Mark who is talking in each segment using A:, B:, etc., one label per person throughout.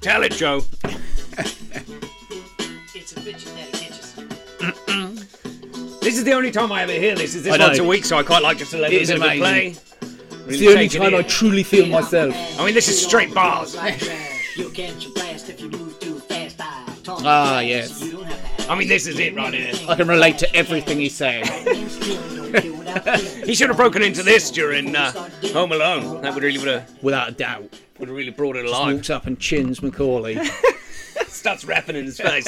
A: Tell it, Joe.
B: It's a bit genetic, interesting.
A: This is the only time I ever hear this. Is this
C: I know.
A: once a week? So I quite like just to let
C: It
A: it,
C: is
A: bit of it
C: amazing.
A: play.
C: It's
A: Really
C: the only
A: take it
C: time I
A: in.
C: truly feel myself.
A: I mean, this is straight bars.
B: You catch a blast if you move too fast. I talk
C: Ah,
B: fast.
C: yes.
B: You don't have to ask.
A: I mean, this is it right here.
C: I can relate to everything he's saying.
B: And still don't do what I do.
A: He should have broken into this during uh, Home Alone. That would really would have
C: Without a doubt.
A: would have really brought it alive.
C: Walks up and chins Macaulay.
A: Starts rapping in his face.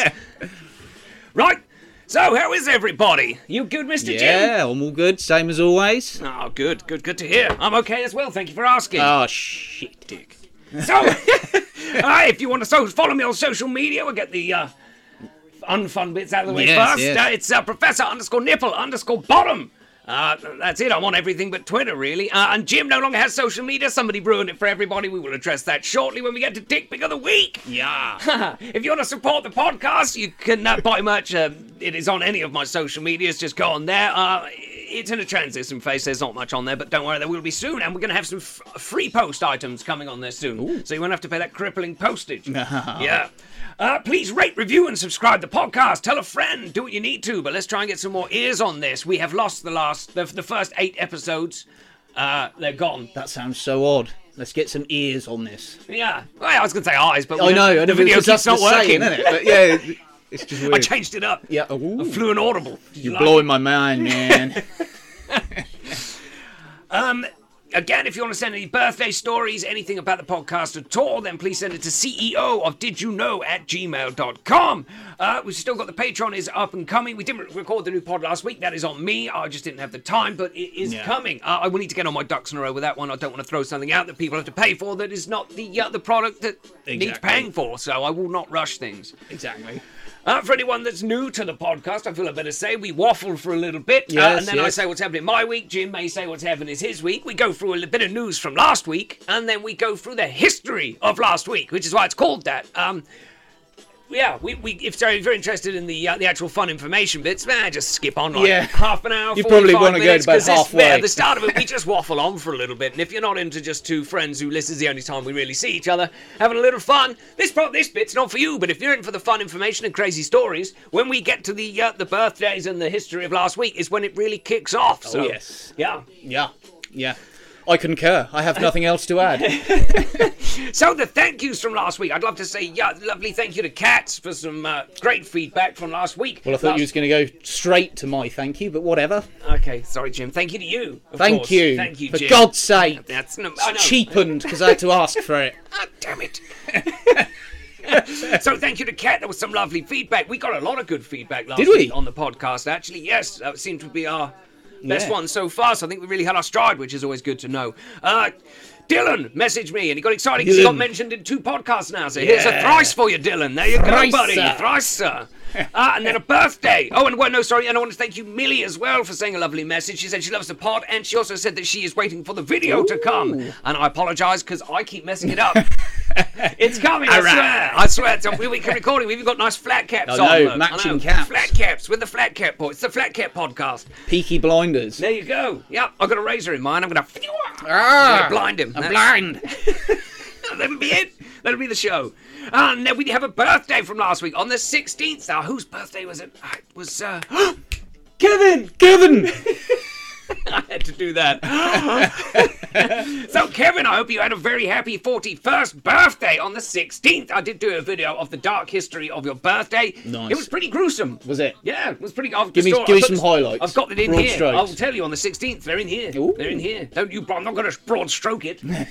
A: right. So how is everybody? You good, Mr. Jim?
C: yeah, I'm all good, same as always.
A: Oh, good, good, good to hear. I'm okay as well. Thank you for asking.
C: Oh, shit.
A: Dick. So, uh, if you want to so- follow me on social media, we'll get the uh, unfun bits out of the way
C: Yes,
A: first.
C: yes.
A: Uh, it's uh, Professor underscore Nipple underscore Bottom. Uh, that's it. I'm on everything but Twitter, really. Uh, and Jim no longer has social media. Somebody ruined it for everybody. We will address that shortly when we get to Dick Pick of the Week.
C: Yeah.
A: if you want to support the podcast, you can uh, buy merch. Uh, it is on any of my social medias. Just go on there. Uh, it's in a transition phase. There's not much on there, but don't worry, there will be soon. And we're going to have some f- free post items coming on there soon. So you won't have to pay that crippling postage. yeah. Uh, please rate, review, and subscribe the podcast. Tell a friend. Do what you need to. But let's try and get some more ears on this. We have lost the last, the, the first eight episodes. Uh, they're gone.
C: That sounds so odd. Let's get some ears on this.
A: Yeah. Well, I was going to say eyes, but
C: I
A: we-
C: know, I
A: the
C: know, but
A: video
C: it's
A: keeps
C: just
A: not working.
C: isn't it? But yeah, it's just weird.
A: I changed it up.
C: yeah, ooh.
A: I flew an audible. Did you
C: You're
A: like
C: blowing my mind, man.
A: it? Again, if you want to send any birthday stories, anything about the podcast at all, then please send it to CEO of Did You Know at gmail.com. Uh, we've still got the Patreon is up and coming. We didn't record the new pod last week. That is on me. I just didn't have the time, but it is
C: Yeah.
A: coming. Uh, I will need to get on my ducks in a row with that one. I don't want to throw something out that people have to pay for that is not the, uh, the product that needs
C: Exactly.
A: paying for. So I will not rush things.
C: exactly.
A: Uh, for anyone that's new to the podcast, I feel I better say we waffle for a little bit, uh,
C: Yes,
A: and then I
C: yes.
A: say what's happening my week. Jim may say what's happening is his week. We go through a little bit of news from last week, and then we go through the history of last week, which is why it's called that. Um, yeah, we, we if, so if you're interested in the uh, the actual fun information bits, man, just skip on like
C: Yeah.
A: half an hour.
C: You probably
A: 45
C: wanna go
A: minutes,
C: about
A: 'cause this-
C: halfway.
A: yeah, the start of it, we just waffle on for a little bit, and if you're not into just two friends who listen, is the only time we really see each other, having a little fun. This part, this bit's not for you, but if you're in for the fun information and crazy stories, when we get to the uh, the birthdays and the history of last week, is when it really kicks off. So,
C: Oh, yes.
A: yeah.
C: Yeah, yeah. I concur. I have nothing else to add.
A: So the thank yous from last week, I'd love to say yeah, lovely thank you to Cats for some uh, great feedback from last week.
C: Well, I thought
A: Last-
C: you was going to go straight to my thank you, but whatever.
A: Okay, sorry, Jim. Thank you to you. of
C: Thank
A: course.
C: you.
A: Thank you,
C: For
A: Jim.
C: God's sake.
A: That's no, I know.
C: Cheapened because I had to ask for it.
A: Ah, damn it. so thank you to Kat. There was some lovely feedback. We got a lot of good feedback last
C: Did we?
A: week on the podcast. Actually, yes, that seemed to be our best
C: Yeah.
A: one so far. So I think we really had our stride, which is always good to know. Uh, Dylan messaged me and he got excited because he got
C: Dylan.
A: mentioned in two podcasts now. So here's a
C: Yeah.
A: thrice for you, Dylan. There you
C: Thrice,
A: go, buddy.
C: sir.
A: Thrice, sir. Uh, and then a birthday. Oh, and well, no, sorry. And I want to thank you, Millie, as well, for saying a lovely message. She said she loves the pod, and she also said that she is waiting for the video to come. And I apologise because I keep messing it up. It's coming, I
C: Alright.
A: swear. I swear. It's on, we, we can record it. We've even got nice flat caps
C: I
A: on.
C: know,
A: look.
C: matching caps.
A: Flat caps with the flat cap boy. It's the flat cap podcast.
C: Peaky blinders.
A: There you go. Yep, I've got a razor in mine. I'm going to
C: Ah,
A: blind him.
C: I'm
A: That-
C: blind.
A: That'll be it. That'll be the show. And then we have a birthday from last week on the 16th. Now, whose birthday was it? Ah, It was, uh,
C: Kevin! Kevin!
A: I had to do that. so, Kevin, I hope you had a very happy 41st birthday on the 16th. I did do a video of the dark history of your birthday.
C: Nice.
A: It was pretty gruesome.
C: Was it?
A: Yeah, it was pretty. I've
C: Give me-
A: still-
C: give me
A: I've got-
C: some highlights.
A: I've got it in
C: Broad
A: here.
C: strokes.
A: I'll tell you on the 16th. They're in here.
C: Ooh.
A: They're in here. Don't you? I'm not going to broad stroke it.
C: Hey!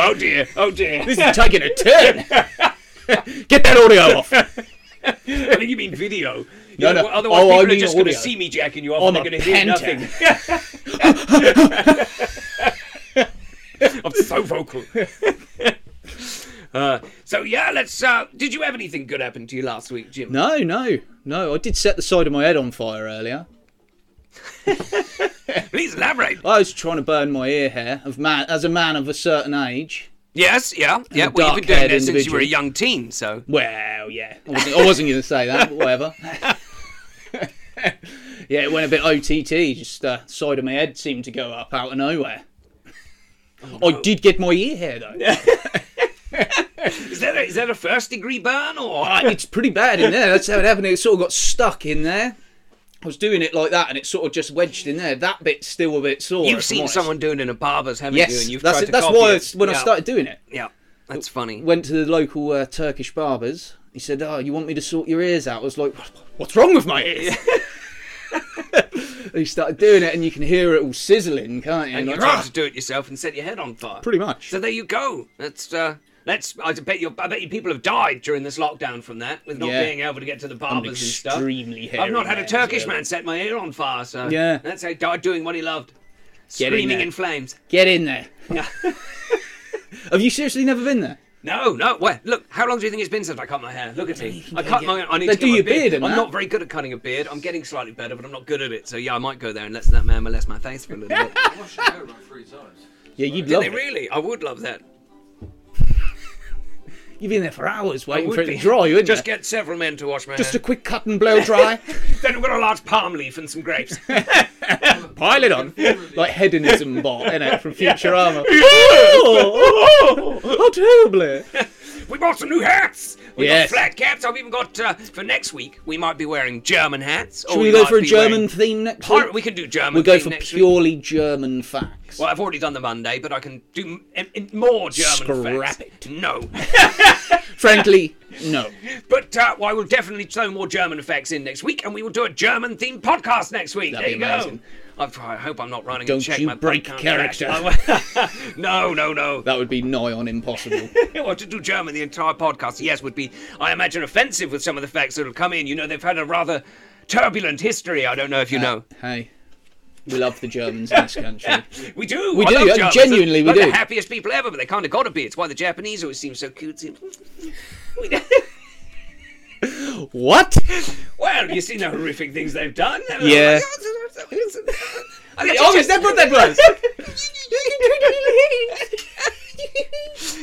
A: oh dear. Oh dear.
C: This is taking a turn. Get that audio off.
A: I think you mean video.
C: No,
A: You know,
C: no.
A: Otherwise,
C: Oh,
A: people
C: I
A: are
C: mean
A: just going to
C: audio.
A: see me jacking you off,
C: I'm
A: and
C: a
A: they're going to hear
C: panter.
A: nothing. I'm so vocal. Uh, so yeah, let's. Uh, did you have anything good happen to you last week, Jim?
C: No, no, no. I did set the side of my head on fire earlier.
A: Please elaborate.
C: I was trying to burn my ear hair of man, as a man of a certain age.
A: Yes, yeah, yeah.
C: a
A: Well, you've been doing
C: dark-haired
A: that since you were a
C: individual.
A: young teen, so
C: Well, yeah. I wasn't, I wasn't going to say that, but whatever. yeah, it went a bit OTT. Just uh, side of my head seemed to go
A: Oh,
C: up out of nowhere. I did get my ear hair though.
A: Is that a, is that a first degree burn or?
C: Ah, it's pretty bad in there. That's how it happened. It sort of got stuck in there. I was doing it like that, and it sort of just wedged in there. That bit's still a bit sore. if I'm
A: You've seen
C: honest.
A: someone doing it in a barber's, haven't you?
C: Yes,
A: And you've
C: that's
A: tried
C: it.
A: to
C: That's
A: copy
C: why
A: it.
C: it's when I
A: Yeah.
C: started doing it.
A: Yeah, that's funny.
C: Went to the local uh, Turkish barbers. He said, "Oh, you want me to sort your ears out?" I was like, "What's wrong with my ears?" And he started doing it, and you can hear it all sizzling, can't you?
A: and you
C: Like,
A: tried
C: "Ah!"
A: to do it yourself and set your head on fire.
C: Pretty much.
A: So there you go. That's uh, that's. I bet you. I bet you people have died during this lockdown from that, with not
C: Yeah.
A: being able to get to the barbers and stuff.
C: extremely hairy
A: I've not had a
C: man,
A: Turkish
C: so-
A: man set my ear on fire, so
C: Yeah.
A: that's how he died doing what he loved,
C: Get in
A: screaming
C: there.
A: in flames.
C: Get in there.
A: Yeah.
C: Have you seriously never been there?
A: No, no. Where? Look, how long do you think it's been since I cut my hair? Look at me. I cut my. I need
C: They
A: to
C: do
A: get my
C: your beard and
A: I'm
C: that.
A: not very good at cutting a beard. I'm getting slightly better, but I'm not good at it. So yeah, I might go there and let that man molest my face for a little bit.
D: I watched the show about three times.
C: Yeah, you'd
A: Did
C: love
A: they
C: it.
A: really? I would love that.
C: You've been there for hours waiting
A: would
C: for it to
A: be.
C: dry, wouldn't
A: Just
C: you?
A: get several men to wash my
C: Just a
A: hair.
C: quick cut and blow dry.
A: Then we've got a large palm leaf and some grapes.
C: Pile it on. Like hedonism bot, innit, from Futurama. oh, how terribly.
A: we bought some new hats. We
C: Yes.
A: got flat caps. I've even got uh, for next week. We might be wearing German hats. or
C: Should we go
A: might
C: for a
A: be
C: German
A: wearing-
C: theme next
A: Pirate-
C: week?
A: We can do German.
C: We'll go
A: theme
C: for
A: next week.
C: purely German facts.
A: Well, I've already done the Monday, but I can do m- m- more German
C: Scrap
A: facts. No.
C: Frankly, no.
A: But uh, well, I will definitely throw more German effects in next week, and we will do a German themed podcast next week.
C: That'd
A: there
C: be
A: you
C: amazing.
A: go. I've, I hope I'm not running
C: Don't
A: a check.
C: you
A: my
C: break
A: podcast.
C: character.
A: I- no, no, no.
C: That would be nigh on impossible.
A: Well, to do German the entire podcast, yes, would be, I imagine, offensive with some of the facts that have come in. You know, they've had a rather turbulent history. I don't know if
C: Uh,
A: you know.
C: Hey, we love the Germans in this country.
A: We do.
C: We
A: I
C: do,
A: love
C: yeah,
A: Germans.
C: genuinely we
A: They're
C: do.
A: the happiest people ever, but they kind of got to be. It's why the Japanese always seem so cutesy.
C: What?
A: well, you see the horrific things they've done. They're
C: Yeah.
A: Like, oh, so- so- so- so- I think
C: Oh,
A: you
C: is that
A: should-
C: what that was?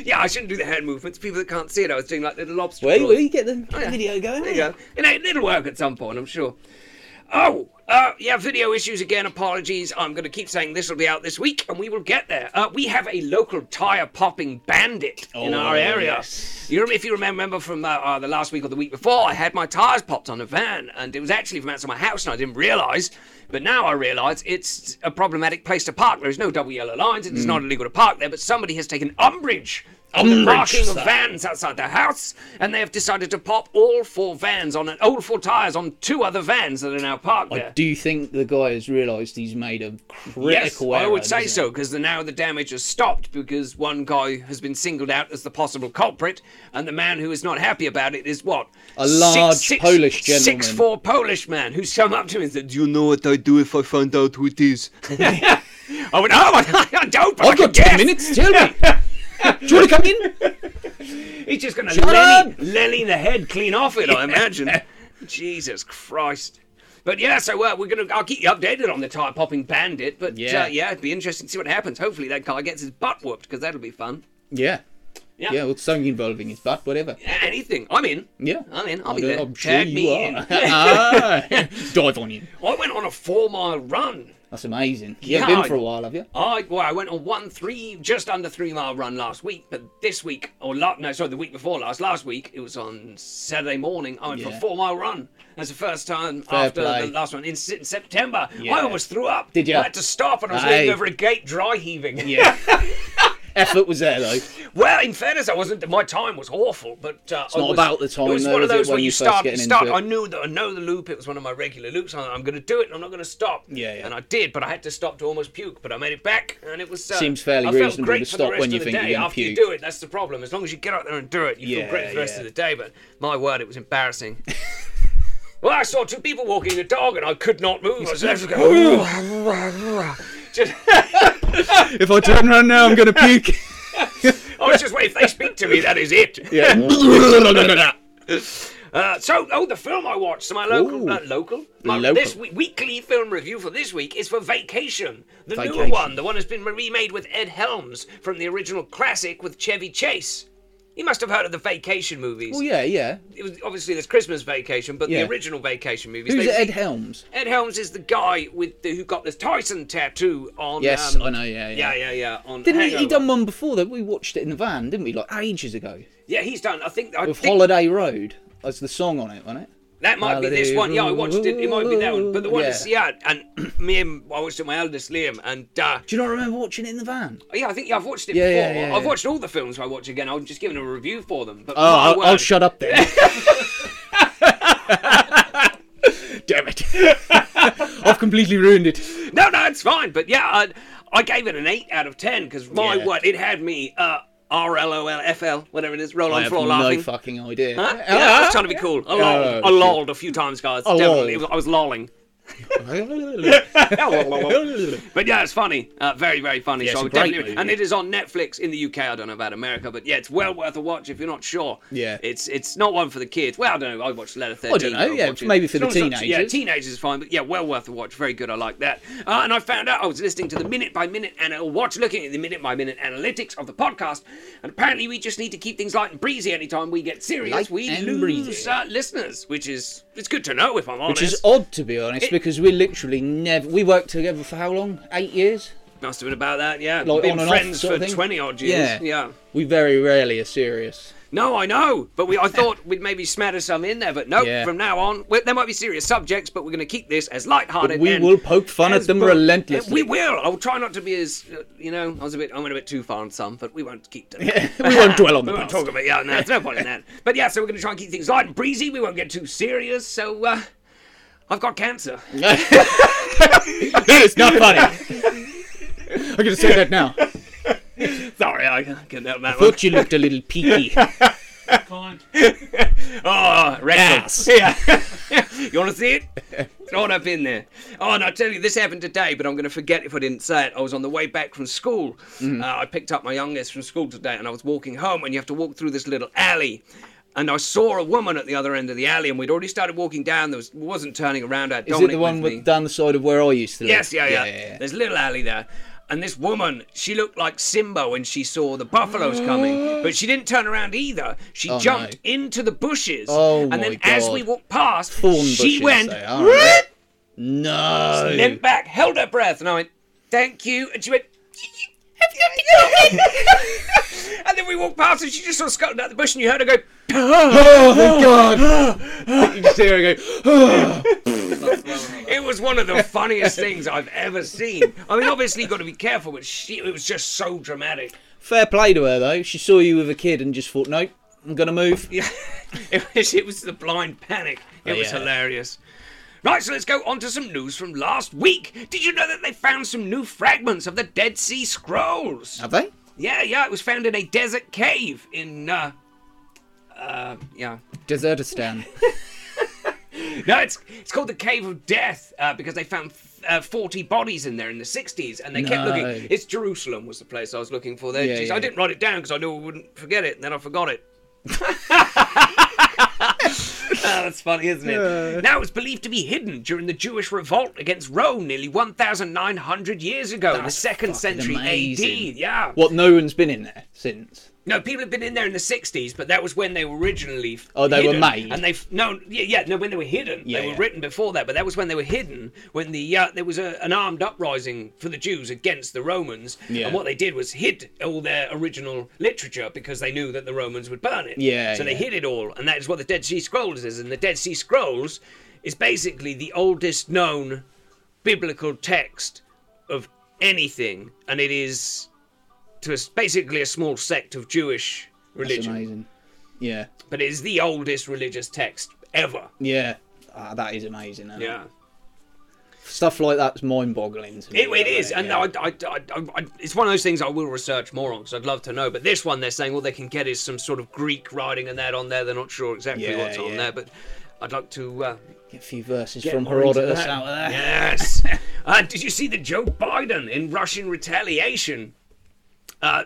A: yeah, I shouldn't do the hand movements. People that can't see it, I was doing like little lobster.
C: Wait,
A: claws.
C: will you get the
A: Oh, yeah.
C: video going?
A: There you go. And it- it'll work at some point, I'm sure. Oh, uh, yeah, video issues again. Apologies. I'm going to keep saying this will be out this week, and we will get there. Uh, we have a local tire popping bandit in
C: Oh,
A: our area.
C: yes.
A: You rem- if you remember from uh, uh, the last week or the week before, I had my tires popped on a van, and it was actually from outside my house, and I didn't realise. But now I realise it's a problematic place to park. There is no double yellow lines.
C: Hmm.
A: It is not illegal to park there, but somebody has taken umbrage. of the
C: Umbrage,
A: Parking of
C: sir.
A: vans outside their house, and they have decided to pop all four vans on an all four tires on two other vans that are now parked
C: I
A: there.
C: do think the guy has realised he's made a critical
A: Yes,
C: error.
A: I would say
C: doesn't
A: so because now the damage has stopped because one guy has been singled out as the possible culprit, and the man who is not happy about it is what
C: A large Polish gentleman.
A: six four Polish man who's come up to me and said, "Do you know what I do if I find out who it is?" I went, "Oh, I, don't." But
C: it?
A: I
C: I've
A: can
C: got
A: guess."
C: ten minutes. Tell me. Do you want to come in?
A: He's just going to
C: Shut
A: Lenny,
C: up!
A: Lenny the head clean off it, I imagine. Jesus Christ. But yeah, so uh, we're gonna. I'll keep you updated on the tire popping bandit. But yeah,
C: Yeah.
A: uh, yeah, it'd be interesting to see what happens. Hopefully, that guy gets his butt whooped because that'll be fun.
C: Yeah.
A: Yeah.
C: Yeah, well, something involving his butt, whatever.
A: Yeah, Anything. I'm in.
C: Yeah.
A: I'm in. I'll
C: I
A: be
C: don't-
A: there.
C: I'm sure
A: Tag
C: you
A: me
C: are.
A: in.
C: Ah, Dive on you.
A: I went on a four mile run.
C: That's amazing. You
A: Yeah,
C: haven't
A: I-
C: been for a while, have you?
A: I well, I went on one three, just under three mile run last week, but this week or la- no, sorry, the week before last, last week it was on Saturday morning. I went for a
C: Yeah.
A: four mile run. That's the first time
C: Fair
A: after
C: play.
A: the last one in, Se- in September.
C: Yeah.
A: I almost threw up.
C: Did ya?
A: I had to stop, and I was
C: Aye.
A: leaning over a gate, dry heaving.
C: Yeah. Effort was there though.
A: Well, in fairness, I wasn't. My time was awful, but uh, it's
C: not about the time,
A: It was
C: though,
A: one of
C: is it,
A: those
C: when
A: where you
C: you're first
A: start. You
C: getting
A: start.
C: into
A: I
C: it?
A: knew that I know the loop. It was one of my regular loops. I'm, I'm going to do it, and I'm not going to stop.
C: Yeah, yeah.
A: And I did, but I had to stop to almost puke. But I made it back, and it was uh,
C: Seems fairly
A: I felt
C: reasonable
A: great
C: to
A: for
C: stop
A: the rest
C: when you
A: of the
C: think you're
A: day.
C: gonna
A: After you
C: puke.
A: do it, that's the problem. As long as you get out there and do it, you feel
C: Yeah,
A: great for the rest
C: yeah.
A: of the day. But my word, it was embarrassing. well, I saw two people walking the dog, and I could not move. I was left to go. Just.
C: If I turn around now, I'm gonna puke.
A: I was just waiting. If they speak to me, that is it.
C: Yeah.
A: Uh, so, oh, the film I watched. So my local,
C: Ooh.
A: uh, local, my,
C: Local.
A: this we- weekly film review for this week is for Vacation, the newer
C: Vacation.
A: one, the one that's been remade with Ed Helms from the original classic with Chevy Chase. You must have heard of the Vacation movies.
C: well, yeah, yeah.
A: It was obviously there's Christmas Vacation, but
C: Yeah.
A: the original Vacation movies.
C: Who's
A: they-
C: Ed Helms?
A: Ed Helms is the guy with the, who got this Tyson tattoo on.
C: Yes,
A: um,
C: I know. Yeah,
A: Yeah,
C: yeah.
A: yeah, yeah. On
C: Didn't he, he
A: Hangover.
C: done one before that? We watched it in the van, didn't we? Like ages ago.
A: Yeah, he's done. I think I
C: with
A: think
C: Holiday Road as the song on it, wasn't it?
A: that might be this one. Yeah, I watched it. It might be that one. But the one that's yeah, and me and I watched it with my eldest Liam, and uh,
C: Do you not remember watching it in the van?
A: yeah, I think yeah, I've watched it
C: Yeah,
A: before.
C: yeah, yeah,
A: I've
C: yeah.
A: watched all the films I watch again. I'm just giving a review for them. But
C: Oh, I'll,
A: my
C: I'll
A: word.
C: shut up then. Damn it! I've completely ruined it.
A: No, no, it's fine. But yeah, I, I gave it an eight out of ten because my
C: Yeah.
A: word, it had me uh, R L O L F L, whatever it is, roll
C: I
A: on
C: have
A: floor
C: no
A: laughing.
C: fucking idea.
A: Huh? Yeah, I was trying to be cool. I lolled, I
C: shit.
A: lolled a few times, guys.
C: I
A: Definitely,
C: lolled.
A: I was lolling. But yeah, it's funny. Uh, very, very funny.
C: Yeah,
A: so I
C: it's a
A: would
C: great
A: definitely,
C: movie.
A: and it is on Netflix in the UK. I don't know about America, but yeah, it's well worth a watch if you're not sure.
C: Yeah.
A: it's it's not one for the kids. Well, I don't know. I watched Letter Thirteen.
C: I don't know, yeah,
A: watch it.
C: maybe for the
A: As long as it's not- Yeah,
C: teenagers.
A: teenagers is fine, but yeah, well worth a watch. Very good. I like that. Uh, and I found out I was listening to the minute by minute and or watch looking at the minute by minute analytics of the podcast, and apparently we just need to keep things light and breezy. Anytime we get serious,
C: Light
A: we
C: and
A: lose
C: breezy.
A: Uh, listeners, which is it's good to know if I'm honest.
C: Which is odd to be honest, because we literally never we worked together for how long? Eight years.
A: Must have been about that, yeah.
C: Like,
A: Been
C: on and off
A: friends
C: sort of
A: for
C: thing?
A: twenty odd years.
C: Yeah.
A: yeah.
C: We very rarely are serious.
A: No, I know, but we, I thought we'd maybe smatter some in there, but no.
C: Yeah.
A: From now on, we- there might be serious subjects, but we're going to keep this as light-hearted.
C: But we
A: and
C: will poke fun
A: as
C: at them
A: bro- eh,
C: relentlessly.
A: We will. I'll try not to be as uh, you know. I was a bit. I went a bit too far on some, but we won't keep doing that.
C: we won't dwell on
A: We
C: the
A: won't
C: past.
A: talk about yeah, no, there's no point in that. But yeah, so we're going to try and keep things light and breezy. We won't get too serious. So uh, I've got cancer.
C: it's not funny. I'm gonna say that now.
A: Sorry, I couldn't help that one.
C: Thought you looked a little peaky.
D: Fine.
C: Ah,
A: Oh, rectal.
C: Ass.
A: Yeah. you want to see it? It's all up in there. Oh, and I tell you, this happened today, but I'm going to forget if I didn't say it. I was on the way back from school.
C: Mm-hmm.
A: Uh, I picked up my youngest from school today, and I was walking home, and you have to walk through this little alley. And I saw a woman at the other end of the alley, and we'd already started walking down. There was, wasn't turning around. I had
C: Is it
A: Dominic
C: the one
A: me.
C: with down the side of where I used to live?
A: Yes, yeah, yeah.
C: yeah, yeah.
A: There's a little alley there. And this woman, she looked like Simba when she saw the buffaloes coming, but she didn't turn around either. She
C: Mm. Oh, no.
A: jumped into the bushes.
C: Oh,
A: and
C: my
A: then as we
C: God.
A: walked past,
C: Thorn
A: she
C: bushes,
A: went,
C: they are, aren't they? No.
A: limped back, held her breath, and I went, Thank you. And she went, Have you And then we walked past, and she just sort of scuttled out the bush, and you heard her go,
C: Oh my
A: Oh.
C: god! you just hear her go. "Oh."
A: It was one of the funniest things I've ever seen. I mean, obviously, you've got to be careful, but she, it was just so dramatic.
C: Fair play to her though. She saw you with a kid and just thought, nope, I'm gonna move.
A: Yeah, it was, it was the blind panic. It
C: Oh,
A: was
C: yeah.
A: hilarious. Right, so let's go on to some news from last week. Did you know that they found some new fragments of the Dead Sea Scrolls?
C: Have they?
A: Yeah, yeah, it was found in a desert cave in, uh, uh, yeah.
C: Desertistan.
A: No, it's it's called the Cave of Death uh, because they found uh, 40 bodies in there in the 60s, and they kept
C: No.
A: looking. It's Jerusalem was the place I was looking for there.
C: Yeah,
A: Jeez,
C: yeah.
A: I didn't write it down because I knew I wouldn't forget it, and then I forgot it. Ah, that's funny, isn't it? Now it's believed to be hidden during the Jewish revolt against Rome nearly 1,900 years ago in the
C: That's
A: second
C: fucking
A: century
C: amazing.
A: AD. Yeah.
C: what? No one's been in there since.
A: No, people have been in there in the '60s, but that was when they were originally. f-
C: Oh, they were
A: hidden.
C: made.
A: And they no, yeah, yeah, no, when they were hidden,
C: Yeah,
A: they were
C: yeah.
A: written before that, but that was when they were hidden. When the uh, there was a, an armed uprising for the Jews against the Romans,
C: Yeah.
A: and what they did was hid all their original literature because they knew that the Romans would burn it.
C: Yeah,
A: so they
C: yeah.
A: hid it all, and that is what the Dead Sea Scrolls is. And the Dead Sea Scrolls is basically the oldest known biblical text of anything, and it is to a, basically a small sect of Jewish
C: It's
A: religion,
C: amazing. Yeah.
A: but it is the oldest religious text ever.
C: Yeah. Ah, that is amazing. isn't it?
A: Yeah,
C: Stuff like that's mind-boggling to me.
A: it, it is, and
C: Yeah.
A: I, I, I, I, I- it's one of those things I will research more on because I'd love to know. But this one, they're saying all they can get is some sort of Greek writing and that on there. They're not sure exactly
C: Yeah,
A: what's on
C: yeah.
A: there, but I'd like to. Uh,
C: Get a few verses
A: get
C: from
A: more into
C: Herodotus
A: that.
C: out of there.
A: Yes. uh, did you see that Joe Biden in Russian retaliation uh,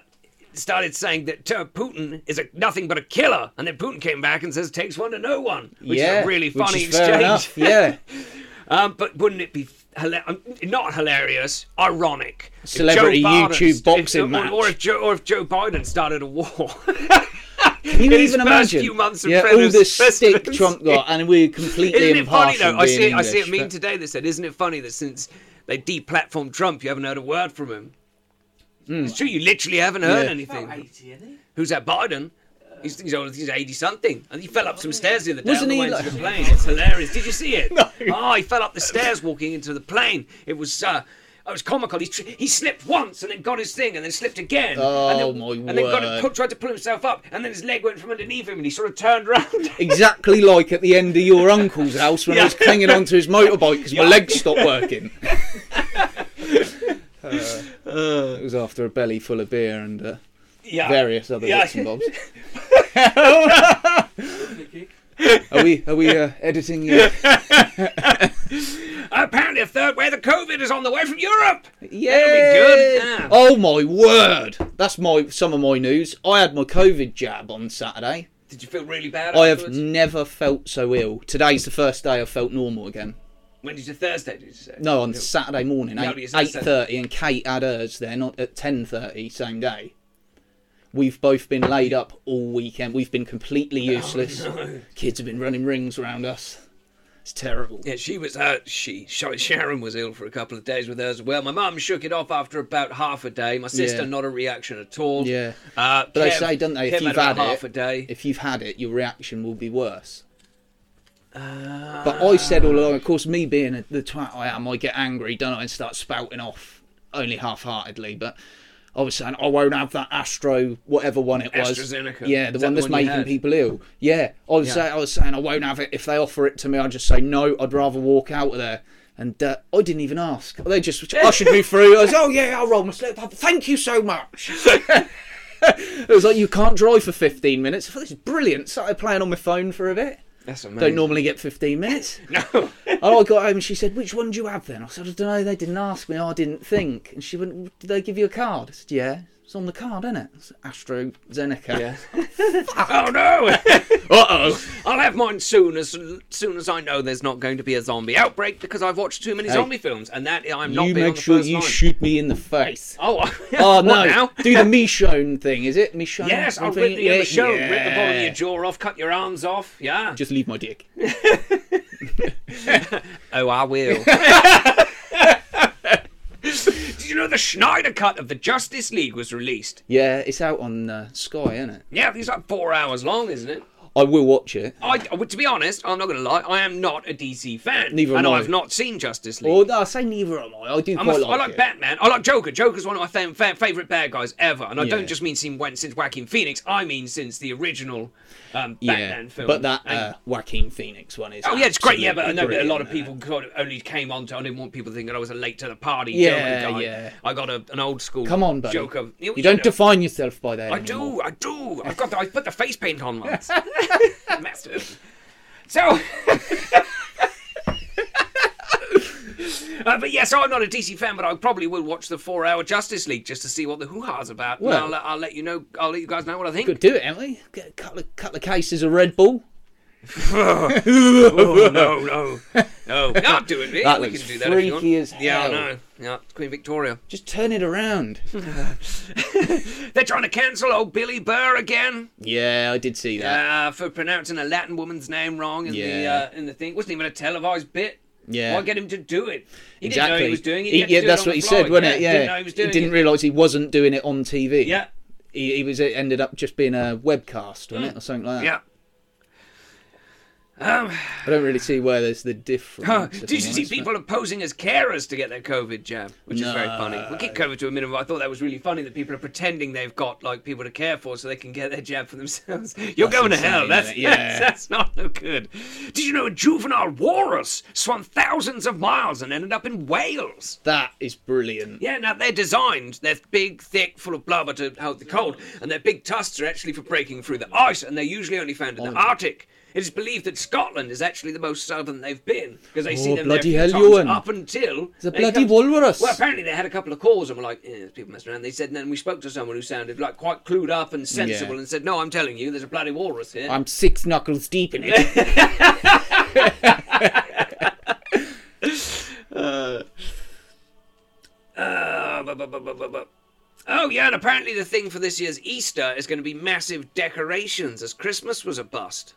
A: started saying that uh, Putin is a, nothing but a killer, and then Putin came back and says takes one to know one, which
C: yeah,
A: is a really
C: which
A: funny
C: is fair
A: exchange.
C: enough, yeah,
A: Um, but wouldn't it be hila- um, not hilarious, ironic? if Joe
C: Celebrity
A: Biden-
C: YouTube
A: if-
C: boxing
A: or,
C: match.
A: or if Joe, or if Joe Biden started a war.
C: can you
A: In his
C: even
A: first
C: imagine?
A: few months of
C: yeah, all
A: president-
C: this stick
A: presidency.
C: Trump got, and we're completely
A: Isn't it funny
C: impartial.
A: though? I
C: being
A: see, I see it
C: English,
A: meme
C: but-
A: today that said, "Isn't it funny that since they deplatformed Trump, you haven't heard a word from him?" It's true. You literally haven't heard
C: Hmm. Yeah.
A: anything.
D: About 80, isn't he?
A: Who's that? Biden. He's, he's old. He's eighty something, and he fell up some stairs the other day
C: Wasn't
A: on the
C: he
A: way
C: like-
A: to the plane. It's hilarious. Did you see it?
C: No.
A: Oh, he fell up the stairs walking into the plane. It was. Uh, it was comical. He, tr- he slipped once and then got his thing and then slipped again. and
C: Oh,
A: then,
C: my
A: And then got
C: word.
A: a, pu- tried to pull himself up and then his leg went from underneath him and he sort of turned around.
C: Exactly like at the end of your uncle's house when I was
A: Yeah.
C: clinging onto his motorbike because my legs stopped working. Uh, it was after a belly full of beer and uh,
A: yeah.
C: various other
A: Yeah.
C: bits and bobs. are we are we uh, editing you?
A: Apparently, a third wave of COVID is on the way from Europe.
C: Yeah.
A: good. Yeah.
C: Oh my word! That's my some of my news. I had my COVID jab on Saturday.
A: Did you feel really bad?
C: I have
A: afterwards?
C: never felt so ill. Today's the first day I felt normal again.
A: When did you Thursday? Did you say?
C: No, on Saturday morning,
A: No,
C: eight
A: it's
C: eight
A: Saturday.
C: thirty, and Kate had hers there, not at ten thirty, same day. We've both been laid up all weekend. We've been completely useless. Kids have been running rings around us. It's terrible.
A: Yeah, she was hurt. She sorry, Sharon was ill for a couple of days with her as well. My mum shook it off after about half a day. My sister,
C: Yeah.
A: not a reaction at all.
C: Yeah.
A: Uh,
C: But they
A: Kev-
C: say, don't they, if
A: Kev
C: you've
A: about
C: had it,
A: half a day.
C: if you've had it, your reaction will be worse. but I said all along, of course, me being a, the twat I am, I get angry, don't I, and start spouting off, only half-heartedly. But I was saying, I won't have that Astro, whatever one it was.
A: AstraZeneca.
C: Yeah, the
A: Is that
C: one
A: the
C: that's
A: one you
C: making
A: had?
C: people ill. Yeah, I was, Saying, I was saying, I won't have it. If they offer it to me, I just say no. I'd rather walk out of there. And uh, I didn't even ask. They just ushered me through. I was, oh yeah, I'll roll my sleeve up. Thank you so much. It was like you can't drive for 15 minutes. I thought this is brilliant. Started playing on my phone for a bit.
A: That's amazing. Oh,
C: Don't normally get 15 minutes.
A: No.
C: and Oh, I got home and she said, "Which one do you have then?" I said, "I don't know. They didn't ask me. I didn't think." And she went, "Did they give you a card?" I said, "Yeah." It's on the card, isn't it? It's AstraZeneca.
A: Yeah. oh no.
C: Uh oh.
A: I'll have mine soon as soon as I know there's not going to be a zombie outbreak because I've watched too many zombie films and that I'm not
C: You
A: being on
C: make
A: the
C: sure
A: first
C: you
A: line.
C: shoot me in the face.
A: Oh,
C: Oh
A: what
C: no!
A: now?
C: Do the Michonne thing, is it? Michonne.
A: Yes, I'll
C: something?
A: rip the
C: Yeah,
A: other show, rip the bottom of
C: yeah.
A: your jaw off, cut your arms off. Yeah.
C: Just leave my dick.
A: Oh, I will. Did you know the Schneider cut of the Justice League was released?
C: Yeah, it's out on uh, Sky, isn't it?
A: Yeah, it's like four hours long, isn't it?
C: I will watch it.
A: I, to be honest, I'm not going to lie. I am not a DC fan,
C: Neither
A: and
C: am I.
A: I've not seen Justice League.
C: Or no, I say neither am I. I do
A: I'm a,
C: quite
A: I
C: like,
A: like,
C: it.
A: Batman. I like Joker. Joker's one of my fam- fa- favorite bad guys ever, and I
C: Yeah.
A: don't just mean since, Wa- since Joaquin Phoenix. I mean since the original um, Batman
C: yeah,
A: film.
C: but that
A: And-
C: uh, Joaquin Phoenix one is.
A: Oh yeah, it's great. Yeah, but I
C: absolutely uh,
A: know that a lot of
C: brilliant,
A: people kind of only came on to. I didn't want people thinking I was a late to the party.
C: Yeah,
A: Joker guy.
C: yeah.
A: I got a, an old school.
C: uh, Come on, buddy.
A: Joker.
C: You, don't
A: know,
C: define yourself by that.
A: I
C: anymore.
A: do. I do. I've got. The, I put the face paint on once. Massive. So. Uh, but yes, I'm not a DC fan, but I probably will watch the four-hour Justice League just to see what the hoo-ha's about. and
C: Well-
A: I'll, I'll let you know. I'll let you guys know what I think.
C: Could do it, Emily. Get a couple of, couple of cases of Red Bull.
A: Oh, no, no, no! Not doing it.
C: That
A: we
C: looks
A: can do that if you want.
C: freaky as
A: Yeah, I
C: hell.
A: know. Yeah, Queen Victoria.
C: Just turn it around.
A: They're trying to cancel old Billy Burr again
C: yeah, I did see that.
A: uh, for pronouncing a Latin woman's name wrong in
C: Yeah.
A: the uh, in the thing. wasn't even a televised bit.
C: Yeah.
A: Why get him to do it? He didn't know
C: exactly.
A: he was doing it.
C: He-
A: He had to
C: yeah,
A: do it
C: that's
A: on
C: what
A: the
C: he
A: fly.
C: said, wasn't it?
A: Yeah, he
C: Yeah,
A: didn't know he was doing
C: didn't
A: it.
C: realise he wasn't doing it on TV.
A: Yeah,
C: he, he was. It ended up just being a webcast, wasn't it, or something like that.
A: Mm. yeah.
C: I don't really see where there's the difference.
A: Huh.
C: if
A: Did you
C: I'm
A: see
C: honest,
A: people are posing as carers to get their COVID jab, which is very funny. We'll keep COVID to a minimum. I thought that was really funny that people are pretending they've got like people to care for so they can get their jab for themselves. You're going to
C: insane,
A: hell.
C: isn't
A: That's,
C: it? Yeah.
A: that's that's not no good. Did you know a juvenile walrus swam thousands of miles and ended up in Wales?
C: That is brilliant.
A: Yeah, now they're designed. They're big, thick, full of blubber to hold the cold, and their big tusks are actually for breaking through the ice, and they're usually only found in
C: Oh.
A: the Arctic. It is believed that Scotland is actually the most southern they've been because they see
C: Oh,
A: them
C: bloody
A: there a few
C: hell,
A: times
C: Ewan.
A: up until
C: The
A: they
C: bloody
A: come-
C: walrus.
A: Well, apparently they had a couple of calls and were like, eh, there's people messing around. They said, and then we spoke to someone who sounded like quite clued up and sensible
C: Yeah.
A: and said, no, I'm telling you, there's a bloody walrus here.
C: I'm six knuckles deep in it.
A: Uh, bu- bu- bu- bu- bu- bu- Oh yeah, and apparently the thing for this year's Easter is going to be massive decorations, as Christmas was a bust.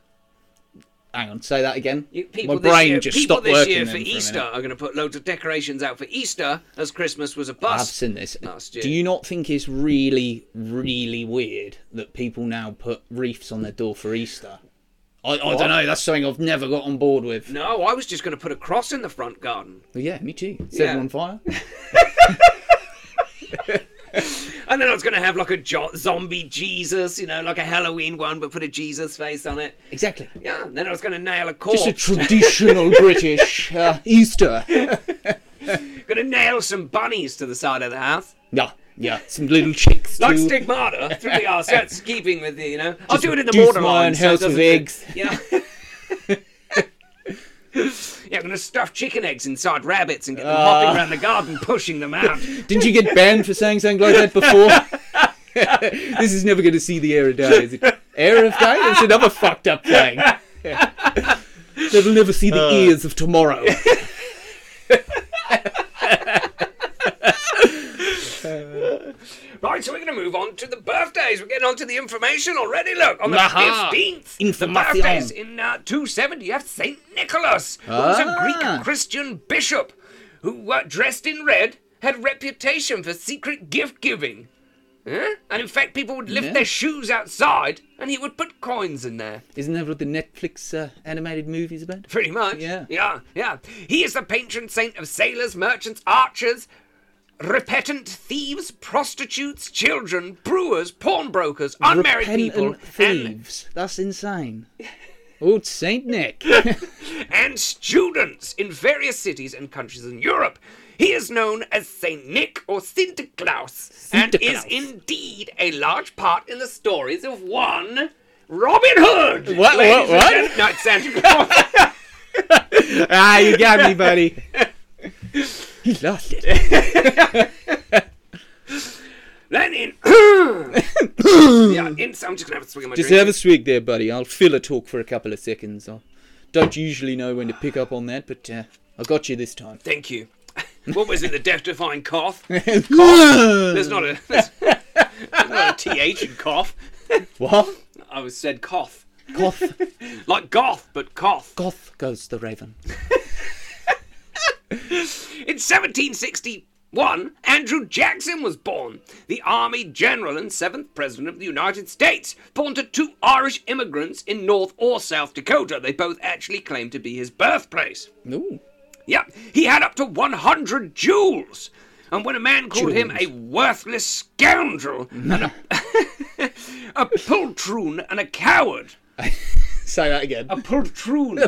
C: Hang on, say that again.
A: You- people
C: My
A: this
C: brain
A: year,
C: just
A: people
C: stopped
A: this
C: working.
A: year
C: then
A: for
C: a
A: Easter
C: minute.
A: are going to put loads of decorations out for Easter, as Christmas was a
C: I've
A: bust.
C: seen this.
A: last year.
C: Do you not think it's really, really weird that people now put wreaths on their door for Easter? I, I don't know. That's something I've never got on board with.
A: No, I was just going to put a cross in the front garden,
C: But yeah, me too. Set
A: Yeah.
C: it on fire.
A: and then I was going to have like a jo- zombie Jesus, you know, like a Halloween one, but put a Jesus face on it.
C: exactly.
A: Yeah, and then I was going to nail a
C: It's a
A: corpse,
C: traditional British uh, Easter.
A: going to nail some bunnies to the side of the house,
C: Yeah, yeah. Some little chicks.
A: like
C: too.
A: stigmata through the arse. That's keeping with the, you know. I'll do it in the
C: reduce
A: borderline.
C: mine, house
A: so it
C: with
A: doesn't-
C: eggs.
A: Yeah. Yeah, I'm gonna stuff chicken eggs inside rabbits and get
C: Uh.
A: them hopping around the garden, pushing them out.
C: Didn't you get banned for saying something like that before? this is never going to see the air of day. Is it? Air of day? It's another fucked up thing. That'll never see the ears of tomorrow.
A: Right, so we're going to move on to the birthdays. We're getting on to the information already. Look, on the
C: Aha.
A: 15th, the
C: Information.
A: birthdays in uh, 270, you have St. Nicholas, who was a
C: Ah.
A: Greek Christian bishop who, uh, dressed in red, had a reputation for secret gift giving. Huh? And in fact, people would lift
C: Yeah.
A: their shoes outside and he would put coins in there.
C: Isn't that what the Netflix uh, animated movie's about?
A: Pretty much.
C: Yeah.
A: Yeah, yeah. He is the patron saint of sailors, merchants, archers, repentant thieves, prostitutes, children, brewers, pawnbrokers, unmarried
C: Repentant
A: people, and,
C: thieves. That's insane. Old Saint Nick.
A: and students in various cities and countries in Europe. He is known as Saint Nick or Sinterklaas and is
C: Sinterklaas.
A: indeed a large part in the stories of one Robin Hood.
C: What,
A: ladies
C: what, what?
A: and gen- No, it's Santa Claus.
C: ah, you got me, buddy. he lost it.
A: Then in, yeah, in, so I'm just gonna have a swig of my
C: Just
A: drink.
C: have a swig there, buddy. I'll fill a talk for a couple of seconds. I don't usually know when to pick up on that, but uh, I got you this time.
A: Thank you. What was it? The death-defying cough? There's
C: what?
A: not a there's, there's not a th in cough. I was said cough,
C: Goth.
A: like goth, but cough.
C: Goth goes the raven.
A: In 1761, Andrew Jackson was born, the Army General and seventh President of the United States, born to two Irish immigrants in North or South Dakota. They both actually claim to be his birthplace.
C: Ooh.
A: Yep, he had up to 100 jewels. And when a man called him a
C: Jewels.
A: worthless scoundrel, and a, a poltroon, and a coward.
C: Say that again.
A: A poltroon.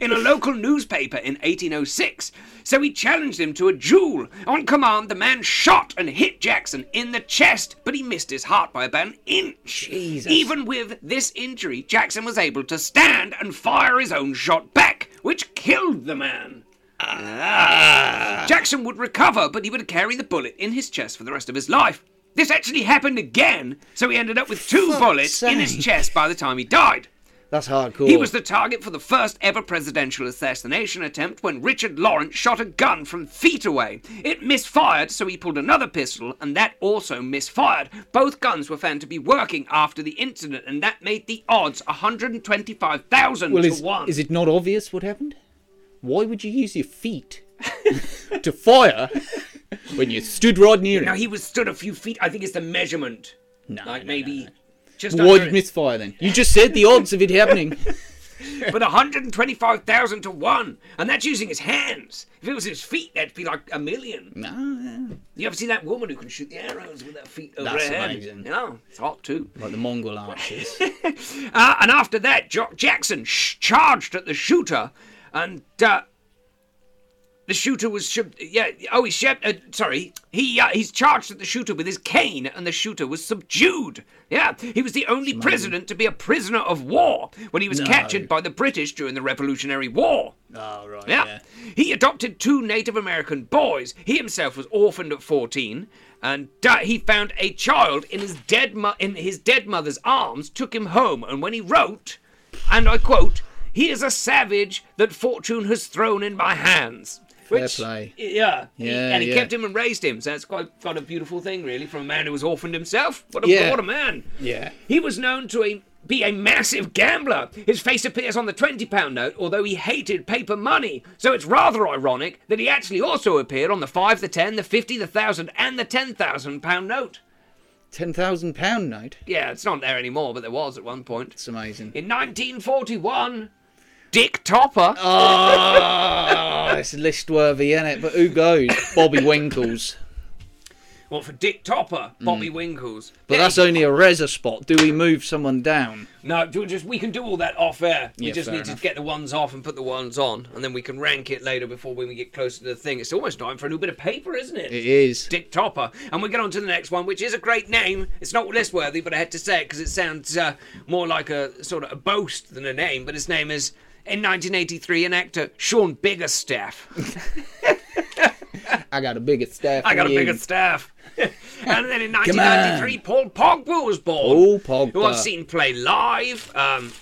A: in a local newspaper in 1806. So he challenged him to a duel. On command, the man shot and hit Jackson in the chest, but he missed his heart by about an inch.
C: Jesus.
A: Even with this injury, Jackson was able to stand and fire his own shot back, which killed the man.
C: Ah.
A: Jackson would recover, but he would carry the bullet in his chest for the rest of his life. This actually happened again, so he ended up with two
C: Fuck's
A: bullets in his
C: sake.
A: chest by the time he died.
C: That's hardcore.
A: He was the target for the first ever presidential assassination attempt when Richard Lawrence shot a gun from feet away. It misfired, so he pulled another pistol, and that also misfired. Both guns were found to be working after the incident, and that made the odds 125,000
C: well,
A: to
C: is,
A: 1.
C: is it not obvious what happened? Why would you use your feet to fire when you stood right near
A: now,
C: him?
A: he was stood a few feet. I think it's the measurement.
C: No,
A: Like,
C: no,
A: maybe. Just
C: Why
A: under
C: did
A: it.
C: it misfire then? You just said the odds of it happening.
A: but 125,000 to 1. And that's using his hands. If it was his feet, that'd be like a million.
C: Ah,
A: You ever see that woman who can shoot the arrows with her feet over
C: That's
A: her head?
C: amazing.
A: Yeah, it's hot too.
C: like the Mongol archers.
A: Uh, and after that, jo- Jackson sh- charged at the shooter, and uh, the shooter was sh- yeah. Oh, he shep- uh, sorry. He uh, he's charged at the shooter with his cane, and the shooter was subdued. Yeah, he was the only president to be a prisoner of war when he was captured by the British during the Revolutionary War.
C: oh, right.
A: Yeah.
C: yeah.
A: He adopted two Native American boys. He himself was orphaned at 14, and uh, he found a child in his dead mo- in his dead mother's arms, took him home, and when he wrote, and I quote, "He is a savage that fortune has thrown in my hands."
C: Fair
A: Which,
C: play.
A: Yeah. He-
C: Yeah,
A: and he
C: yeah.
A: kept him and raised him. So that's quite quite a beautiful thing, really, from a man who was orphaned himself. What a,
C: Yeah.
A: what a man.
C: Yeah.
A: He was known to a be a massive gambler. His face appears on the £20 note, although he hated paper money. So it's rather ironic that he actually also appeared on the 5, the 10, the 50, the 1000, and the £10,000 note.
C: Ten thousand pound note.
A: Yeah, it's not there anymore, but there was at one point.
C: It's amazing.
A: In 1941, Dick Topper.
C: Uh, Oh, it's list worthy, is it? But who goes? Bobby Winkles.
A: Well, for Dick Topper, Bobby Winkles.
C: Mm. But that's only a Reza spot. Do we move someone down?
A: No, do- just we can do all that off air. We
C: Yeah,
A: just
C: fair
A: need
C: enough.
A: to get the ones off and put the ones on, and then we can rank it later before when we get closer to the thing. It's almost time for a new bit of paper, isn't it?
C: It is.
A: Dick Topper, and we get on to the next one, which is a great name. It's not list worthy, but I had to say it because it sounds uh, more like a sort of a boast than a name. But his name is, in 1983, an actor Sean Biggerstaff.
C: I got a bigger staff.
A: I got a
C: than you.
A: bigger staff. and then in 1993, Paul Pogba was born.
C: Oh, Pogba.
A: who I've seen play live. Um,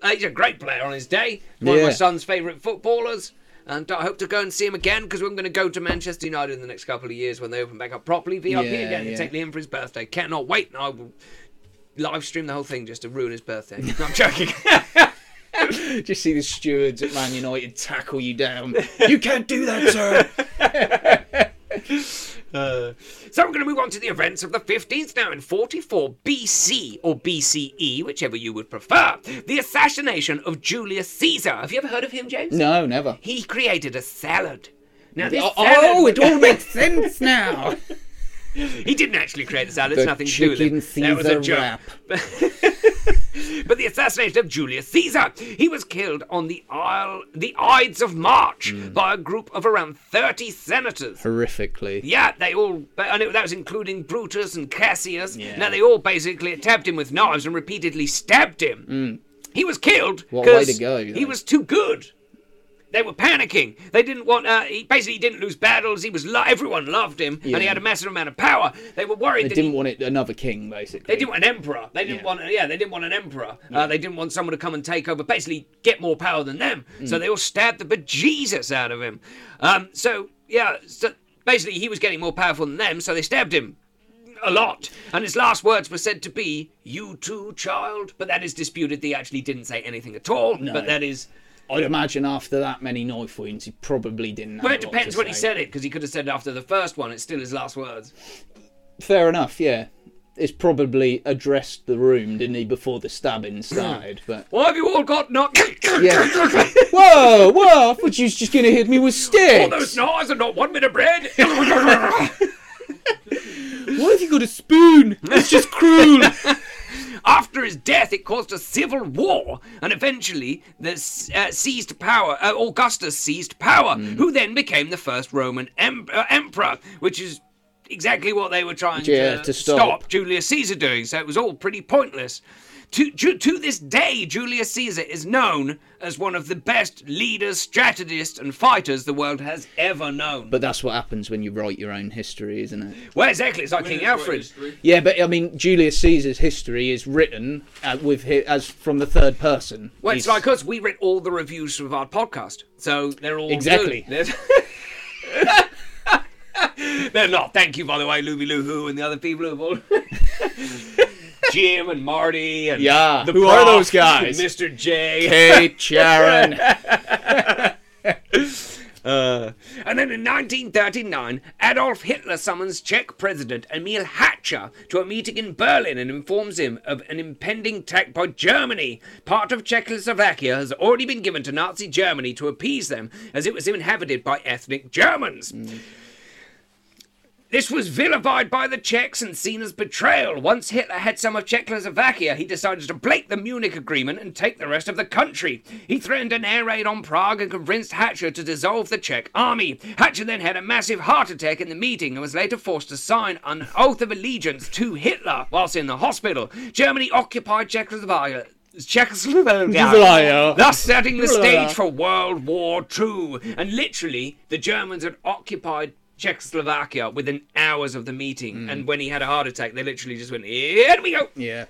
A: uh, he's a great player on his day. One of my
C: Yeah.
A: son's favourite footballers. And I hope to go and see him again because we're going to go to Manchester United in the next couple of years when they open back up properly. VIP
C: Yeah,
A: again
C: yeah.
A: and take him for his birthday. Cannot wait. And I will live stream the whole thing just to ruin his birthday. No, I'm joking.
C: Just see the stewards at Man United tackle you down. you can't do that, sir.
A: so we're going to move on to the events of the 15th now in 44 BC or BCE, whichever you would prefer. The assassination of Julius Caesar. Have you ever heard of him, James?
C: No, never.
A: he created a salad. Now this
C: Oh,
A: salad,
C: oh, it all makes sense now.
A: he didn't actually create a salad. It's
C: The
A: nothing to do with him.
C: chicken
A: that was a
C: Caesar
A: joke.
C: wrap.
A: but the assassination of Julius Caesar. He was killed on the Isle, the Ides of March,
C: Mm.
A: by a group of around thirty senators.
C: Horrifically.
A: Yeah, they all, and it, that was including Brutus and Cassius.
C: Yeah.
A: Now they all basically attacked him with knives and repeatedly stabbed him. He was killed
C: Hmm. What a way to
A: 'cause
C: go,
A: he
C: though.
A: was too good. They were panicking. They didn't want. Uh, he basically he didn't lose battles. He was. Lo- everyone loved him, and he
C: Yeah.
A: had a massive amount of power. They were worried
C: They
A: that
C: didn't want it another king, basically.
A: they didn't want an emperor. They didn't
C: Yeah.
A: want, yeah, they didn't want an emperor. Uh, they didn't want someone to come and take over, basically get more power than them.
C: Mm.
A: So they all stabbed the bejesus out of him. Um, so yeah, so basically he was getting more powerful than them, so they stabbed him a lot. And his last words were said to be, "You too, child." But that is disputed. They actually didn't say anything at all. But that is.
C: I'd imagine after that many knife wounds, he probably didn't.
A: But
C: have
A: it
C: a lot
A: depends
C: to
A: when he
C: say.
A: said it, because he could have said it after the first one. It's still his last words.
C: Fair enough. Yeah, it's probably addressed the room, didn't he, before the stabbing started? But
A: Why have you all got knocked?
C: yeah. whoa, whoa! I thought you was just gonna hit me with
A: all those
C: sticks.
A: knives and not one bit of bread.
C: Why have you got a spoon? It's just cruel.
A: After his death, it caused a civil war, and eventually the s- uh, seized power. Uh, Augustus seized power,
C: Hmm.
A: who then became the first Roman em- uh, emperor, which is exactly what they were trying
C: Yeah,
A: to,
C: to stop.
A: Julius Caesar doing. So it was all pretty pointless. To, to, to this day, Julius Caesar is known as one of the best leaders, strategists, and fighters the world has ever known.
C: but that's what happens when you write your own history, isn't it?
A: Well, exactly, it's like King
D: Here's what it
A: Alfred.
D: is, three.
C: Yeah, but I mean, Julius Caesar's history is written uh, with hi- as from the third person.
A: Well, it's
C: He's-
A: like us. We read all the reviews of our podcast, so they're all
C: Exactly.
A: good. They're- they're not. Thank you, by the way, Luby Lou Who and the other people who've all. Jim and Marty and
C: Yeah,
A: the
C: who are
A: Prof
C: those guys?
A: and Mr. J.
C: hey, Sharon.
A: And then in 1939, Adolf Hitler summons Czech President Emil Hatcher to a meeting in Berlin and informs him of an impending attack by Germany. Part of Czechoslovakia has already been given to Nazi Germany to appease them, as it was inhabited by ethnic Germans. This was vilified by the Czechs and seen as betrayal. Once Hitler had some of Czechoslovakia, he decided to break the Munich Agreement and take the rest of the country. He threatened an air raid on Prague and convinced Hatcher to dissolve the Czech army. Hatcher then had a massive heart attack in the meeting and was later forced to sign an oath of allegiance to Hitler whilst in the hospital. Germany occupied Czechoslovakia. Czechoslovakia.
C: Czechoslovakia.
A: Thus setting the stage
C: Czechoslovakia.
A: for World War II. And literally, the Germans had occupied Czechoslovakia within hours of the meeting.
C: Hmm.
A: And when he had a heart attack, they literally just went, Here we go!
C: yeah.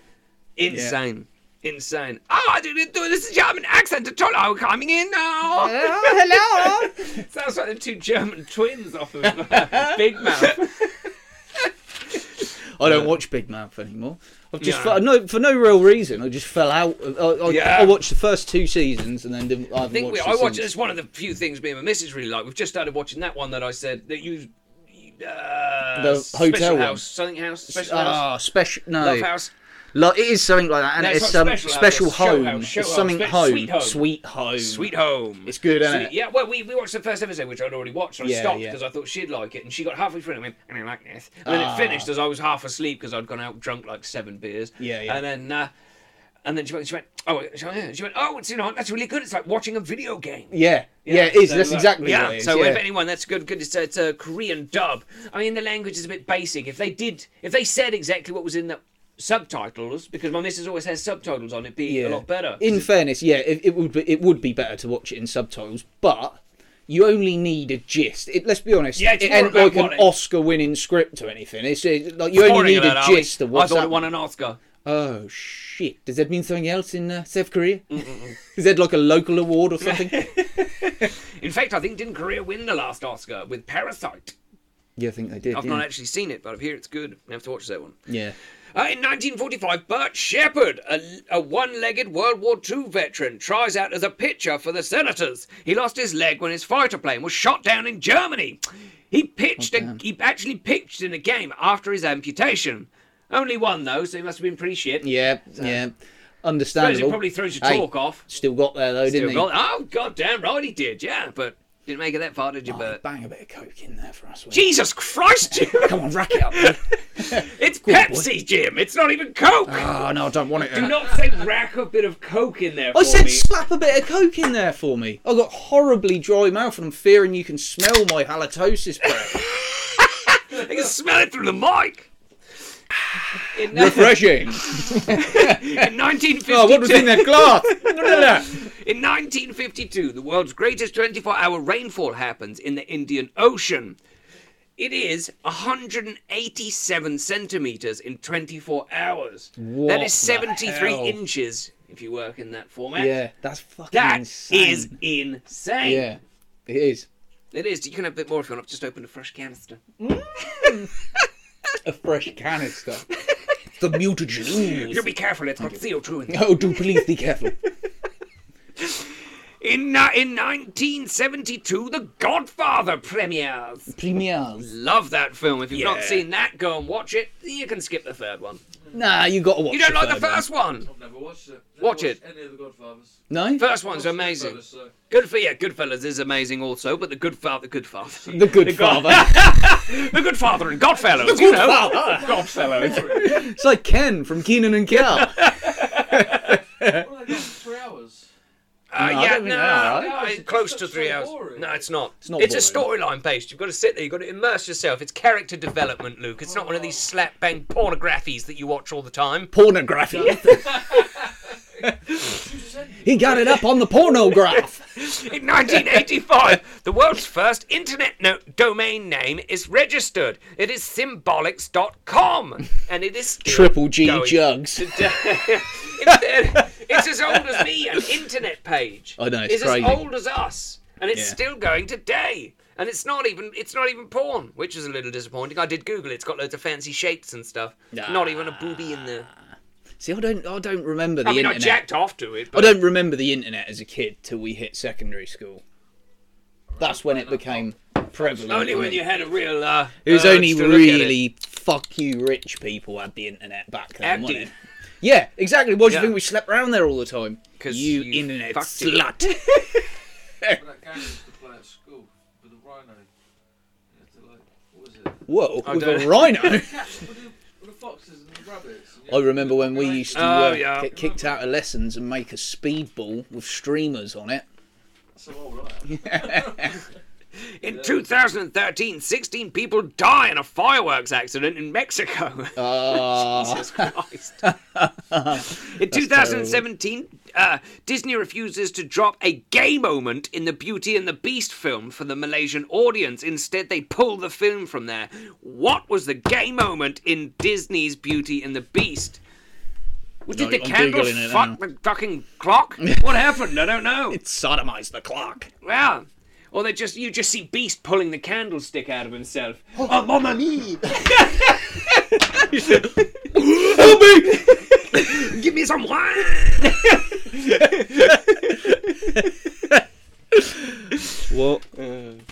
A: Insane. Insane. Oh, I didn't do this German accent at all. I'm coming in now.
C: Oh, hello.
A: Sounds like the two German twins off of uh, Big Mouth.
C: I don't watch Big Mouth anymore. I've just
A: Yeah.
C: fe- no for no real reason. I just fell out. of- I, I,
A: Yeah.
C: I watched the first two seasons and then didn't. I,
A: I
C: haven't
A: think we,
C: watched
A: I
C: it
A: watch.
C: since.
A: It's one of the few things me and my missus really like. We've just started watching that one that I said that you. Uh,
C: The
A: Special
C: hotel one.
A: house, something house, special house,
C: Ah, special no.
A: love house.
C: Lo- it is something like that, and
A: No, it's
C: it's,
A: not
C: um,
A: special
C: special,
A: house, it's show
C: home.
A: house, show
C: it's
A: house,
C: something
A: spe-
C: home.
A: sweet home.
C: Sweet home.
A: Sweet Home.
C: It's good,
A: Sweet-
C: isn't it?
A: Yeah, well, we, we watched the first episode, which I'd already watched, and I
C: Yeah,
A: stopped
C: yeah.
A: because I thought she'd like it, and she got halfway through it and went, I don't like this. And then it
C: Ah.
A: finished as I was half asleep because I'd gone out drunk like seven beers.
C: Yeah, yeah.
A: And then. Uh, and then she went, she went, oh, she went, she went, oh, it's, you know, that's really good. It's like watching a video game.
C: Yeah. Yeah, it is.
A: so,
C: That's
A: uh,
C: exactly
A: yeah.
C: what it is.
A: So
C: yeah.
A: if anyone, that's good. Good. It's, a- it's a Korean dub. I mean, the language is a bit basic. If they did, if they said exactly what was in the subtitles, because my missus always has subtitles on, it'd be a lot better.
C: In fairness, yeah, it, it would be it would be better to watch it in subtitles, but you only need a gist. It, let's be honest,
A: Yeah, it's
C: it
A: more
C: ain't
A: about
C: like
A: what
C: an
A: it-
C: Oscar-winning script or anything. It's uh, like you only
A: Boring
C: need
A: about
C: a
A: that,
C: gist of
A: I
C: what's
A: thought it
C: up.
A: won an Oscar.
C: Oh shit! Does that mean something else in uh, South Korea?
A: Mm,
C: Is that like a local award or something?
A: In fact, I think didn't Korea win the last Oscar with Parasite?
C: yeah, I think they did.
A: I've
C: yeah.
A: not actually seen it, but I've heard it's good. I have to watch that one.
C: yeah.
A: Uh, in 1945, Bert Shepard, a, a one-legged World War II veteran, tries out as a pitcher for the Senators. He lost his leg when his fighter plane was shot down in Germany. He pitched. a, he actually pitched in a game after his amputation. Only one though, so he must have been pretty shit.
C: Yeah, yeah.
A: Suppose
C: Understandable.
A: it probably throws your
C: Hey,
A: talk off.
C: Still got there though, didn't
A: Still got- oh, goddamn right he did, yeah. But didn't make it that far, did you,
C: he?
A: Bert?
C: Bang a bit of coke in there for us. will you?
A: Jesus Christ, Jim!
C: Come on, rack it up. man.
A: It's Pepsi, Jim. It's not even Coke.
C: oh no, I don't want it.
A: Do not say rack a bit of Coke in there for
C: I said
A: me.
C: slap a bit of coke in there for me. I got horribly dry mouth, and I'm fearing you can smell my halitosis breath.
A: I can smell it through the mic. In,
C: Refreshing.
A: in 1952,
C: oh, what was in that glass? Look at that.
A: in 1952, the world's greatest 24-hour rainfall happens in the Indian Ocean. It is 187 centimeters in 24 hours.
C: What
A: that is
C: the
A: 73
C: hell?
A: inches if you work in that format.
C: Yeah, that's fucking
A: That is
C: insane.
A: insane.
C: Yeah, it is.
A: It is. You can have a bit more if you want. I've just opened a fresh canister.
C: A fresh canister. the mutagen.
A: You be careful. It's got CO2 in there.
C: Oh, do please be careful.
A: In, uh, in 1972, The Godfather premieres.
C: Premiers.
A: Love that film. If you've not
C: Yeah.
A: seen that, go and watch it. You can skip the third one.
C: Nah, you gotta watch.
A: You don't like the
C: third one.
A: first one?
D: I've never watched it. Never
A: Watch
D: watched
A: it.
D: Any of the Godfathers.
C: No.
A: First one's
D: Watched
A: amazing.
D: Goodfellas, so-
A: Good for yeah, Goodfellas is amazing also, but the good father, good father,
C: The Good Father.
A: the good father and Godfellas, you know,
D: Sorry.
C: it's like Ken from Keenan and Kel.
D: Well, they got three hours.
A: Uh,
C: No, I
A: yeah,
C: don't think
A: no, no,
C: they are,
D: are they?
A: it's close to
D: That's
A: three
D: so
A: hours.
D: boring.
A: No, it's not. It's,
C: not
A: a storyline based. You've got to sit there. You've got to immerse yourself. It's character development, Luke. It's not one of these slap bang pornographies that you watch all the time.
C: Pornography. he got it up on the pornograph.
A: In 1985, the world's first internet no- domain name is registered. It is symbolics.com, and it is still
C: Triple G
A: going.
C: jugs.
A: Instead, it's as old as me, an internet page.
C: I know, it's crazy.
A: as old as us, and it's
C: Yeah.
A: still going today. And it's not even it's not even porn, which is a little disappointing. I did Google it. It's got loads of fancy shapes and stuff. Not even a booby in there.
C: See, I don't, I don't remember the
A: I mean, I
C: internet.
A: jacked off to it.
C: I
A: But
C: don't remember the internet as a kid till we hit secondary school. That's when it became prevalent.
A: only
C: for
A: when
C: me.
A: you had a real. Uh,
C: It was
A: urge
C: only
A: to look at it.
C: really fuck you rich people had the internet back then, wasn't
A: Active.
C: it? Yeah, exactly. Why do
A: Yeah.
C: you think we slept around there all the time?
A: 'Cause
C: you,
A: you
C: internet
A: fucked it.
C: slut.
D: But that game used to play at school with a rhino. You had to like, what was it?
C: Whoa,
A: I
C: with
A: don't-
C: a rhino.
D: Cats with the, with the foxes and the rabbits. and you
C: I
D: had to
C: remember when we
D: manipulate
C: used
D: them.
C: to
A: Oh,
C: uh,
A: yeah.
C: get kicked out of lessons and make a speedball with streamers on it.
D: So old I am.
A: In 2013, 16 people die in a fireworks accident in Mexico.
C: Ah,
A: Jesus Christ. in 2017, uh, Disney refuses to drop a gay moment in the Beauty and the Beast film for the Malaysian audience. Instead, they pull the film from there. What was the gay moment in Disney's Beauty and the Beast? Well, did
C: No,
A: the
C: I'm
A: candle
C: Googling it
A: fuck
C: now.
A: the fucking clock? What happened? I don't know.
C: sodomize the clock.
A: Yeah. Or they just you just see Beast pulling the candlestick out of himself.
C: Oh, mamma mia! Help me!
A: Give me some wine.
C: What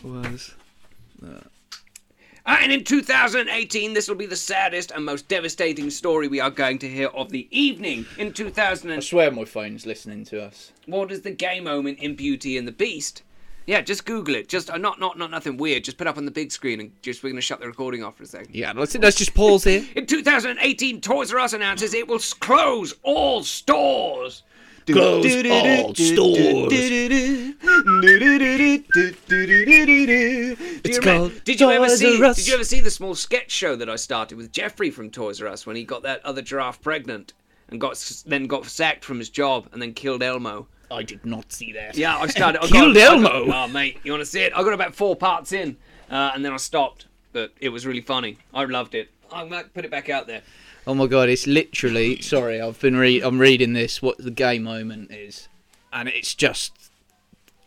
C: was?
A: Uh, and in 2018, this will be the saddest and most devastating story we are going to hear of the evening. In 2000,
C: I swear my phone's listening to us.
A: what is the gay moment in Beauty and the Beast? Yeah, just Google it. Just uh, not not not nothing weird. Just put up on the big screen, and just we're gonna shut the recording off for a second.
E: Yeah, let's let's just pause here.
A: In 2018, Toys R Us announces it will s- close all stores.
C: Close all stores.
A: Do
E: It's
A: you remem-
E: called
A: did you ever
E: Toys
A: see?
E: R Us.
A: Did you ever see the small sketch show that I started with Jeffrey from Toys R Us when he got that other giraffe pregnant and got s- then got sacked from his job and then killed Elmo?
C: I did not see that.
A: Yeah, I started. I
E: Killed
A: got, I
E: Elmo?
A: got- oh, mate, you want to see it? I got about four parts in, uh, and then I stopped. But it was really funny. I loved it. I'm gonna put it back out there.
C: Oh my god, it's literally. Sorry, I've been re- I'm reading this. What the gay moment is, and it's just.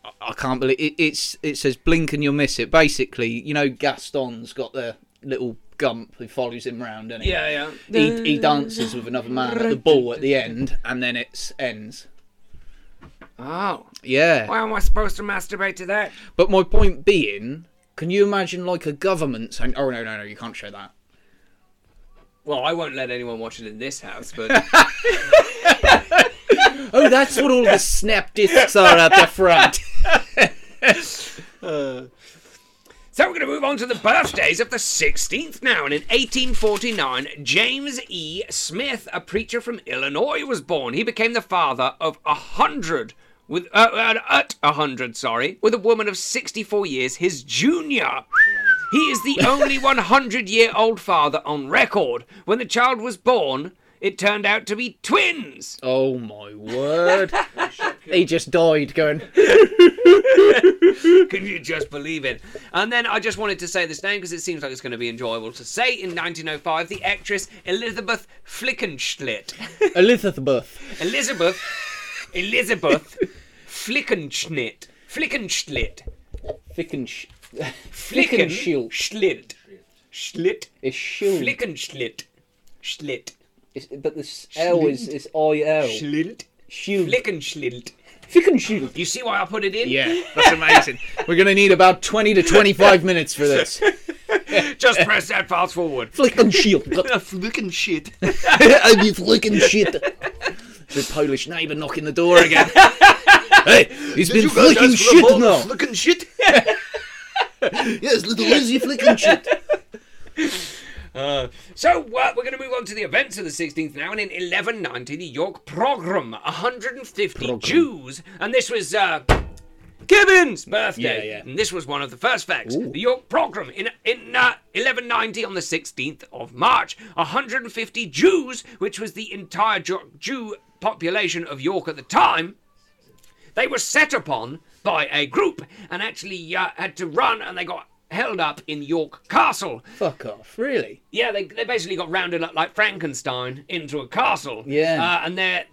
C: I- I can't believe it. It's it says blink and you'll miss it. Basically, you know Gaston's got the little gump who follows him round, and
A: Yeah, yeah.
C: he he dances with another man at the ball at the end, and then it ends.
A: Oh,
C: Yeah,
A: why am I supposed to masturbate to that?
C: but my point being, can you imagine like a government saying, "Oh no, no, no, you can't show that."
A: Well, I won't let anyone watch it in this house, but
C: Oh, that's what all the snap discs are at the front.
A: So we're going to move on to the birthdays of the 16th now. And in 1849, James E. Smith, a preacher from Illinois, was born. He became the father of a hundred. With uh, uh, at a hundred, sorry, with a woman of 64 years, his junior. He is the only 100-year-old father on record. When the child was born, it turned out to be twins.
C: Oh my word. he just died going,
A: Can you just believe it? And then I just wanted to say this name because it seems like it's going to be enjoyable to say. In 1905, the actress Elizabeth Flickenschlitt.
C: Elizabeth.
A: Elizabeth. Elizabeth Flickenschnitt. Flickenschlitt.
C: Fickensh.
A: Flicken-
C: Flickenschild.
A: Schlitt. Schlitt.
C: It's shield.
A: Flickenschlitt. Schlitt.
C: It's- but this L is, is IL.
A: Schlitt.
C: Shield.
A: Flickenschlitt.
C: Fickenshield.
A: You see why I put it in?
C: Yeah, that's amazing. We're going to need about 20 to 25 minutes for this.
A: Just press that fast forward.
C: Flickenshield.
A: Flicken shit.
C: I mean, Flickenshield. The Polish neighbour knocking the door again. hey, he's been flicking shit now.
E: Looking shit.
C: Yes, little Lizzie flicking shit.
A: So uh, we're going to move on to the events of the 16th now, and in 1190, the York Pogrom, 150 Jews, and this was uh, Kevin's birthday.
C: Yeah, yeah.
A: And this was one of the first facts. The York Pogrom in in uh, 1190 on the 16th of March, 150 Jews, which was the entire Ju- Jew population of York at the time, they were set upon by a group and actually uh, had to run, and they got held up in York Castle.
C: Fuck off, really?
A: Yeah, they, they basically got rounded up like Frankenstein into a castle.
C: Yeah.
A: Uh, and they're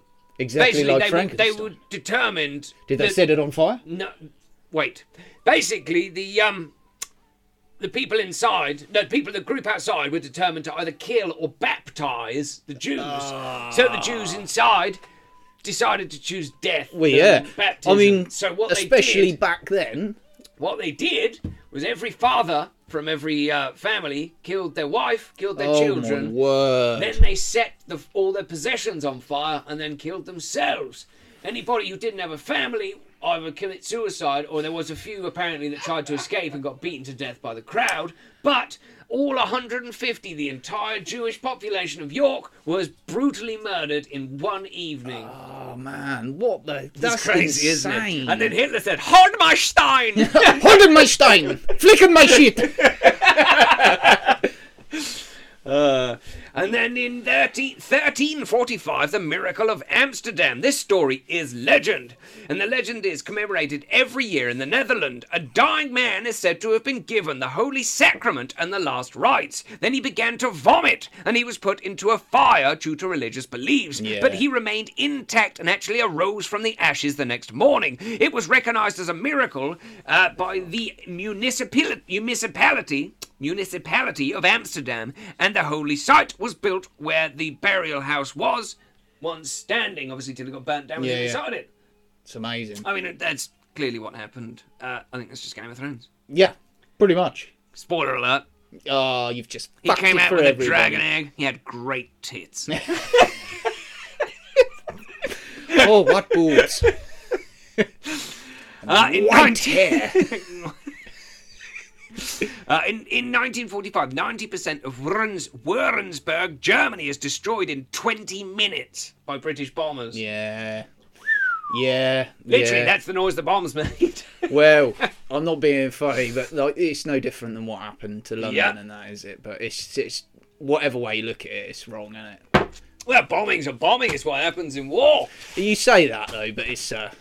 A: basically
C: Exactly like
A: they, were, they
C: Frankenstein.
A: were determined.
C: Did they
A: that-
C: set it on fire?
A: No, wait. Basically, the um, the people inside, the people, the group outside, were determined to either kill or baptize the Jews. So the Jews inside decided to choose death.
C: Ah. Well,
A: than
C: yeah.
A: Baptism.
C: I mean,
A: so what
C: especially
A: they did,
C: back then.
A: what they did was every father from every uh, family killed their wife, killed their
C: oh
A: children,
C: my word!
A: Then they set the, all their possessions on fire and then killed themselves. Anybody who didn't have a family either committed suicide or there was a few apparently that tried to escape and got beaten to death by the crowd. But all 150, the entire Jewish population of York, was brutally murdered in one evening.
C: oh man, what the? That's
A: crazy,
C: insane.
A: isn't it? And then Hitler said, Hold my Stein!
C: Holding my stein, flicking my shit.
A: Uh, And then in 13, 1345, the miracle of Amsterdam. This story is legend, and the legend is commemorated every year in the Netherlands. A dying man is said to have been given the holy sacrament and the last rites. Then he began to vomit, and he was put into a fire due to religious beliefs. But he remained intact and actually arose from the ashes the next morning. It was recognized as a miracle uh, by the municipal- municipality municipality of Amsterdam, and the holy site was built where the burial house was, once standing, obviously, till it got burnt down when
C: Yeah,
A: they
C: yeah.
A: decided it.
C: It's amazing.
A: I mean, that's clearly what happened. Uh, I think that's just Game of Thrones.
C: Yeah, pretty much.
A: Spoiler alert.
C: Oh, you've just
A: He
C: fucked
A: came
C: it
A: out
C: for
A: with a
C: everybody.
A: dragon egg. He had great tits.
C: Oh, what boobs?
A: Uh, in
C: White
A: 19
C: hair.
A: Uh, in, in 1945, 90% of Wurns, Wurrensburg, Germany is destroyed in 20 minutes by British bombers.
C: Yeah. Yeah.
A: Literally,
C: yeah.
A: that's the noise the bombs made.
C: Well, I'm not being funny, but like, it's no different than what happened to London
A: Yeah.
C: and that, is it? But it's it's whatever way you look at it, it's wrong, isn't it?
A: well, bombing's a bombing. It's what happens in war.
C: You say that though, but it's uh,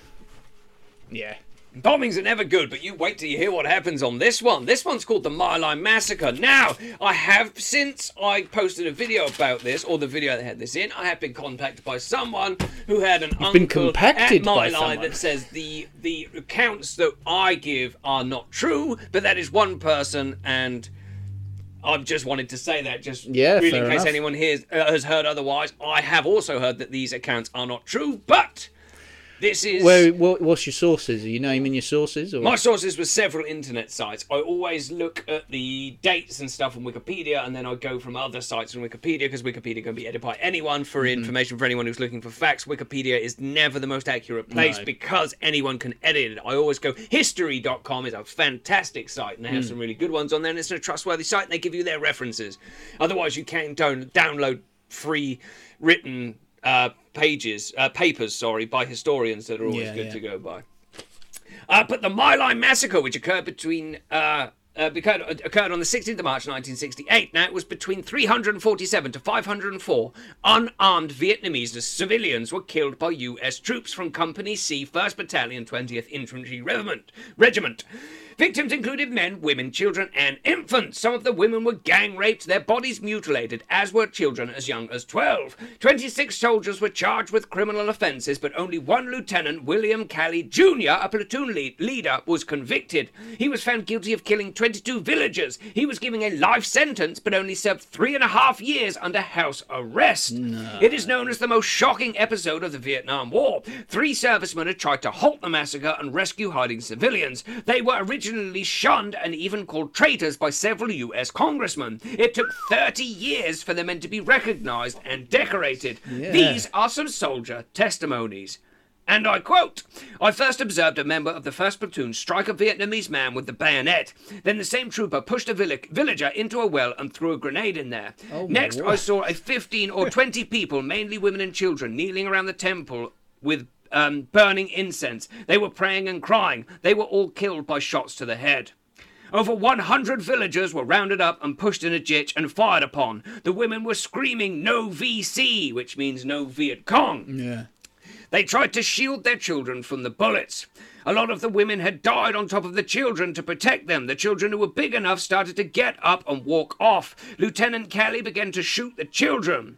C: yeah.
A: Bombings are never good, but you wait till you hear what happens on this one. This one's called the Mile Line Massacre. Now, I have, since I posted a video about this, or the video that had this in, I have been contacted by someone who had an uncle
C: been compacted
A: at
C: by
A: Mile Line
C: someone.
A: that says the the accounts that I give are not true, but that is one person and. I've just wanted to say that, just
C: Yeah,
A: really
C: fair
A: in case
C: enough.
A: anyone hears, uh, has heard otherwise. I have also heard that these accounts are not true, but this is
C: Where what, what's your sources? Are you naming your sources? Or
A: my sources were several internet sites. I always look at the dates and stuff on Wikipedia, and then I go from other sites on Wikipedia because Wikipedia can be edited by anyone for information for anyone who's looking for facts. Wikipedia is never the most accurate place
C: No.
A: because anyone can edit it. I always go history.com is a fantastic site, and they have some really good ones on there, and it's a trustworthy site, and they give you their references. Otherwise, you can down- download free written uh, pages, uh, papers, sorry, by historians that are always
C: Yeah,
A: good
C: yeah.
A: to go by. Uh, but the My Lai massacre, which occurred between uh, uh, occurred, occurred on the 16th of March 1968. Now it was between 347 to 504 unarmed Vietnamese civilians were killed by U.S. troops from Company C, 1st Battalion, 20th Infantry Regiment. Regiment. Victims included men, women, children, and infants. Some of the women were gang raped, their bodies mutilated, as were children as young as 12. 26 soldiers were charged with criminal offences, but only one lieutenant, William Calley Jr., a platoon lead- leader, was convicted. He was found guilty of killing 22 villagers. He was given a life sentence, but only served three and a half years under house arrest. It is known as the most shocking episode of the Vietnam War. Three servicemen had tried to halt the massacre and rescue hiding civilians. They were originally shunned and even called traitors by several US congressmen. It took 30 years for the men to be recognized and decorated.
C: Yeah.
A: These are some soldier testimonies. And I quote I first observed a member of the 1st platoon strike a Vietnamese man with the bayonet. Then the same trooper pushed a villi- villager into a well and threw a grenade in there. Next, I saw a 15 or 20 people, mainly women and children, kneeling around the temple with um, burning incense. They were praying and crying. They were all killed by shots to the head. Over 100 villagers were rounded up and pushed in a ditch and fired upon. The women were screaming, No VC, which means no Viet Cong.
C: yeah.
A: They tried to shield their children from the bullets. A lot of the women had died on top of the children to protect them. The children who were big enough started to get up and walk off. Lieutenant Kelly began to shoot the children.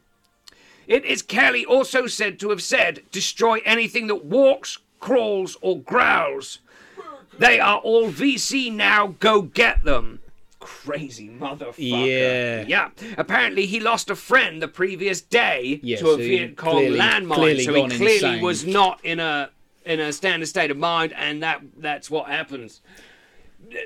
A: It is Kelly also said to have said, destroy anything that walks, crawls, or growls. They are all VC now, go get them. Crazy motherfucker.
C: Yeah.
A: Yeah. Apparently, he lost a friend the previous day
C: Yeah,
A: to a
C: so he
A: Viet Cong
C: clearly-
A: landmine,
C: clearly
A: so he
C: gone
A: clearly
C: insane.
A: was not in a in a standard state of mind, and that that's what happens.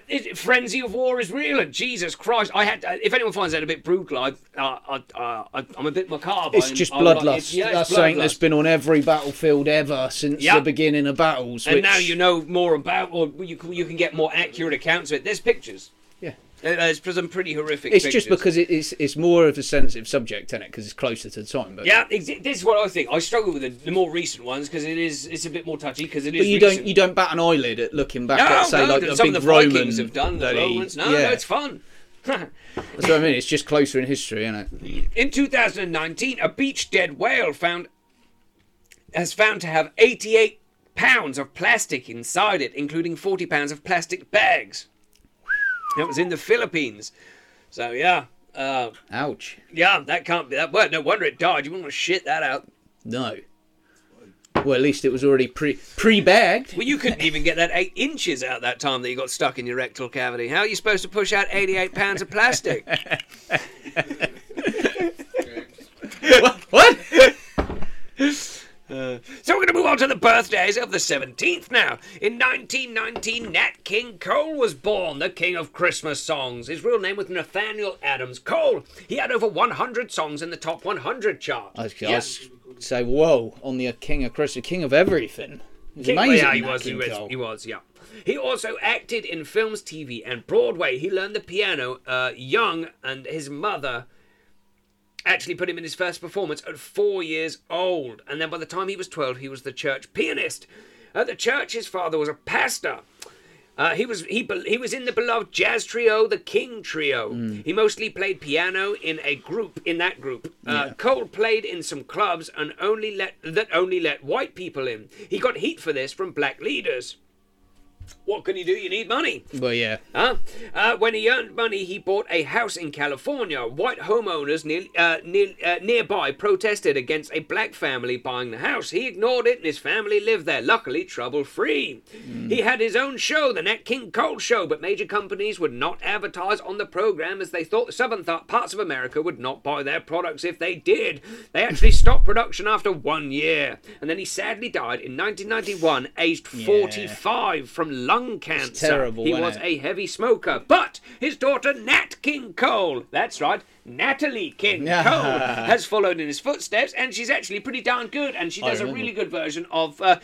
A: Is it- frenzy of war is real, and Jesus Christ, I had. uh, if anyone finds that a bit brutal, I, uh, I, uh, I I'm a bit macabre.
C: It's
A: I'm-
C: just
A: I'm like-
C: bloodlust.
A: it's- yeah, it's
C: that's something that's
A: bloodlust.
C: been on every battlefield ever since
A: Yeah.
C: the beginning of battles.
A: And
C: which,
A: now you know more about, or you can, you can get more accurate accounts of it. There's pictures.
C: Yeah.
A: Uh, There's some pretty horrific.
C: It's
A: pictures.
C: just because it, it's it's more of a sensitive subject, isn't it? Because it's closer to the time. But
A: Yeah, ex- this is what I think. I struggle with the, the more recent ones because it is it's a bit more touchy because it is.
C: But you
A: recent.
C: don't you don't bat an eyelid at looking back
A: No,
C: at say
A: no,
C: like
A: that
C: a
A: some
C: big
A: of the
C: Roman
A: Vikings have done the
C: that he-
A: Romans. No,
C: yeah.
A: no, it's fun.
C: That's what I mean. It's just closer in history, isn't it?
A: In 2019, a beach dead whale found has found to have 88 pounds of plastic inside it, including 40 pounds of plastic bags. That was in the Philippines. So yeah, uh,
C: Ouch.
A: yeah, that can't be that. Well, no wonder it died. You wouldn't want to shit that out.
C: No. Well, at least it was already pre pre bagged.
A: Well, you couldn't even get that eight inches out that time that you got stuck in your rectal cavity. How are you supposed to push out 88 pounds of plastic?
C: What?
A: So we're going to move on to the birthdays of the 17th now. In 1919, Nat King Cole was born, the king of Christmas songs. His real name was Nathaniel Adams Cole. He had over 100 songs in the top 100 chart.
C: I was, I
A: Yeah.
C: was say whoa on the king of Christmas, king of everything. It was
A: King-
C: amazing.
A: Yeah, he
C: that
A: was, he
C: King
A: was,
C: Cole.
A: he was, yeah. He also acted in films, TV, and Broadway. He learned the piano uh, young, and his mother actually put him in his first performance at four years old. And then by the time he was 12, he was the church pianist. At the church, his father was a pastor. Uh, he was he be- he was in the beloved jazz trio, the King Trio. He mostly played piano in a group in that group. Uh, Cole played in some clubs and only let that only let white people in. He got heat for this from black leaders. What can you do? You need money.
C: Well, yeah.
A: Huh? Uh, when he earned money, he bought a house in California. White homeowners near, uh, near, uh, nearby protested against a black family buying the house. He ignored it, and his family lived there, luckily trouble free.
C: Hmm.
A: He had his own show, the Nat King Cole Show, but major companies would not advertise on the program as they thought the southern th- parts of America would not buy their products if they did. They actually stopped production after one year, and then he sadly died in 1991, aged 45, from lung cancer cancer.
C: terrible,
A: He
C: wasn't
A: was
C: it?
A: a heavy smoker, but his daughter Nat King Cole, that's right, Natalie King
C: Yeah.
A: Cole, has followed in his footsteps, and she's actually pretty darn good. And she does a
C: remember.
A: really good version of. Uh,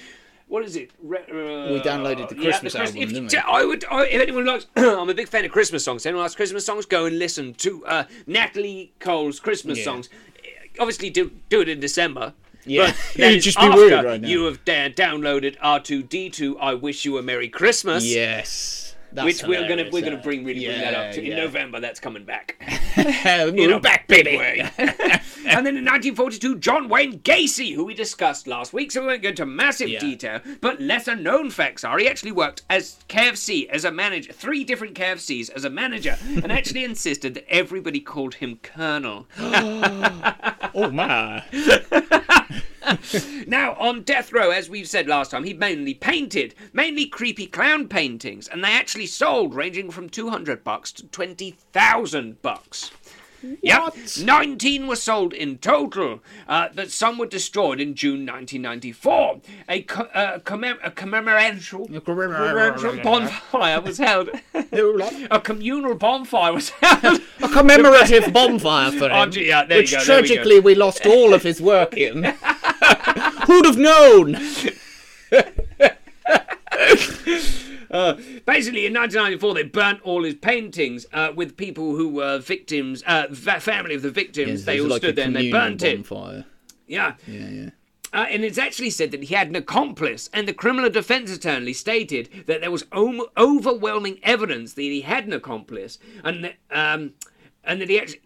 A: what is it? Re- uh,
C: We downloaded the
A: yeah,
C: Christmas album,
A: if,
C: didn't
A: t-
C: we?
A: I would, I, if anyone likes, I'm a big fan of Christmas songs. Anyone likes Christmas songs? Go and listen to uh, Natalie Cole's Christmas
C: Yeah.
A: songs. Obviously, do do it in December.
C: Yeah.
A: but
C: It would
A: that is
C: just be
A: after
C: weird right now.
A: You have da- downloaded R2D2. I wish you a Merry Christmas
C: Yes. That's
A: which we're gonna
C: hilarious,
A: we're gonna
C: uh,
A: bring really bring that up to. in
C: yeah.
A: November. That's coming back.
C: you know,
A: back big way. and then in 1942, John Wayne Gacy, who we discussed last week, so we won't go into massive
C: Yeah.
A: detail. But lesser known facts are he actually worked as KFC as a manager, three different KFCs as a manager, and actually insisted that everybody called him Colonel.
C: oh my.
A: Now, on death row, as we've said last time, he mainly painted, mainly creepy clown paintings, and they actually sold ranging from 200 bucks to 20,000 bucks. Yep,
C: What?
A: 19 were sold in total, uh, but some were destroyed in June 1994. A, co- uh, commem- a commemorative commemorative bonfire was held. a communal bonfire was held.
C: A commemorative bonfire for him,
A: Oh, gee, yeah, there you
C: which
A: go, there we go.
C: tragically we, lost all of his work in. Who'd have known?
A: Basically, in 1994, they burnt all his paintings uh, with people who were victims, uh, va- family of the victims. they
C: It was
A: all
C: like a
A: stood there and they
C: communal
A: burnt it.
C: bonfire.
A: Yeah.
C: Yeah, yeah.
A: Uh, and it's actually said that he had an accomplice, and the criminal defense attorney stated that there was om- overwhelming evidence that he had an accomplice, and that, um, and that he actually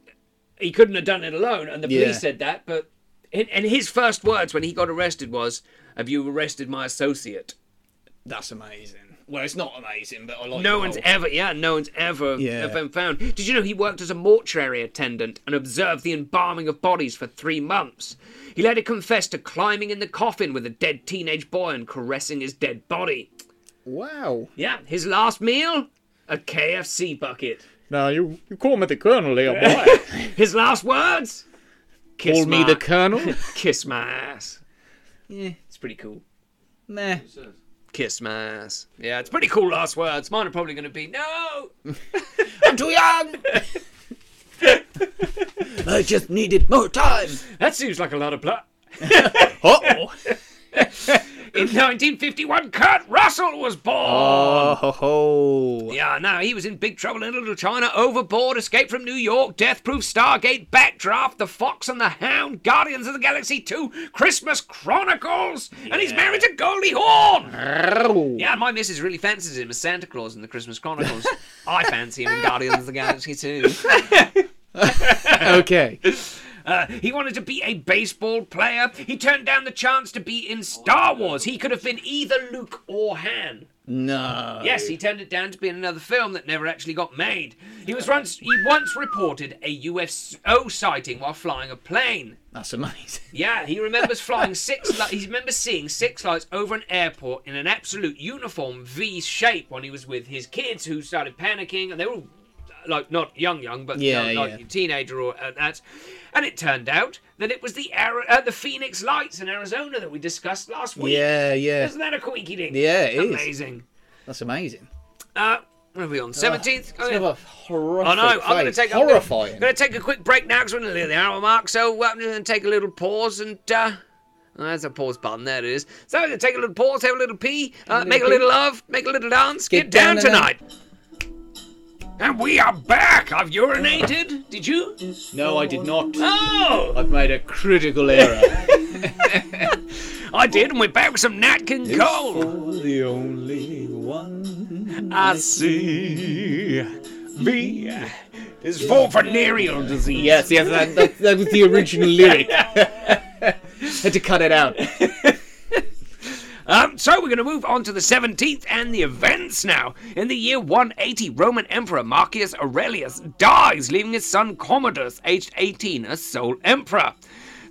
A: he couldn't have done it alone. And the
C: Yeah.
A: police said that, but and and his first words when he got arrested was, "Have you arrested my associate?"
C: That's amazing. Well, it's not amazing, but I like.
A: No
C: the
A: one's
C: whole-
A: ever, yeah, no one's ever
C: Yeah.
A: been found. Did you know he worked as a mortuary attendant and observed the embalming of bodies for three months? He later confessed to climbing in the coffin with a dead teenage boy and caressing his dead body.
C: Wow.
A: Yeah, his last meal? A KFC bucket.
C: Now you you call me the colonel here, boy.
A: His last words? Kiss
C: call me
A: my,
C: the colonel.
A: kiss my ass. Yeah, it's pretty cool.
C: nah.
D: says.
A: Kiss my ass. Yeah, it's pretty cool last words. Mine are probably going to be no.
C: I'm too young. I just needed more time.
A: That seems like a lot of blood.
C: Oh.
A: In 1951, Kurt Russell was born.
C: Oh ho ho.
A: Yeah, no, he was in big trouble in Little China, Overboard, Escape from New York, Death Proof, Stargate, Backdraft, The Fox and the Hound, Guardians of the Galaxy 2, Christmas Chronicles, and he's married to Goldie Hawn. Yeah, my missus really fancies him as Santa Claus in the Christmas Chronicles. I fancy him in Guardians of the Galaxy 2.
C: Okay.
A: Uh, he wanted to be a baseball player. He turned down the chance to be in Star Wars. He could have been either Luke or Han.
C: No.
A: Yes, he turned it down to be in another film that never actually got made. He was once he once reported a UFO sighting while flying a plane.
C: That's amazing.
A: Yeah, he remembers flying six. Li- he remembers seeing six lights over an airport in an absolute uniform V shape when he was with his kids, who started panicking, and they were all like not young, young, but
C: Yeah,
A: you know, like
C: yeah.
A: a teenager or uh, that. And it turned out that it was the Ari- uh, the Phoenix Lights in Arizona that we discussed last week.
C: Yeah, yeah.
A: Isn't that a quinky dink?
C: Yeah, it is.
A: Amazing.
C: That's amazing.
A: Uh, what are we on? 17th?
C: It's another
A: I
C: horrific
A: know. Oh, I'm going to
C: face.
A: take
C: horrifying.
A: I'm going to take a quick break now because we're nearly at the hour mark. So uh, I'm just going to take a little pause and. Uh, oh, there's a pause button. There it is. So I'm going to take a little pause, have a little pee, uh, make a little love, make a little dance, get,
C: Get
A: down,
C: down and
A: tonight. And we are back. I've urinated. Did you?
C: No, I did not.
A: Oh,
C: I've made a critical error.
A: I did, and we're back with some Nat King Cole.
C: the only one.
A: I see. B is for venereal disease.
C: Yes, yes, that, that, that was the original lyric. Had to cut it out.
A: Um, so we're going to move on to the 17th and the events now. In the year 180, Roman Emperor Marcus Aurelius dies, leaving his son Commodus, aged 18, as sole emperor.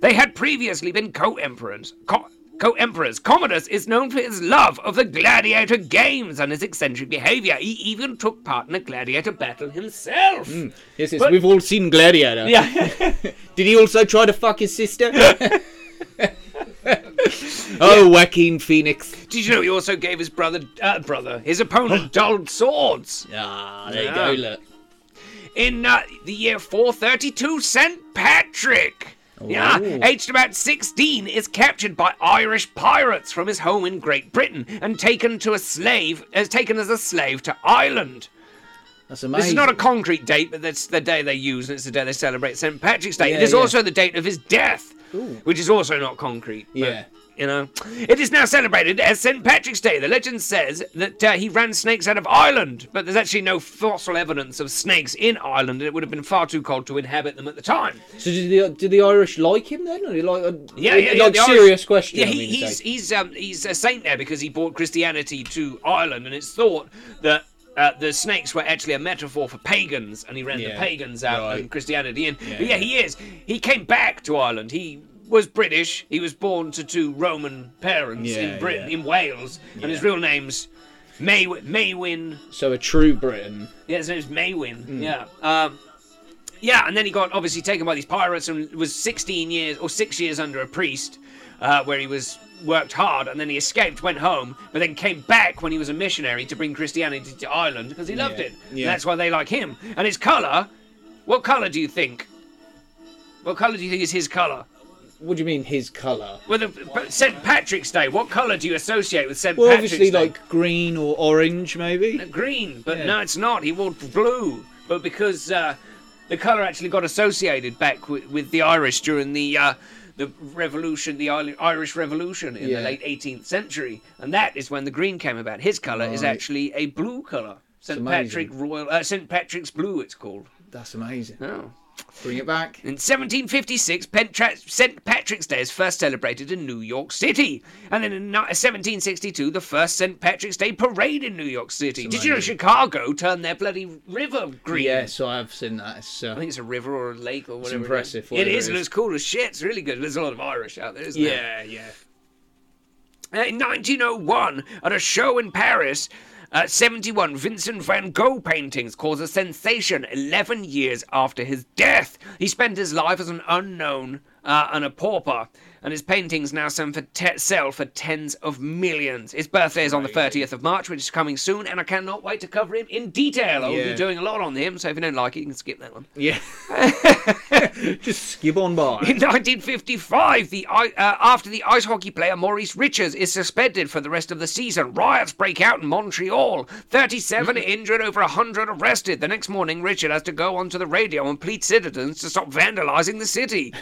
A: They had previously been co-emperors. Co- Co-emperors, Commodus is known for his love of the gladiator games and his eccentric behavior. He even took part in a gladiator battle himself.
C: Yes, yes,
A: But-
C: we've all seen Gladiator.
A: Yeah.
C: Did he also try to fuck his sister? oh, Joaquin Phoenix.
A: Did you know he also gave his brother, uh, brother, his opponent, dulled swords?
C: Ah, there
A: Yeah.
C: you go, look.
A: in uh, the year 432, St. Patrick. Yeah,
C: Ooh.
A: aged about 16, is captured by Irish pirates from his home in Great Britain and taken to a slave, as taken as a slave to Ireland.
C: That's amazing.
A: This is not a concrete date, but that's the day they use, and it's the day they celebrate St. Patrick's Day.
C: Yeah,
A: it is
C: yeah.
A: also the date of his death,
C: Ooh.
A: which is also not concrete. but,
C: Yeah.
A: you know, it is now celebrated as St. Patrick's Day. The legend says that uh, he ran snakes out of Ireland, but there's actually no fossil evidence of snakes in Ireland, and it would have been far too cold to inhabit them at the time.
C: So did the, did the Irish like him then? Or they like, uh,
A: Yeah, yeah, yeah,
C: like
A: the Irish-
C: serious question.
A: Yeah,
C: I
A: he,
C: mean to
A: he's
C: say.
A: he's um, he's a saint there because he brought Christianity to Ireland, and it's thought that. Uh, the snakes were actually a metaphor for pagans, and he ran the
C: Yeah,
A: pagans out
C: right.
A: and Christianity in.
C: Yeah,
A: But yeah,
C: yeah.
A: he is. He came back to Ireland. He was British. He was born to two Roman parents
C: Yeah,
A: in Britain,
C: yeah.
A: in Wales, and his real name's May Maywin.
C: So a true Briton.
A: Yeah, his name's Maywin.
C: Hmm.
A: Yeah. Um, yeah, and then he got obviously taken by these pirates and was 16 years or six years under a priest, uh, where he was worked hard, and then he escaped, went home, but then came back when he was a missionary to bring Christianity to Ireland because he loved
C: Yeah.
A: it.
C: Yeah.
A: And that's why they like him. And his color, what color do you think? What color do you think is his color?
C: What do you mean his colour?
A: Well, the, but St. Patrick's Day. What color do you associate with St.
C: Well,
A: Patrick's
C: obviously
A: Day?
C: like green or orange, maybe.
A: green, but
C: Yeah.
A: no, it's not. He wore blue, but because uh, the colour actually got associated back with, with the Irish during the uh, the revolution, the Ili- Irish Revolution in
C: Yeah.
A: the late 18th century, and that is when the green came about. His colour is
C: Right.
A: actually a blue colour. St.
C: amazing.
A: Patrick Royal, uh, St. Patrick's Blue, it's called.
C: That's amazing.
A: Oh.
C: Bring it back.
A: In 1756, Pentra- St. Patrick's Day is first celebrated in New York City. And then in ni- 1762, the first St. Patrick's Day parade in New York City. Did you know
C: amazing.
A: Chicago turned their bloody river green?
C: Yeah, so I've seen that. It's, uh,
A: I think it's a river or a lake or whatever. it is.
C: impressive,
A: It
C: whatever
A: is,
C: it
A: and
C: is.
A: it's cool as shit. It's really good. There's a lot of Irish out there, isn't there?
C: yeah, yeah.
A: Uh, In 1901, at a show in Paris, uh, 71 Vincent van Gogh paintings cause a sensation 11 years after his death. He spent his life as an unknown uh, and a pauper, and his paintings now sell for, te- sell for tens of millions. His birthday is on the 30th of March, which is coming soon, and I cannot wait to cover him in detail. I'll be
C: Yeah.
A: doing a lot on him, so if you don't like it, you can skip that one.
C: Yeah. Just skip on by.
A: In 1955, the i- uh, after the ice hockey player Maurice Richards is suspended for the rest of the season, riots break out in Montreal. 37
C: Mm.
A: injured, over 100 arrested. The next morning, Richard has to go onto the radio and plead citizens to stop vandalising the city.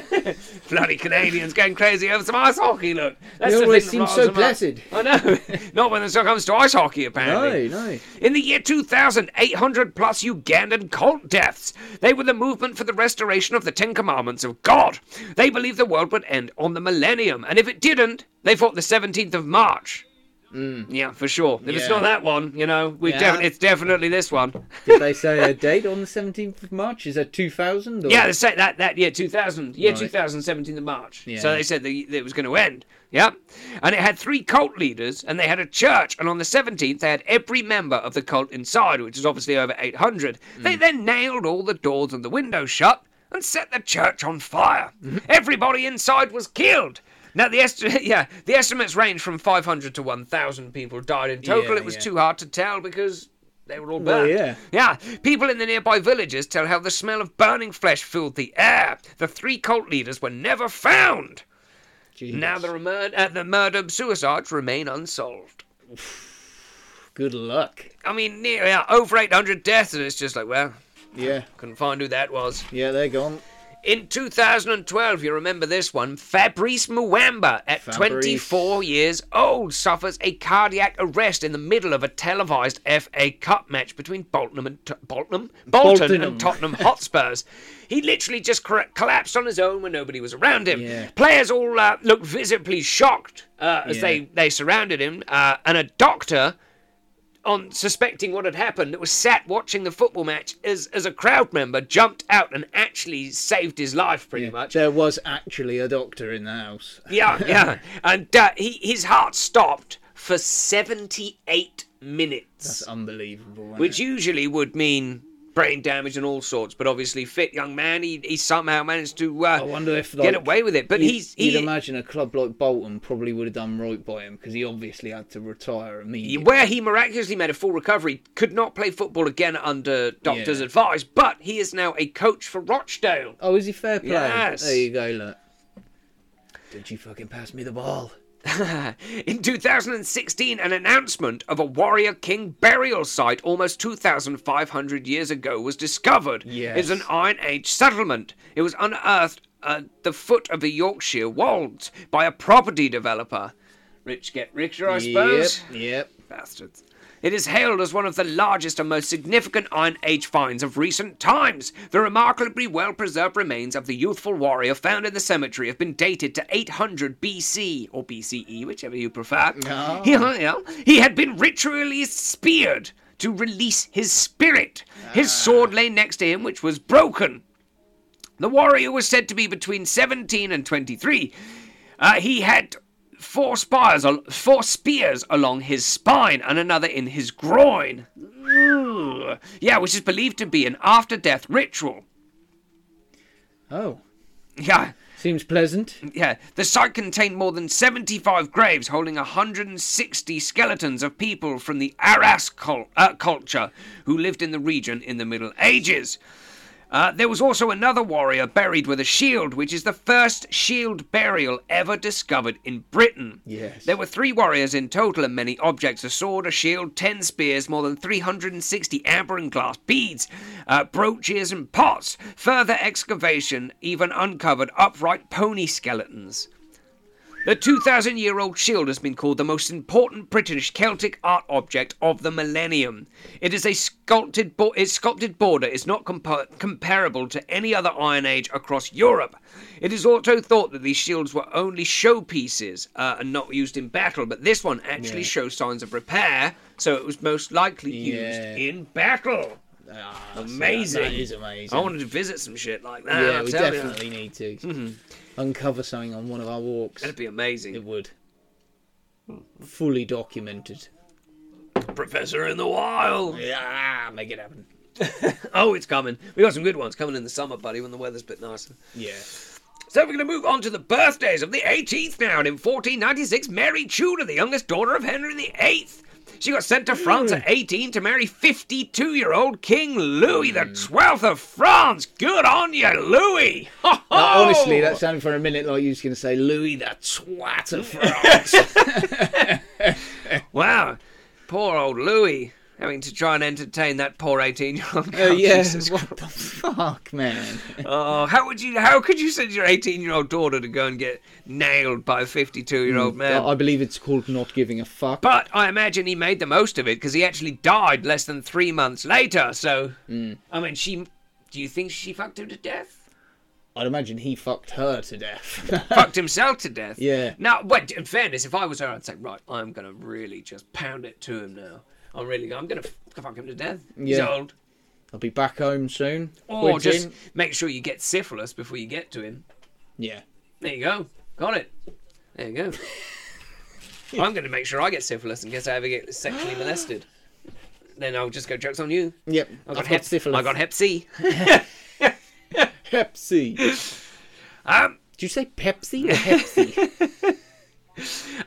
A: Bloody Canadians going crazy over some ice hockey. Look, that's
C: They
A: the
C: always
A: thing that
C: seem so
A: riles them up. I know. Not when it comes to ice hockey, apparently.
C: No, no.
A: In the year 2000, 800 plus Ugandan cult deaths. They were the movement for the restoration of the Ten Commandments of God. They believed the world would end on the millennium, and if it didn't, they fought the 17th of March. Yeah, for sure. If it's
C: Mm. Yeah.
A: not that one, you know, we
C: Yeah.
A: defi- it's definitely this one.
E: Did they say a date on the 17th of March? Is that 2000? Or...
A: Yeah, they said that that year 2000, year
C: Right.
A: 2017 of March.
C: Yeah.
A: So they said that it was going to end. Yeah, and it had three cult leaders, and they had a church. And on the 17th, they had every member of the cult inside, which is obviously over 800.
C: Mm.
A: They then nailed all the doors and the windows shut and set the church on fire.
C: Mm-hmm.
A: Everybody inside was killed. Now the est- yeah the estimates range from 500 to 1,000 people died in total.
C: Yeah,
A: it was
C: yeah.
A: too hard to tell because they were all
E: Well,
A: burned.
E: yeah.
A: Yeah, people in the nearby villages tell how the smell of burning flesh filled the air. The three cult leaders were never found.
E: Jeez.
A: Now the, remur- uh, the murder suicides remain unsolved.
C: Good luck.
A: I mean, near, yeah, over 800 deaths, and it's just like, well,
C: Yeah,
A: couldn't find who that was.
C: yeah, they're gone.
A: In 2012, you remember this one, Fabrice Muamba, at
C: Fabrice.
A: 24 years old, suffers a cardiac arrest in the middle of a televised FA Cup match between Bolton and, T- Bolton? Bolton
E: Boltonham.
A: and Tottenham Hotspurs. He literally just cor- collapsed on his own when nobody was around him.
C: Yeah.
A: Players all uh, looked visibly shocked uh, as
C: Yeah.
A: they, they surrounded him, uh, and a doctor on suspecting what had happened that was sat watching the football match as, as a crowd member jumped out and actually saved his life pretty much
C: There was actually a doctor in the house.
A: yeah yeah and uh, he, his heart stopped for 78 minutes
C: It's unbelievable. isn't
A: which
C: it?
A: usually would mean brain damage and all sorts but obviously fit young man he, he somehow managed to uh,
C: I wonder if like,
A: get away with it but
C: you'd-
A: he's
C: You'd
A: he,
C: imagine a club like Bolton probably would have done right by him because he obviously had to retire immediately.
A: where he miraculously made a full recovery, could not play football again under doctor's
C: Yeah.
A: advice, but he is now a coach for Rochdale.
C: Oh, is he fair play?
A: Yes.
C: There you go, look. Did you fucking pass me the ball?
A: In 2016, an announcement of a warrior king burial site almost 2,500 years ago was discovered.
C: Yes.
A: It's an Iron Age settlement. It was unearthed at the foot of the Yorkshire Wolds by a property developer. Rich get richer, I suppose.
C: Yep, yep.
A: Bastards. It is hailed as one of the largest and most significant Iron Age finds of recent times. The remarkably well preserved remains of the youthful warrior found in the cemetery have been dated to 800 BC, or BCE, whichever you prefer.
C: No.
A: He, yeah, he had been ritually speared to release his spirit. His sword lay next to him, which was broken. The warrior was said to be between 17 and 23. Uh, he had four spires, al- four spears along his spine and another in his groin. Ooh. Yeah, which is believed to be an after-death ritual.
E: Oh,
A: Yeah,
E: seems pleasant.
A: yeah. The site contained more than 75 graves holding 160 skeletons of people from the Arras cult, uh, culture who lived in the region in the Middle Ages. Uh, there was also another warrior buried with a shield, which is the first shield burial ever discovered in Britain.
E: Yes.
A: There were three warriors in total and many objects a sword, a shield, ten spears, more than 360 amber and glass beads, uh, brooches, and pots. Further excavation even uncovered upright pony skeletons. The 2,000 year old shield has been called the most important British Celtic art object of the millennium. It is a sculpted bo- its sculpted border is not compa- comparable to any other Iron Age across Europe. It is also thought that these shields were only showpieces uh, and not used in battle, but this one actually shows signs of repair, so it was most likely
C: Yeah.
A: used in battle.
C: Ah, so that-
A: Amazing.
C: that is amazing.
A: I wanted to visit some shit like that.
C: yeah,
A: I'll
C: we
A: tell ya.
C: definitely need to
A: Mm-hmm.
C: uncover something on one of our walks.
A: That'd be amazing.
C: It would. Fully documented.
A: Professor in the wild.
C: Yeah, make it happen.
A: Oh, it's coming. We got some good ones coming in the summer, buddy, when the weather's a bit nicer.
C: Yeah.
A: So we're going to move on to the birthdays of the 18th now. And in 1496, Mary Tudor, the youngest daughter of Henry VIII, she got sent to France at 18 to marry 52-year-old King Louis
C: Hmm.
A: the Twelfth of France. Good on you, Louis! Ho,
C: That-
A: ho!
C: Uh, honestly, that sounded for a minute like you was going to say Louis the twat of France.
A: wow, poor old Louis having to try and entertain that poor 18-year-old.
C: Oh
A: girl.
C: yeah,
A: Jesus
C: what the fuck, man?
A: Oh, how would you? How could you send your eighteen-year-old daughter to go and get nailed by a fifty-two-year-old man?
C: I believe it's called not giving a fuck.
A: but I imagine he made the most of it because he actually died less than
C: Mm.
A: three months later. So, I mean, she. Do you think she fucked him to death?
C: I'd imagine he fucked her to death.
A: fucked himself to death.
C: Yeah.
A: Now, but in fairness, if I was her, I'd say, right, I'm gonna really just pound it to him now. I'm really, I'm gonna f- fuck him to death. He's
C: Yeah.
A: old.
C: I'll be back home soon.
A: Or
C: Quid
A: Oh, just
C: in.
A: make sure you get syphilis before you get to him.
C: yeah.
A: There you go. Got it. There you go. I'm going to make sure I get syphilis in case I ever get sexually molested. Then I'll just go jokes on you.
C: Yep.
A: I got, hep- I got Hep C.
C: Pepsi.
A: Um,
C: Did you say Pepsi or Pepsi?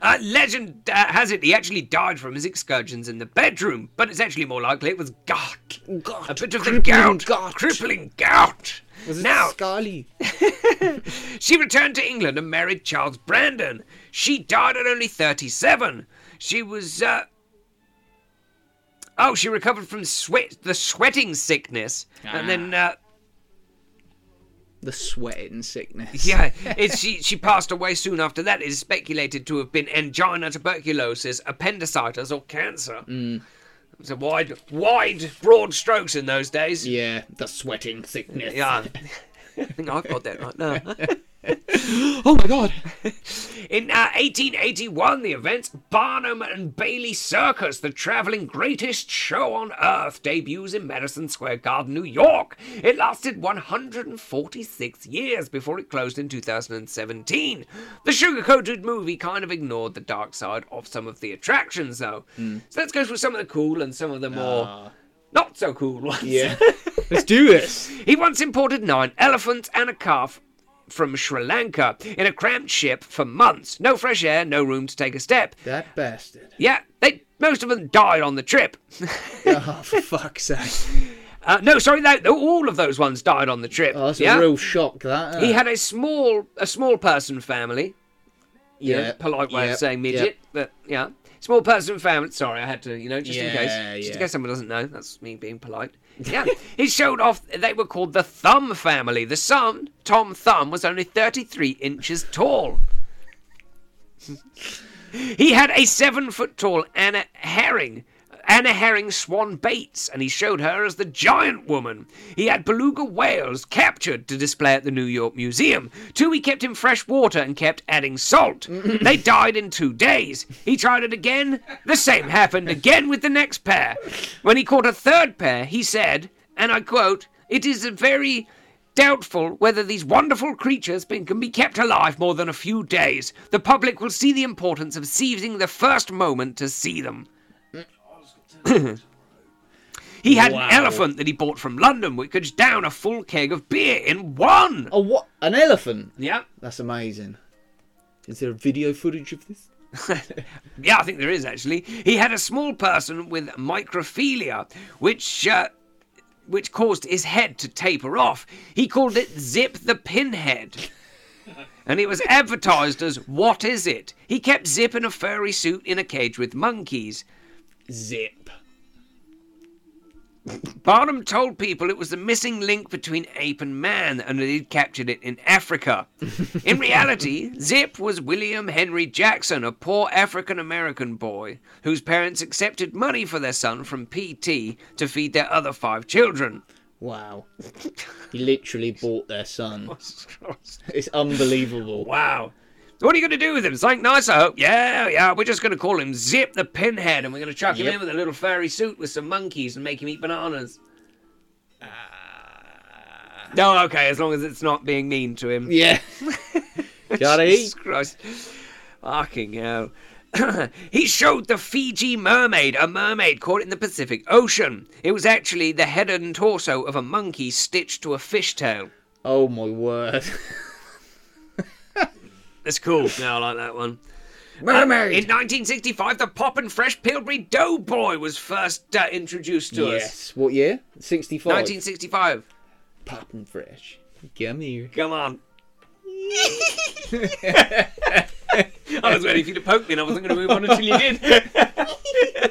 A: uh, legend uh, has it he actually died from his excursions in the bedroom, but it's actually more likely it was gout.
C: Gout.
A: A bit of the
C: Crippling
A: gout.
C: gout.
A: Crippling gout.
C: Was it
A: now,
C: Scully?
A: She returned to England and married Charles Brandon. She died at only 37. She was, uh. Oh, she recovered from sweat, the sweating sickness.
C: Ah.
A: And then, uh,
C: The sweating sickness.
A: yeah, it, she, she passed away soon after that. It is speculated to have been angina, tuberculosis, appendicitis, or cancer. It was a wide, wide, broad strokes in those days.
C: Yeah, the sweating sickness.
A: Yeah. I think I've got that right now.
C: Oh my god.
A: In uh, 1881, the events Barnum and Bailey Circus, the traveling greatest show on earth, debuts in Madison Square Garden, New York. It lasted 146 years before it closed in 2017. The sugar coated movie kind of ignored the dark side of some of the attractions, though. So let's go through some of the cool and some of the more. Not so cool ones.
C: Yeah. Let's do this.
A: He once imported nine elephants and a calf from Sri Lanka in a cramped ship for months. No fresh air, no room to take a step.
C: That bastard.
A: Yeah, they most of them died on the trip.
C: Oh, for fuck's sake.
A: Uh, no, sorry, they, all of those ones died on the trip.
C: Oh, that's
A: yeah?
C: a real shock, that.
A: He had a small, a small person family. you know, polite way
C: yeah,
A: of saying
C: yeah.
A: midget, but yeah, small person family. Sorry, I had to, you know, just in
C: Yeah,
A: case, just in
C: yeah.
A: case someone doesn't know, that's me being polite. Yeah, he showed off. They were called the Thumb family. The son, Tom Thumb, was only 33 inches tall. he had a seven foot tall Anna Herring. Anna Herring Swan Bates, and he showed her as the giant woman. He had beluga whales captured to display at the New York Museum. Two, he kept in fresh water and kept adding salt. they died in two days. He tried it again. The same happened again with the next pair. When he caught a third pair, he said, and I quote, It is a very Doubtful whether these wonderful creatures been- can be kept alive more than a few days. The public will see the importance of seizing the first moment to see them. he had
C: Wow.
A: an elephant that he bought from London, which could down a full keg of beer in one.
C: Oh, what? An elephant?
A: Yeah,
C: That's amazing. Is there video footage of this?
A: yeah, I think there is actually. He had a small person with microphilia, which. Uh, which caused his head to taper off. He called it Zip the Pinhead. and it was advertised as What Is It? He kept Zip in a furry suit in a cage with monkeys.
C: Zip.
A: Barnum told people it was the missing link between ape and man, and that he'd captured it in Africa. in reality, Zip was William Henry Jackson, a poor African American boy whose parents accepted money for their son from PT to feed their other five children.
C: Wow. He literally bought their son. It's unbelievable.
A: Wow. What are you going to do with him? Something nice, I hope. Yeah, yeah. We're just going to call him Zip the Pinhead, and we're going to chuck him
C: Yep.
A: in with a little furry suit with some monkeys and make him eat bananas. Uh. No, okay, as long as it's not being mean to him.
C: Yeah. Gotta eat.
A: Jesus Christ. Fucking hell. he showed the Fiji mermaid, a mermaid caught in the Pacific Ocean. It was actually the head and torso of a monkey stitched to a fishtail.
C: Oh my word.
A: That's cool. Yeah, I like that one. In Uh,
C: Mermaid!
A: 1965, the Pop and Fresh Pillbury Doughboy was first uh, introduced to us.
C: Yes. What year? 65.
A: 1965.
C: Poppin' fresh. Gummy.
A: Come on. I was waiting for you to poke me, and I wasn't going to move on until you did.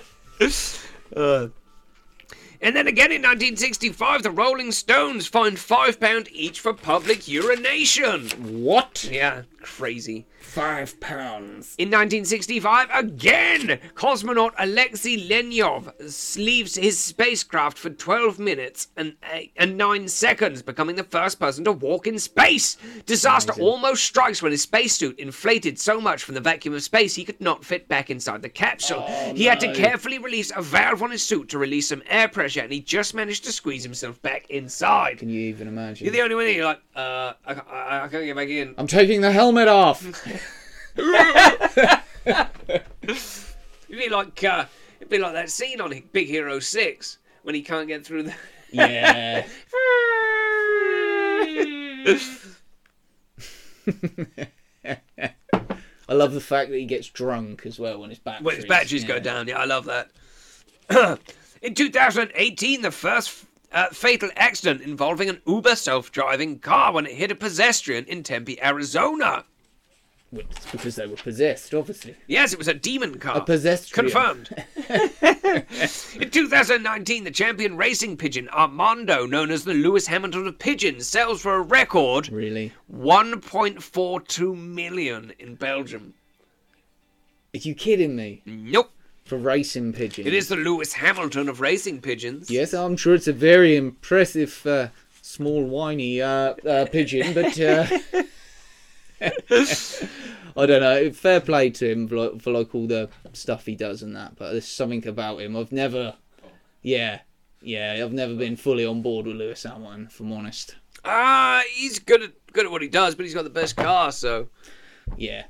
A: And then again in 1965, the Rolling Stones fined £5 each for public urination.
C: What?
A: Yeah. Crazy.
C: Five pounds.
A: In 1965, again, cosmonaut Alexei Lenyov leaves his spacecraft for 12 minutes and, eight, and 9 seconds, becoming the first person to walk in space. Disaster almost strikes when his spacesuit inflated so much from the vacuum of space he could not fit back inside the capsule. he had to
C: Oh, no.
A: carefully release a valve on his suit to release some air pressure, and he just managed to squeeze himself back inside.
C: Can you even imagine?
A: You're the only one here, you're like, uh, I, ca- I, I can't get back in.
C: I'm taking the helmet off.
A: It'd be like uh, it'd be like that scene on Big Hero Six when he can't get through the.
C: yeah. I love the fact that he gets drunk as well when his batteries.
A: when his batteries go
C: yeah.
A: down. Yeah, I love that. In 2018, the first. Uh, fatal accident involving an Uber self-driving car when it hit a pedestrian in Tempe, Arizona.
C: It's because they were possessed, obviously.
A: Yes, it was a demon car.
C: A
A: Oh,
C: pedestrian.
A: Confirmed. In 2019, the champion racing pigeon Armando, known as the Lewis Hamilton of pigeons, sells for a record
C: Really?
A: 1.42 million in Belgium.
C: Are you kidding me?
A: Nope.
C: For racing pigeons.
A: Mm. It is the Lewis Hamilton of racing pigeons.
C: Yes, I'm sure it's a very impressive uh, small whiny uh, uh, pigeon, but uh, I don't know. Fair play to him for, like- for like all the stuff he does and that, but there's something about him I've never, yeah, yeah, I've never been fully on board with Lewis Hamilton, if I'm honest.
A: Ah, he's good at good at what he does, but he's got the best car, so.
C: Yeah.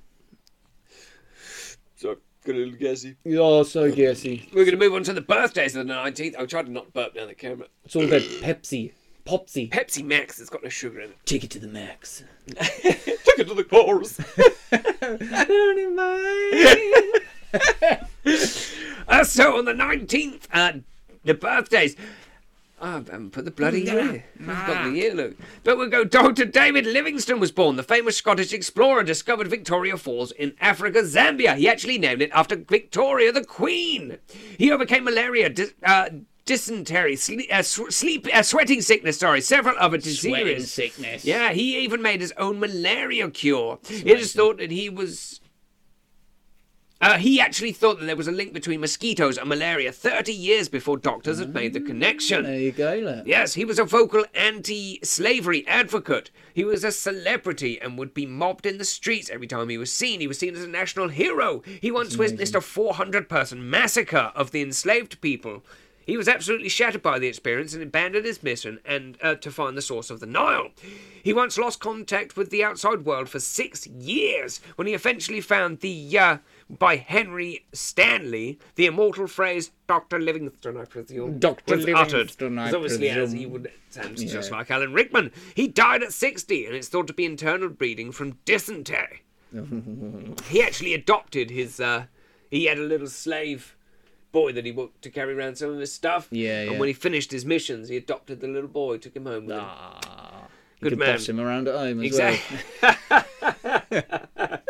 A: So good little guessy.
C: Oh, so guessy.
A: We're going to move on to the birthdays of the 19th. I tried to not burp down the camera.
C: It's all about Pepsi, Popsy.
A: Pepsi Max has got no sugar in it.
C: Take it to the max.
A: Take it to the chorus. Uh, so on the 19th, uh, the birthdays. Oh, I haven't put the bloody year. I've got the year, look. But we'll go. Dr. David Livingstone was born. The famous Scottish explorer discovered Victoria Falls in Africa, Zambia. He actually named it after Victoria, the Queen. He overcame malaria, dis- uh, dysentery, sle- uh, sw- sleep, uh, sweating sickness, sorry, several other
C: Sweating
A: diseases.
C: sickness.
A: Yeah, he even made his own malaria cure. It is thought that he was. Uh, he actually thought that there was a link between mosquitoes and malaria 30 years before doctors had made the connection.
C: There you go, look.
A: Yes, he was a vocal anti slavery advocate. He was a celebrity and would be mobbed in the streets every time he was seen. He was seen as a national hero. He once witnessed a 400 person massacre of the enslaved people. He was absolutely shattered by the experience and abandoned his mission and uh, to find the source of the Nile. He once lost contact with the outside world for six years when he eventually found the uh, by Henry Stanley the immortal phrase "Doctor Livingstone." I presume
C: Dr.
A: was uttered.
C: Livingstone, I
A: It's obviously as he
C: presume.
A: would sound just
C: Yeah.
A: like Alan Rickman. He died at 60, and it's thought to be internal bleeding from dysentery. he actually adopted his. Uh, he had a little slave boy that he worked to carry around some of his stuff.
C: Yeah,
A: And
C: yeah.
A: when he finished his missions, he adopted the little boy, took him home with him.
C: Ah, you
A: Good
C: could
A: man.
C: boss him around at home as well.
A: Exactly.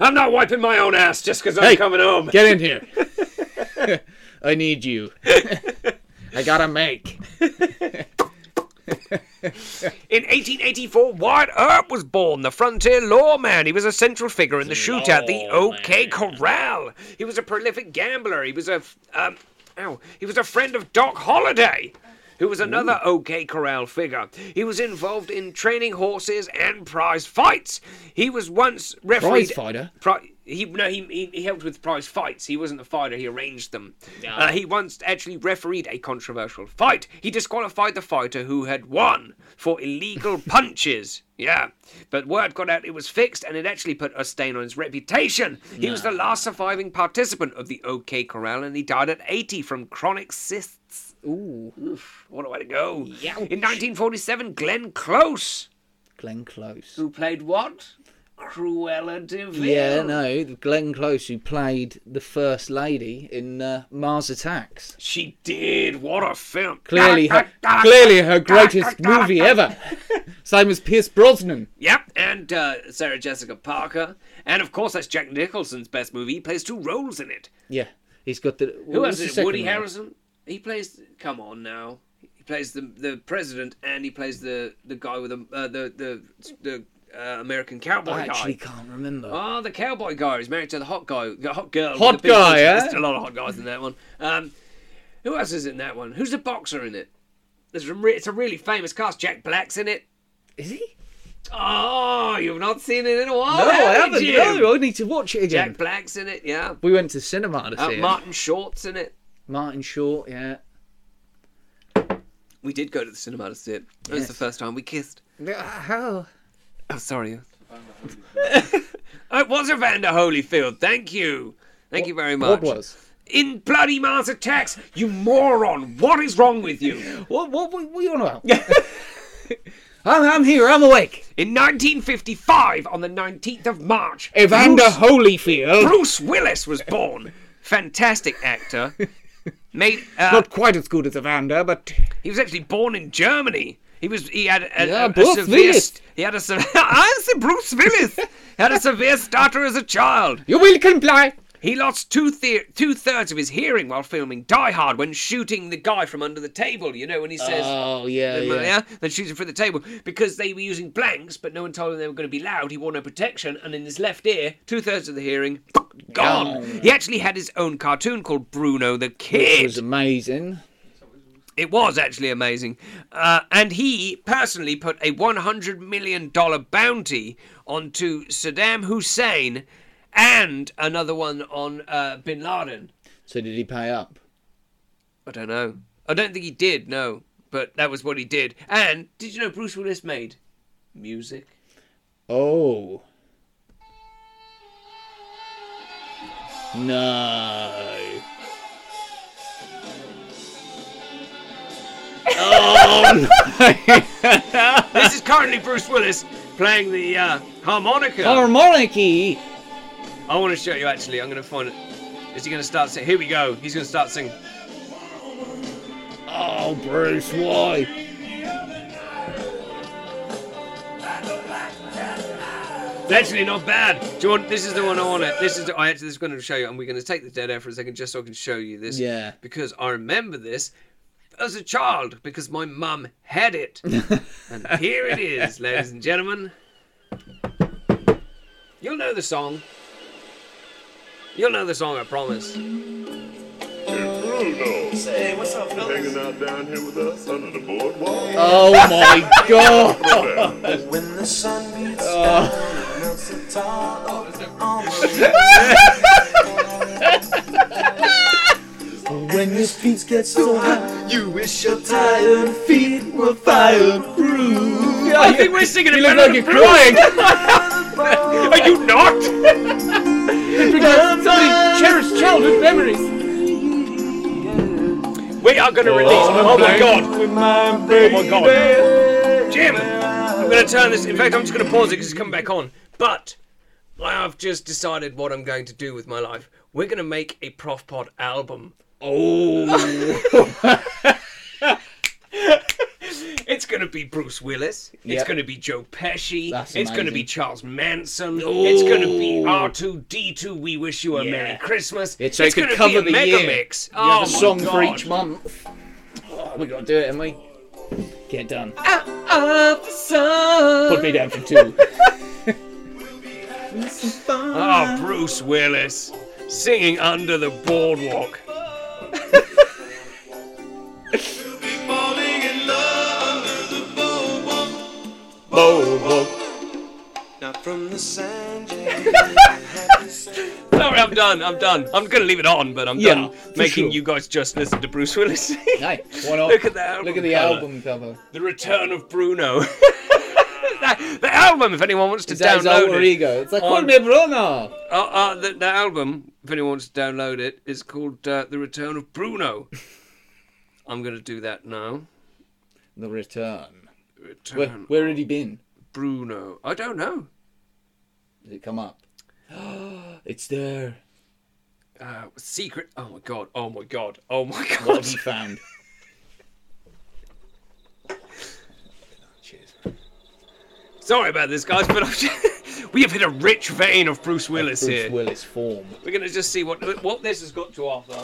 A: I'm not wiping my own ass just because I'm
C: Hey.
A: coming home.
C: Get in here. I need you. I gotta make.
A: In 1884, Wyatt Earp was born, the frontier lawman. He was a central figure in the shootout, the OK Corral. He was a prolific gambler. He was a f- um, ow, he was a friend of Doc Holliday, who was another OK Corral figure. He was involved in training horses and prize fights. He was once refereed.
C: Prize fighter?
A: Pri- he no, he, he he helped with prize fights. He wasn't a fighter. He arranged them. Uh, he once actually refereed a controversial fight. He disqualified the fighter who had won for illegal punches. Yeah, but word got out it was fixed, and it actually put a stain on his reputation. He was the last surviving participant of the OK Corral, and he died at 80 from chronic cysts.
C: Ooh,
A: What a way to go!
C: Youch.
A: In 1947, Glenn Close,
C: Glenn Close.
A: who played what? Cruella De Vil.
C: Yeah, no, Glenn Close, who played the first lady in uh, Mars Attacks.
A: She did. What a film.
C: Clearly, her, clearly her greatest movie ever. Same as Pierce Brosnan.
A: Yep, and uh, Sarah Jessica Parker. And of course, that's Jack Nicholson's best movie. He plays two roles in it.
C: Yeah, he's got the.
A: Who else
C: what's the
A: is it?
C: second
A: Woody
C: one?
A: Harrison? He plays. Come on now. He plays the the president and he plays the, the guy with the, uh, the the the uh, American cowboy guy.
C: I actually can't remember.
A: Oh, the cowboy guy who's married to the hot guy, the hot girl. with
C: Hot
A: the big-
C: guy, eh?
A: There's a lot of hot guys in that one. Um, who else is in that one? Who's the boxer in it? There's a re- it's a really famous cast. Jack Black's in it.
C: Is he?
A: Oh, you've not seen it in a while.
C: No, I
A: haven't
C: haven't.
A: you?
C: No, I need to watch it again.
A: Jack Black's in it. Yeah.
C: we went to cinema to
A: Uh,
C: see it.
A: Martin Short's in it.
C: Martin Short, yeah.
A: We did go to the cinema to see it. It was the first time we kissed.
C: How?
A: Oh, sorry. Oh, it was Evander Holyfield. Thank you. Thank you very much.
C: What was?
A: In Bloody Mars Attacks, you moron. What is wrong with you?
C: What, what, what, what are you on about? I'm, I'm here, I'm awake.
A: In 1955, on the 19th of March,
C: Evander
A: Bruce,
C: Holyfield.
A: Bruce Willis was born. Fantastic actor. Made, uh,
C: Not quite as good as Evander, but
A: he was actually born in Germany. He was. He had a, a-
C: Yeah,
A: a
C: Bruce
A: severe.
C: Willis.
A: st- He had a severe. I said Bruce Willis had a severe stutter as a child.
C: you will comply.
A: He lost two thir- two thirds of his hearing while filming Die Hard when shooting the guy from under the table. You know when he says.
C: Oh, yeah,
A: Uh, yeah.
C: yeah.
A: then shooting for the table because they were using blanks, but no one told him they were going to be loud. He wore no protection, and in his left ear, two thirds of the hearing gone. He actually had his own cartoon called Bruno the
C: It
A: Kid.
C: was amazing.
A: It was actually amazing, uh, and he personally put a one hundred million dollar bounty onto Saddam Hussein, and another one on uh, Bin Laden.
C: So did he pay up?
A: I don't know. I don't think he did. No, but that was what he did. And did you know Bruce Willis made music?
C: Oh. No.
A: This is currently Bruce Willis playing the uh, harmonica.
C: Harmonicky.
A: I want to show you actually. I'm going to find it. Is he going to start singing? Here we go. He's going to start singing.
C: Oh, Bruce, why?
A: It's actually not bad. Do you want? This is the one I want. It. This is. The, I actually this is going to show you, and we're going to take the dead air for a second just so I can show you this.
C: Yeah.
A: Because I remember this as a child because my mum had it, and here it is, ladies and gentlemen. You'll know the song. You'll know the song, I promise.
F: Bruno. Say, what's up, fellas? Hanging out down here with us under the boardwalk.
C: Oh my god. Oh.
G: When the sun beats down, it melts the tar up on the When your feet get so hot, you wish your tired feet were fireproof.
A: I think we're singing
C: You
A: it
C: look
A: better
C: like you're
A: than
C: crying.
A: Bruce. Are you not?
C: Because somebody cherished childhood memories.
A: We are going to release. Oh, my god,
G: With my baby.
A: Oh my God. Jim! I'm going to turn this. In fact, I'm just going to pause it because it's coming back on. But I have just decided what I'm going to do with my life. We're going to make a Prof Pod album.
C: Oh.
A: It's going to be Bruce Willis. It's
C: Yep.
A: going to be Joe Pesci.
C: That's
A: it's going to be
C: amazing.
A: Charles Manson. It's going to be R2D2. We wish you a
C: Yeah.
A: Merry Christmas.
C: It's so you could
A: gonna
C: cover the
A: be a mega
C: year.
A: mix.
C: You
A: Oh,
C: have a song
A: my
C: for
A: God.
C: each month. Oh, we gotta do it, haven't we? Get it done. Put me down for two.
A: Oh, Bruce Willis singing under the boardwalk.
G: Not from the sand.
A: Sorry, I'm done. I'm done. I'm gonna leave it on, but I'm
C: Yeah,
A: done
C: for
A: making
C: sure.
A: you guys just listen to Bruce Willis. sing.
C: hey, why not?
A: Look at the album.
E: Look at the
A: cover.
E: album cover.
A: The Return of Bruno. that, the album, if anyone wants to
E: Is that his
A: download
E: alter
A: it.
E: ego? It's like, call
A: on-
E: me Bruno.
A: Uh, uh, the, the album, if anyone wants to download it, is called uh, The Return of Bruno. I'm gonna do that now.
E: The return.
A: Return
E: Where, where had he been?
A: Bruno. I don't know.
E: Did it come up? it's there.
A: Uh, secret. Oh my god. Oh my god. Oh my god.
E: What have you found?
A: Sorry about this, guys, but I'm just- we have hit a rich vein of Bruce Willis
E: Bruce
A: here.
E: Willis form.
A: We're gonna just see what what this has got to offer.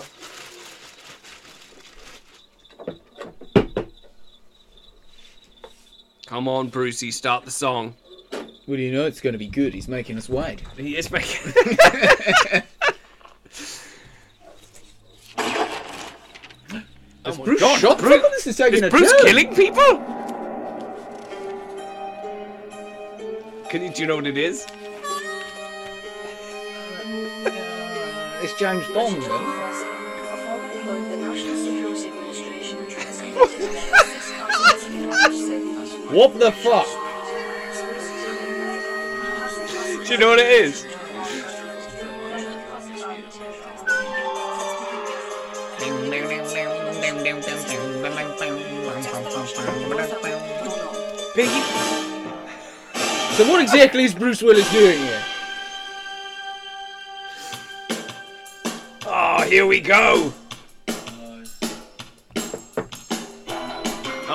A: Come on, Brucey, start the song.
E: What do you know? It's going to be good. He's making us wait.
A: He is making.
E: Is Bruce
A: Oh God,
E: shot?
A: Bruce-
E: Fuck, this is taking a
A: is Bruce
E: turn.
A: killing people? Can you, do you know what it is?
E: It's James Bond. though. What the fuck?
A: Do you know what it is? Piggy.
E: So what exactly is Bruce Willis doing here?
A: Oh, here we go.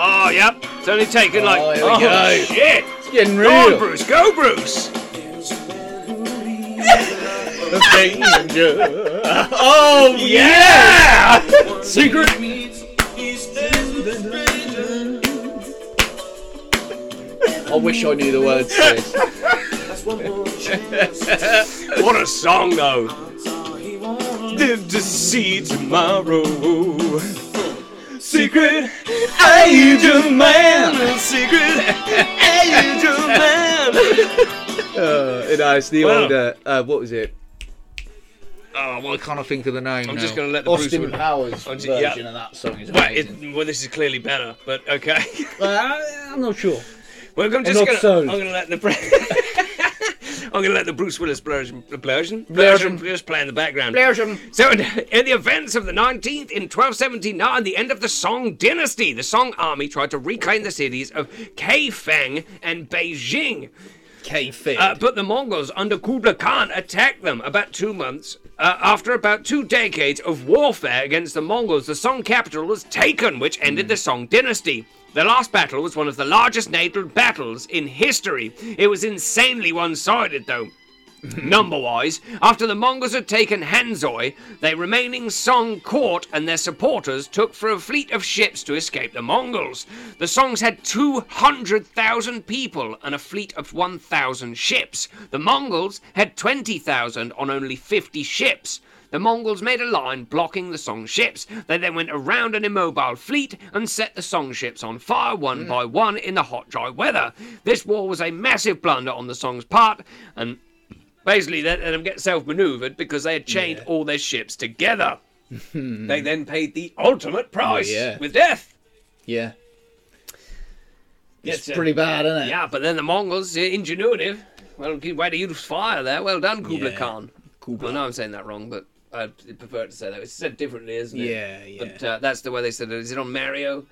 A: Oh, yep. It's only taken like.
E: Oh, here we
A: oh,
E: go.
A: shit.
E: It's getting
A: Go on,
E: real.
A: Bruce. Go, Bruce.
E: Oh
A: Yeah.
E: Secret. I wish I knew the words to this.
A: what a song, though. Live to see tomorrow. Secret agent man. Secret agent man.
E: Uh, you know, it's the
A: Well-
E: old. Uh, uh, what was it?
A: Oh, well,
E: Can't I think of the name?
A: I'm
E: now.
A: just gonna let the
E: Austin
A: Bruce Willis-
E: Powers
A: I'm just-
E: version
A: yeah.
E: of that song is
A: well,
E: amazing.
A: it, well, this is clearly better, but okay.
E: Uh, I, I'm not sure.
A: Well, I'm just
E: not
A: gonna.
E: sold.
A: I'm gonna let the. Bru- I'm gonna let the Bruce Willis blursion, blursion,
E: Blursion.
A: blursion just play in the background.
E: Blursion.
A: So, in, in the events of the 19th in 1279, the end of the Song dynasty, the Song army tried to reclaim the cities of Kaifeng and Beijing.
E: K
A: Uh, but the Mongols under Kublai Khan attacked them about two months. Uh, after about two decades of warfare against the Mongols, the Song capital was taken, which ended the Song dynasty. The last battle was one of the largest naval battles in history. It was insanely one sided, though. Number wise, after the Mongols had taken Hanzoi, their remaining Song court and their supporters took for a fleet of ships to escape the Mongols. The Songs had 200,000 people and a fleet of 1,000 ships. The Mongols had 20,000 on only 50 ships. The Mongols made a line blocking the Song ships. They then went around an immobile fleet and set the Song ships on fire one by one in the hot, dry weather. This war was a massive blunder on the Song's part, and Basically, they let them get self maneuvered because they had chained all their ships together. they then paid the ultimate price
E: Hmm. yeah.
A: with death.
E: Yeah.
A: Yes,
E: It's
A: uh,
E: pretty bad, isn't it?
A: Yeah, but then the Mongols, uh, ingenuitive. Well, where do you fire there? Well done, Kublai
E: Yeah.
A: Khan. Well, no, I'm saying that wrong, but I prefer to say that. It's said differently, isn't it?
E: Yeah, yeah.
A: But uh, that's the way they said it. Is it on Mario?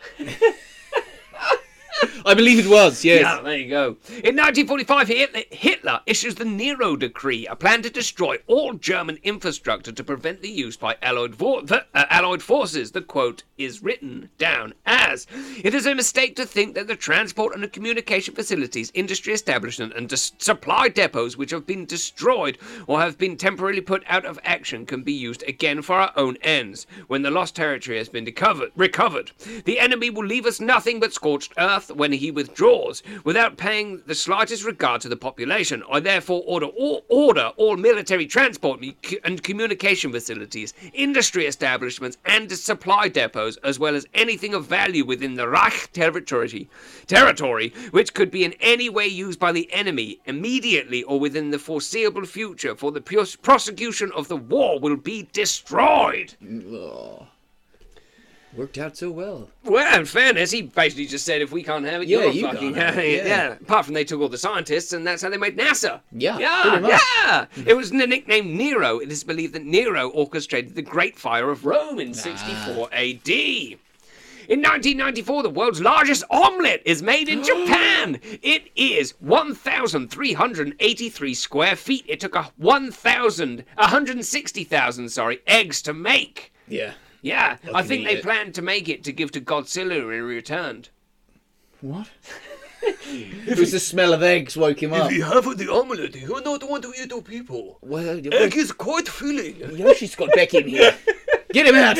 E: I believe it was, yes.
A: Yeah, there you go. In 1945, Hitler, Hitler issues the Nero Decree, a plan to destroy all German infrastructure to prevent the use by Allied, vo- the, uh, Allied forces. The quote is written down as It is a mistake to think that the transport and communication facilities, industry establishment, and dis- supply depots which have been destroyed or have been temporarily put out of action can be used again for our own ends when the lost territory has been recovered. recovered. The enemy will leave us nothing but scorched earth when he withdraws, without paying the slightest regard to the population. I therefore order all, order all military transport me- c- and communication facilities, industry establishments, and supply depots, as well as anything of value within the Reich territory, territory which could be in any way used by the enemy immediately or within the foreseeable future, for the pure prosecution of the war will be destroyed.
E: Worked out so well.
A: Well, in fairness, he basically just said, if we can't have it,
E: Yeah,
A: you're
E: you
A: fucking
E: can't have
A: having
E: it,
A: it.
E: yeah.
A: Yeah. Apart from they took all the scientists, and that's how they made NASA.
E: Yeah,
A: Yeah.
E: pretty much.
A: Yeah. it was the nickname Nero. It is believed that Nero orchestrated the Great Fire of Rome
E: Ah.
A: in 64 AD. In 1994, the world's largest omelette is made in Japan. It is 1,383 square feet. It took a 1,000, 160,000, sorry, eggs to make.
E: Yeah.
A: Yeah, I,
E: can
A: think
E: eat
A: they
E: it.
A: planned to make it to give to Godzilla when he returned.
E: What? it was the smell of eggs woke him up.
A: have the omelette, you don't want to eat the people.
E: Well,
A: is quite filling.
E: Yoshi's got back in here. Get him out.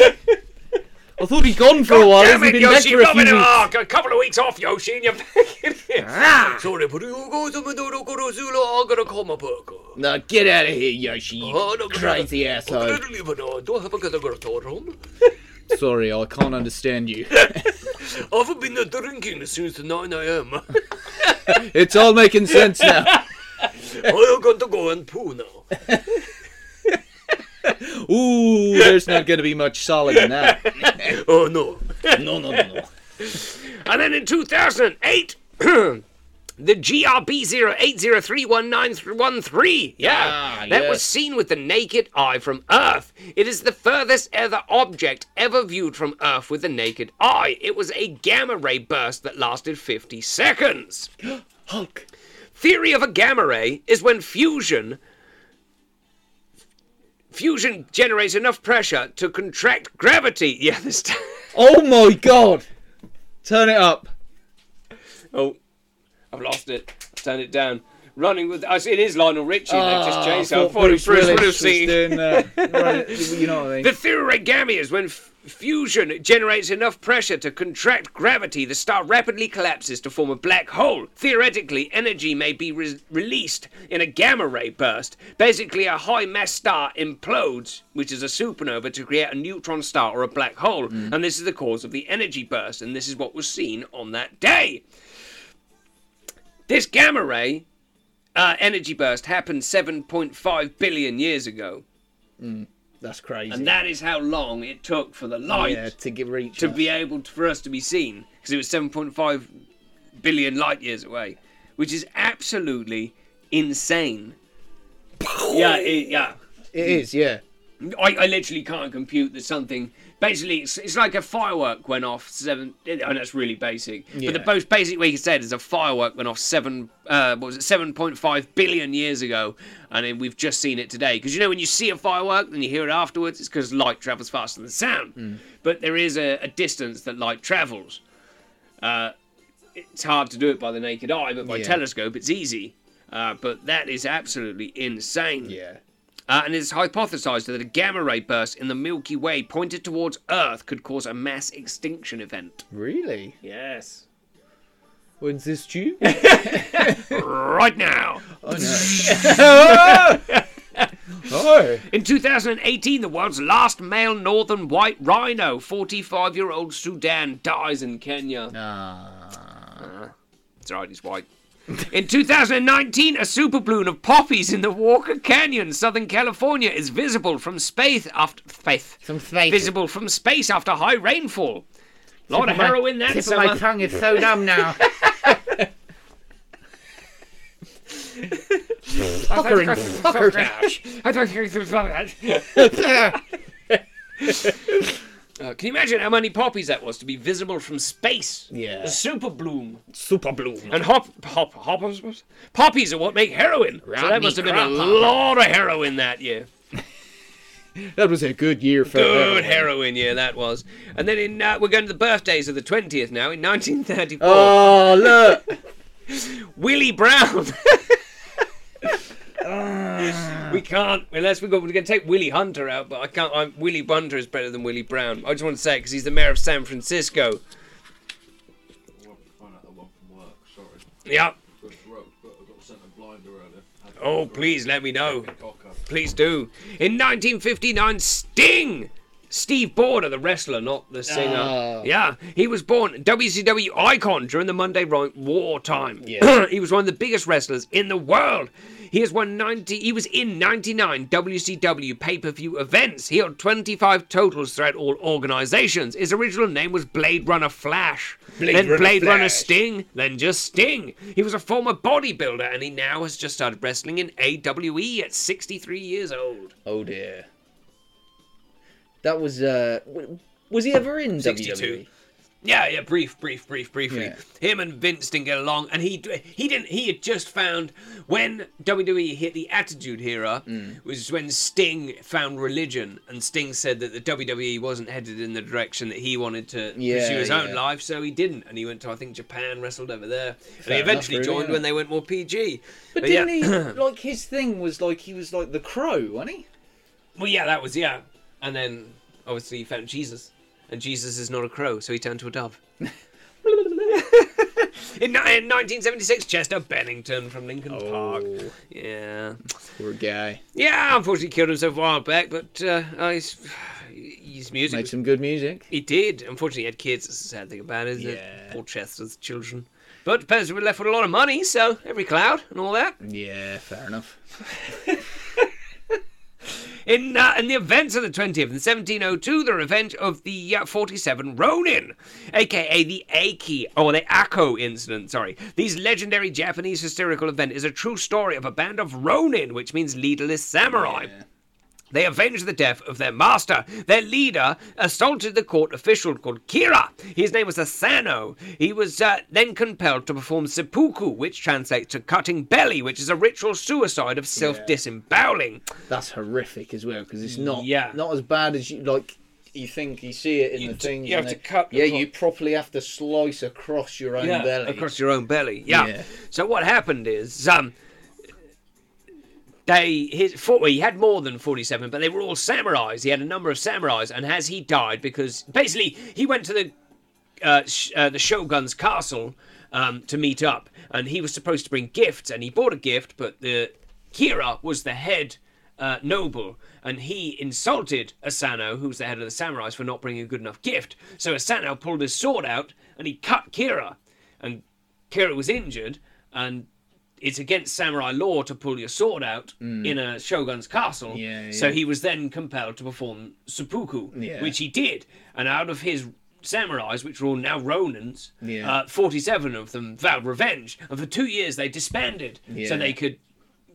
E: I thought he'd gone for a while.
A: Damn
E: He's
A: it,
E: been back
A: Yoshi,
E: for a few
A: rubbing it
E: weeks.
A: off. A couple of weeks off, Yoshi, and you're back in
E: Ah.
A: here. Sorry, but you guys have been doing a good Zulu. I'm gonna call my burger.
E: No, get out of here, Yoshi. you
A: Oh, no,
E: crazy
A: I'm
E: asshole.
A: gonna leave it now. Don't have a good thought home.
E: Sorry, I can't understand you.
A: I haven't been drinking since 9 a.m.
E: It's all making sense now.
A: I'm going to go and poo now.
E: Ooh, there's not going to be much solid in that.
A: Oh, no.
E: No, no, no, no.
A: And then in 2008, the GRB08031913, yeah,
E: Ah,
A: that
E: yes.
A: was seen with the naked eye from Earth. It is the furthest ever object ever viewed from Earth with the naked eye. It was a gamma ray burst that lasted 50 seconds.
E: Hulk.
A: Theory of a gamma ray is when fusion fusion generates enough pressure to contract gravity. Yeah, this time.
E: Oh my god. Turn it up.
A: Oh, I've lost it. Turn it down. Running with. I see it is Lionel Richie. They've just changed. Ah, I thought it was Bruce Willis.
E: doing that. Right, you know what I mean?
A: The theory of gamma is when f- fusion generates enough pressure to contract gravity, the star rapidly collapses to form a black hole. Theoretically, energy may be re- released in a gamma ray burst. Basically, a high mass star implodes, which is a supernova, to create a neutron star or a black hole. And this is the cause of the energy burst. And this is what was seen on that day. This gamma ray uh, energy burst happened 7.5 billion years ago.
E: That's crazy.
A: And that is how long it took for the light
E: yeah, to get reach.
A: to
E: us.
A: be able to, for us to be seen because it was 7.5 billion light years away, which is absolutely insane. yeah, it, yeah.
E: It is, yeah.
A: I, I literally can't compute that something. Basically, it's, it's like a firework went off seven. And that's really basic. But
E: Yeah.
A: the most basic way you can say it is a firework went off seven. Uh, what was it? Seven point five billion years ago, and then we've just seen it today. Because you know when you see a firework and you hear it afterwards, it's because light travels faster than sound.
E: Hmm.
A: But there is a, a distance that light travels. Uh, it's hard to do it by the naked eye, but by
E: Yeah.
A: telescope it's easy. Uh, but that is absolutely insane.
E: Yeah.
A: Uh, and it is hypothesized that a gamma ray burst in the Milky Way pointed towards Earth could cause a mass extinction event.
E: Really?
A: Yes.
E: When's this due?
A: Right now.
E: oh.
A: In 2018, the world's last male northern white rhino, 45 year old Sudan, dies in Kenya.
C: Ah.
A: It's right, he's white. In 2019, a superbloom of poppies in the Walker Canyon, Southern California, is visible from space after space.
C: Some space.
A: Visible from space after high rainfall. Lot of heroin that
C: Tip of my
A: summer.
C: tongue is so numb now. Fuckering, fucker.
A: I don't think it's that. Uh, can you imagine how many poppies that was to be visible from space?
E: Yeah.
A: A super bloom.
E: Super blue.
A: And hop, hop, hoppers, poppies are what make heroin. so that
C: Rodney
A: must have been a
C: Crump.
A: lot of heroin that year.
E: That was a good year for
A: Good
E: heroin.
A: heroin year that was. And then in uh, we're going to the birthdays of the 20th now. In 1934,
E: Oh, look.
A: Willie Brown. we can't unless we go. We're going to take Willie Hunter out, but I can't. I'm, Willie Bunter is better than Willie Brown. I just want to say because he's the mayor of San Francisco.
D: I'll have to find out the one from work, sorry.
A: Yep.
D: Got, got, got sent a blinder earlier. Had to
A: Oh,
D: go
A: please let me know.
D: cock up.
A: Please do. In 1959, Sting! Steve Border, the wrestler, not the singer. Yeah, he was born WCW icon during the Monday Night War time.
E: Yeah.
A: he was one of the biggest wrestlers in the world. He has won 90. He was in 99 WCW pay-per-view events. He held 25 totals throughout all organizations. His original name was Blade Runner Flash. then
E: Runner
A: Blade Runner
E: Flash.
A: Sting, then just Sting. He was a former bodybuilder and he now has just started wrestling in AWE at 63 years old.
E: Oh, dear. That was, uh. w- E? Was he ever in
A: 62.
E: WWE?
A: Yeah, yeah, brief, brief, brief, briefly.
E: Yeah.
A: Him and Vince didn't get along, and he he didn't. He had just found when WWE hit the Attitude Era
E: Mm.
A: was when Sting found religion, and Sting said that the WWE wasn't headed in the direction that he wanted to
E: Yeah,
A: pursue his own
E: yeah.
A: life, so he didn't, and he went to I think Japan, wrestled over there, and
E: Fair
A: he
E: enough,
A: eventually
E: really,
A: joined
E: yeah.
A: when they went more PG.
E: But
A: yeah.
E: didn't he, like, his thing was like he was like the crow, wasn't he?
A: Well, yeah, that was yeah, and then obviously he found Jesus. and Jesus is not a crow, so he turned to a dove. In, ni- in 1976, Chester Bennington from Lincoln
C: Oh.
A: Park. Yeah.
C: We're gay.
A: Yeah, unfortunately killed himself a while back, but uh, uh, his, his music.
C: Made
A: was-
C: some good music.
A: He did. Unfortunately, he had kids. That's the sad thing about it. Yeah.
C: Yeah.
A: Poor Chester's children. But the parents were left with a lot of money, so every cloud and all that.
C: Yeah, fair enough.
A: In, uh, in the events of the 20th, in 1702, the revenge of the uh, 47 Ronin, aka the Aki, or the Akko incident, sorry. This legendary Japanese hysterical event is a true story of a band of Ronin, which means leaderless samurai. They avenged the death of their master. Their leader assaulted the court official called Kira. His name was Asano. He was uh, then compelled to perform seppuku, which translates to cutting belly, which is a ritual suicide of self disemboweling.
E: That's horrific as well because it's not
A: Mm, Yeah.
E: not as bad as you like. You think you see it in the
A: t-
E: thing.
A: you have to
E: and they-
A: cut the
E: Yeah,
A: pro-
E: you properly have to slice across your own belly.
A: across your own belly. Yeah.
E: Yeah.
A: So what happened is, um, they his for, well, he had more than forty-seven, but they were all samurais. He had a number of samurais, and as he died, because basically he went to the uh, sh- uh, the shogun's castle um, to meet up, and he was supposed to bring gifts, and he bought a gift, but the Kira was the head uh, noble, and he insulted Asano, who's the head of the samurais, for not bringing a good enough gift. So Asano pulled his sword out and he cut Kira, and Kira was injured, and it's against samurai law to pull your sword out in a shogun's castle.
E: Mm. Yeah,
A: So
E: yeah.
A: he was then compelled to perform seppuku,
E: Yeah.
A: which he did. And out of his samurais, which were all now Ronins,
E: Yeah.
A: uh, 47 of them vowed revenge. And for two years they disbanded so
E: Yeah.
A: they could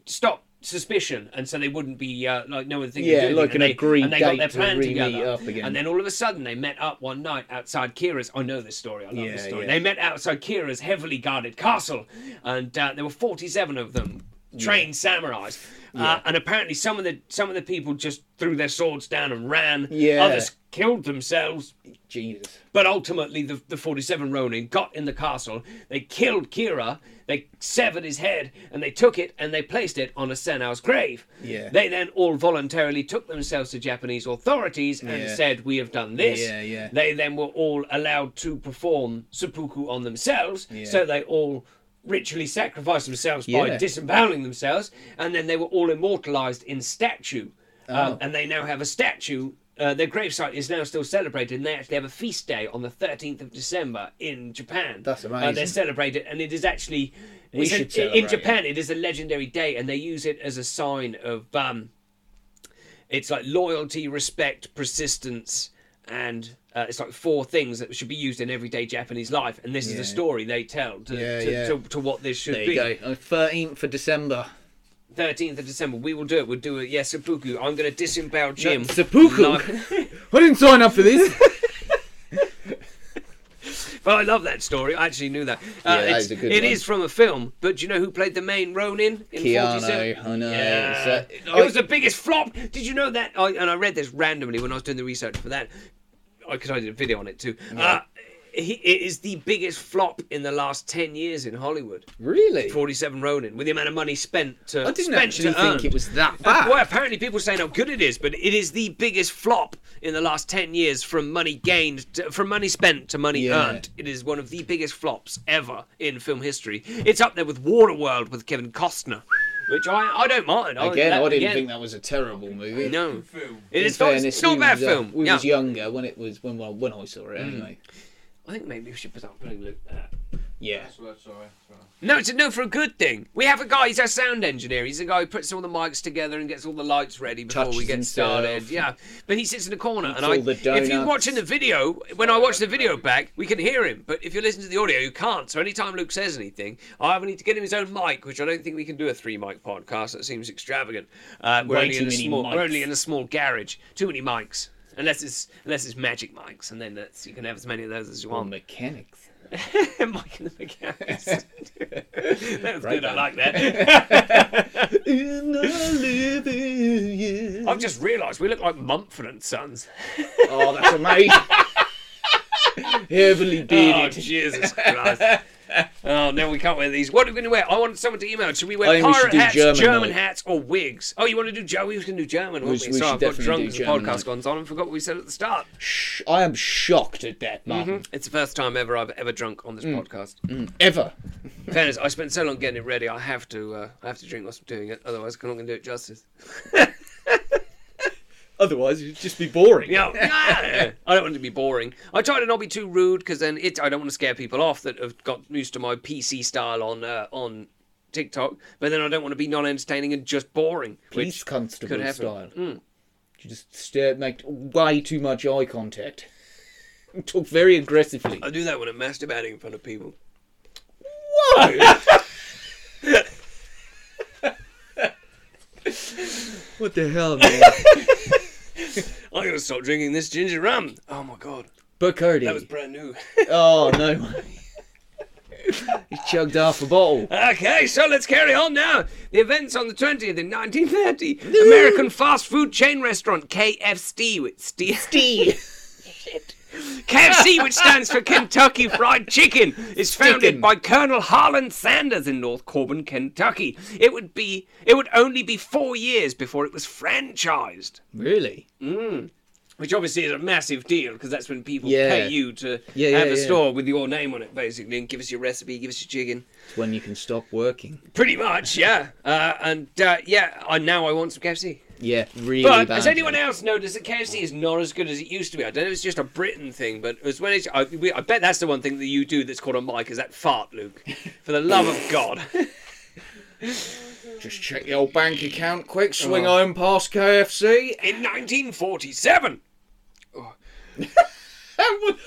A: stop suspicion and so they wouldn't be uh, like no one thing
E: Yeah,
A: do
E: like
A: and
E: an
A: they,
E: agreed
A: and they got
E: date
A: their
E: to
A: plan
E: re-meet
A: together
E: up again.
A: and then all of a sudden they met up one night outside Kira's I know this story I love this
E: Yeah,
A: story
E: yeah.
A: they met outside Kira's heavily guarded castle and uh, there were 47 of them trained samurais uh, and apparently some of the some of the people just threw their swords down and ran
E: Yeah.
A: others killed themselves
E: Jesus.
A: but ultimately, the, the 47 Ronin got in the castle. They killed Kira. They severed his head and they took it and they placed it on a Senau's grave.
E: Yeah.
A: They then all voluntarily took themselves to Japanese authorities and
E: Yeah.
A: said, We have done this.
E: Yeah, yeah.
A: They then were all allowed to perform seppuku on themselves.
E: Yeah.
A: So they all ritually sacrificed themselves by
E: Yeah.
A: disemboweling themselves. And then they were all immortalized in statue. Um,
E: Oh.
A: and they now have a statue. Uh, their gravesite is now still celebrated, and they actually have a feast day on the 13th of December in Japan.
E: That's
A: Uh, they're
E: amamazing.
A: celebrated, and it is actually it's a-
E: should
A: in
E: celebrate
A: Japan. It is a legendary day, and they use it as a sign of um, it's like loyalty, respect, persistence, and uh, it's like four things that should be used in everyday Japanese life. And this is the
E: Yeah.
A: story they tell to
E: Yeah,
A: to,
E: yeah.
A: To, to what this should
E: There
A: be.
E: you go. Uh, Thirteenth of December.
A: 13th of December, we will do it. We'll do it. Yes, seppuku. I'm going to disembowel Jim.
E: seppuku? I didn't sign up for this.
A: Well, I love that story. I actually knew that. Uh,
E: that
A: it's-
E: is a good
A: it
E: one.
A: is from a film, but do you know who played the main Ronin in
E: Keanu.
A: 47?
E: I know.
A: Yeah.
E: It's, uh,
A: it was the biggest flop. Did you know that? I, and I read this randomly when I was doing the research for that, because I did a video on it too. Uh, he, it is the biggest flop in the last ten years in Hollywood.
E: really.
A: Forty-seven Ronin, with the amount of money spent to
E: I didn't
A: spent
E: actually
A: to
E: think
A: earned.
E: it was that
A: Uh,
E: bad.
A: Well, apparently people say how good it is, but it is the biggest flop in the last ten years from money gained, to, from money spent to money
E: Yeah.
A: earned. It is one of the biggest flops ever in film history. It's up there with Waterworld with Kevin Costner, which I, I don't mind.
E: Again,
A: that-
E: I didn't
A: again,
E: think that was a terrible movie.
A: No,
D: Film.
A: it
E: In
A: is not,
E: fairness,
A: it's not a
E: we
A: bad
E: was, uh,
A: film.
E: we
A: yeah. Mm.
E: was younger when it was when well, when I saw it anyway.
A: I think maybe we should put up putting Luke. there.
E: Yeah.
D: That's what, sorry. sorry.
A: No, it's a no for a good thing. We have a guy. He's our sound engineer. He's the guy who puts all the mics together and gets all the lights ready before we
E: Touches
A: get
E: himself.
A: started. Yeah, but he sits in the corner, and
E: all
A: I.
E: the
A: If you're
E: donuts.
A: watching the video, when I watch the video back, we can hear him. But if you listen to the audio, you can't. So anytime Luke says anything, I either need to get him his own mic, which I don't think we can do a three mic podcast. That seems extravagant. Uh, we're
E: Way
A: only
E: too
A: in a
E: many
A: small. We're
E: mics.
A: only in a small garage. Too many mics. Unless it's unless it's magic mics, and then that's, you can have as many of those as you
E: Well,
A: want.
E: mechanics.
A: Mike and the Mechanics. that was good. I
E: then.
A: like that. I've just realised we look like Mumford and Sons.
E: oh, that's amazing. Heavily
A: Oh,
E: bearded.
A: Jesus Christ. Oh no, we can't wear these. What are we going to wear? I want someone to email. Should we wear
C: I think we should
A: pirate
C: do
A: hats, German,
C: German night.
A: hats, or wigs? Oh, you want to do Joe? We was going to do German,
C: We
A: weren't
C: sh-
A: we?
C: we
A: Sorry,
C: should
A: I've got
C: definitely
A: drunk
C: do
A: as the
C: German
A: podcast
C: night.
A: goes on and forgot what we said at the start.
C: Sh- I am shocked at that, Martin.
A: It's the first time ever I've ever drunk on this
C: Mm.
A: podcast.
C: Ever.
A: Fairness, I spent so long getting it ready. I have to, uh, I have to drink whilst I'm doing it. Otherwise, I'm not going to do it justice.
C: Otherwise, it'd just be boring.
A: Yeah, yeah. I don't want it to be boring. I try to not be too rude because then it. I don't want to scare people off that have got used to my PC style on uh, on TikTok. But then I don't want to be non-entertaining and just boring.
C: Police
A: Which could
C: constable
A: happen. Mm.
C: style. You just stare, make way too much eye contact. Talk very aggressively.
A: I do that when I'm masturbating in front of people.
C: What the hell, man?
A: I gotta stop drinking this ginger rum. Oh my god,
C: Bacardi.
A: that was brand new.
C: Oh, no way. he chugged half a bottle.
A: Okay, so let's carry on now. The events on the 20th in 1930. American fast food chain restaurant KFC with Steve. KFC, which stands for Kentucky Fried Chicken, is founded
C: Chicken.
A: by Colonel Harlan Sanders in North Corbin, Kentucky. It would be it would only be four years before it was franchised.
C: Really?
A: Which obviously is a massive deal because that's when people
C: Yeah.
A: pay you to
C: Yeah, yeah,
A: have a
C: yeah.
A: store with your name on it, basically, and give us your recipe, give us your chicken.
C: It's when you can stop working.
A: Pretty much, yeah. Uh, and uh, yeah, I, now I want some KFC.
C: Yeah, really
A: But
C: bad.
A: has anyone else noticed that KFC is not as good as it used to be? I don't know if it's just a Britain thing, but it's when it's, I, we, I bet that's the one thing that you do that's called on mic is that fart, Luke. For the love of God.
D: Just check the old bank account quick. Swing home past KFC.
A: In 1947.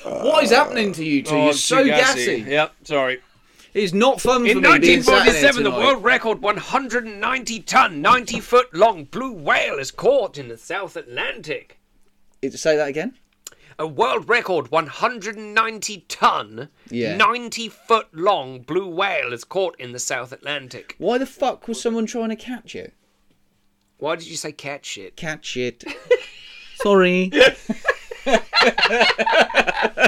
D: what is happening to you two?
C: Oh,
D: You're so gassy.
A: Yep, sorry.
D: It's not fun for
A: In
D: me. being sat here
A: 1947, the
D: tonight.
A: world record 190 ton, 90 foot long blue whale is caught in the South Atlantic.
C: It- Say that again?
A: A world record 190 ton,
C: Yeah.
A: 90 foot long blue whale is caught in the South Atlantic.
C: Why the fuck was someone trying to catch you?
A: Why did you say cat shit?
C: Catch it. Sorry. but why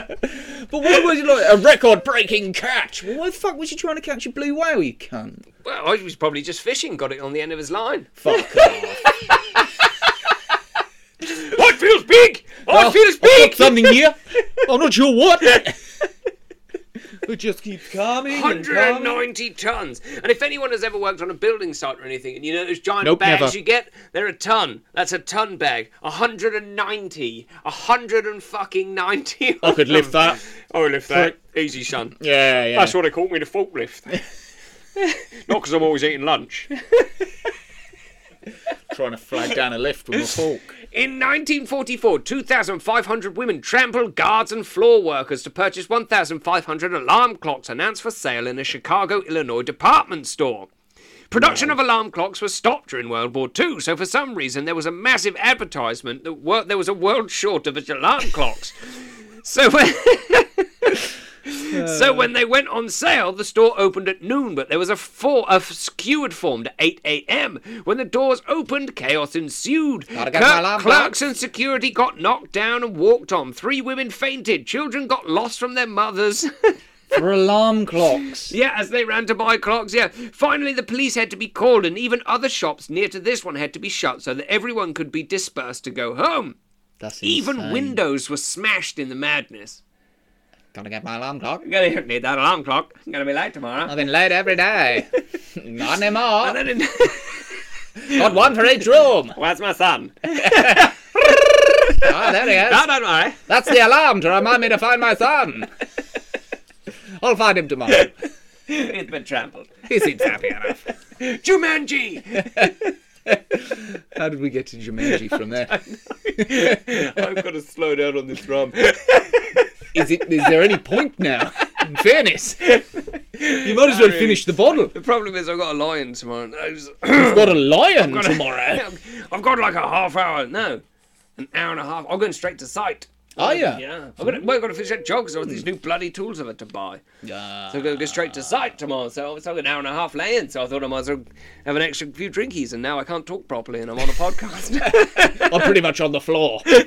C: was it like a record breaking catch? Well, why the fuck was you trying to catch a blue whale, you cunt?
A: Well, I was probably just fishing, got it on the end of his line.
C: Fuck off.
A: I feels big! I feels
C: I've got
A: big!
C: something here. I'm not sure what. it just keeps coming. and coming.
A: 190 tons. And if anyone has ever worked on a building site or anything, and you know those giant
C: Nope,
A: bags
C: never.
A: you get, they're a ton. That's a ton bag. 190. 100 and fucking 90.
C: I could lift that.
A: I would lift that. Easy, son.
C: Yeah, yeah.
A: That's why they call me the forklift. Not because I'm always eating lunch.
C: Trying to flag down a lift with a fork.
A: In 1944, 2,500 women trampled guards and floor workers to purchase 1,500 alarm clocks announced for sale in a Chicago, Illinois department store. Production of alarm clocks was stopped during World War II, so for some reason there was a massive advertisement that wor- there was a world shortage of alarm clocks. So when. So when they went on sale, the store opened at noon, but there was a, for, a skewered form to 8 a.m. When the doors opened, chaos ensued.
C: get
A: Clerk-
C: my alarm
A: clerks and security got knocked down and walked on. Three women fainted. Children got lost from their mothers.
C: For alarm clocks.
A: yeah, as they ran to buy clocks. Yeah. Finally, the police had to be called, and even other shops near to this one had to be shut so that everyone could be dispersed to go home.
C: That's
A: Even
C: insane.
A: windows were smashed in the madness.
C: Gotta get my alarm clock.
A: I'm gonna need that alarm clock. I'm gonna be late tomorrow.
C: I've been late every day. Not anymore.
A: And then in-
C: Got one for each room.
A: Uh, Where's my son?
C: Ah, there he is.
A: No, don't worry.
C: That's the alarm to remind me to find my son. I'll find him tomorrow.
A: It's been trampled.
C: He seems happy enough.
A: Jumanji!
C: How did we get to Jumanji from there?
A: I've got to slow down on this drum.
C: Is it? Is there any point now? In fairness, you might as well finish the bottle.
A: The problem is I've got a lion tomorrow. I was-
C: We've got a lion tomorrow.
A: I've got like a half hour. No, an hour and a half. I'm going straight to sight.
C: Are you?
A: Yeah. I'm gonna, we're going to finish that job because all these new bloody tools I've had to buy.
C: Yeah.
A: So I'm going to go straight to site tomorrow. So it's like an hour and a half laying. So I thought I might as well have an extra few drinkies. And now I can't talk properly and I'm on a podcast.
C: I'm pretty much on the floor.
A: In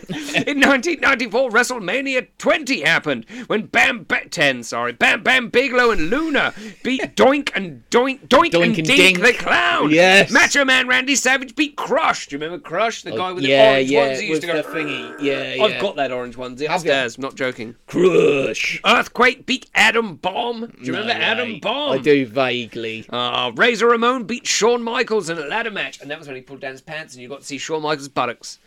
A: 1994, WrestleMania 20 happened when Bam Ba 10, sorry, Bam Bam Bigelow and Luna beat Doink and Doink Doink,
C: Doink
A: and,
C: and
A: Dink,
C: Dink.
A: the Clown.
C: Yes. Oh,
A: Macho Man Randy Savage beat Crush. Do you remember Crush, the guy with the
C: yeah,
A: orange
C: yeah,
A: ones? He used
C: with
A: to go
C: the thingy. Yeah, yeah.
A: I've got that orange onesie upstairs. Not joking.
C: crush.
A: Earthquake beat Adam Bomb. Do you remember Adam Bomb?
C: I do vaguely.
A: Uh, Razor Ramon beat Shawn Michaels in a ladder match, and that was when he pulled down his pants and you got to see Shawn Michaels' buttocks.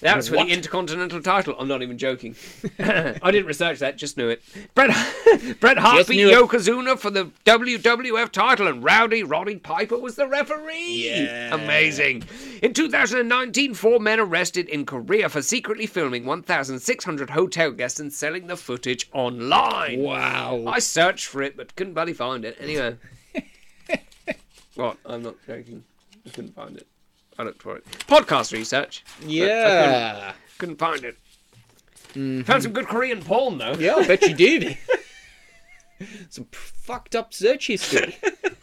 A: That was for the Intercontinental title. I'm not even joking. I didn't research that, just knew it. Bret, Bret Hart
C: Just
A: beat
C: knew it.
A: Yokozuna for the WWF title, and Rowdy Roddy Piper was the referee.
C: Yeah.
A: Amazing. In 2019, four men arrested in Korea for secretly filming 1,600 hotel guests and selling the footage online.
C: Wow.
A: I searched for it, but couldn't bloody find it. Anyway. what? I'm not joking. I couldn't find it. I looked for it. Podcast research.
C: yeah.
A: Couldn't find it. Found some good Korean porn, though.
C: Mm-hmm. Yeah, I bet you did. Some p- fucked up search history.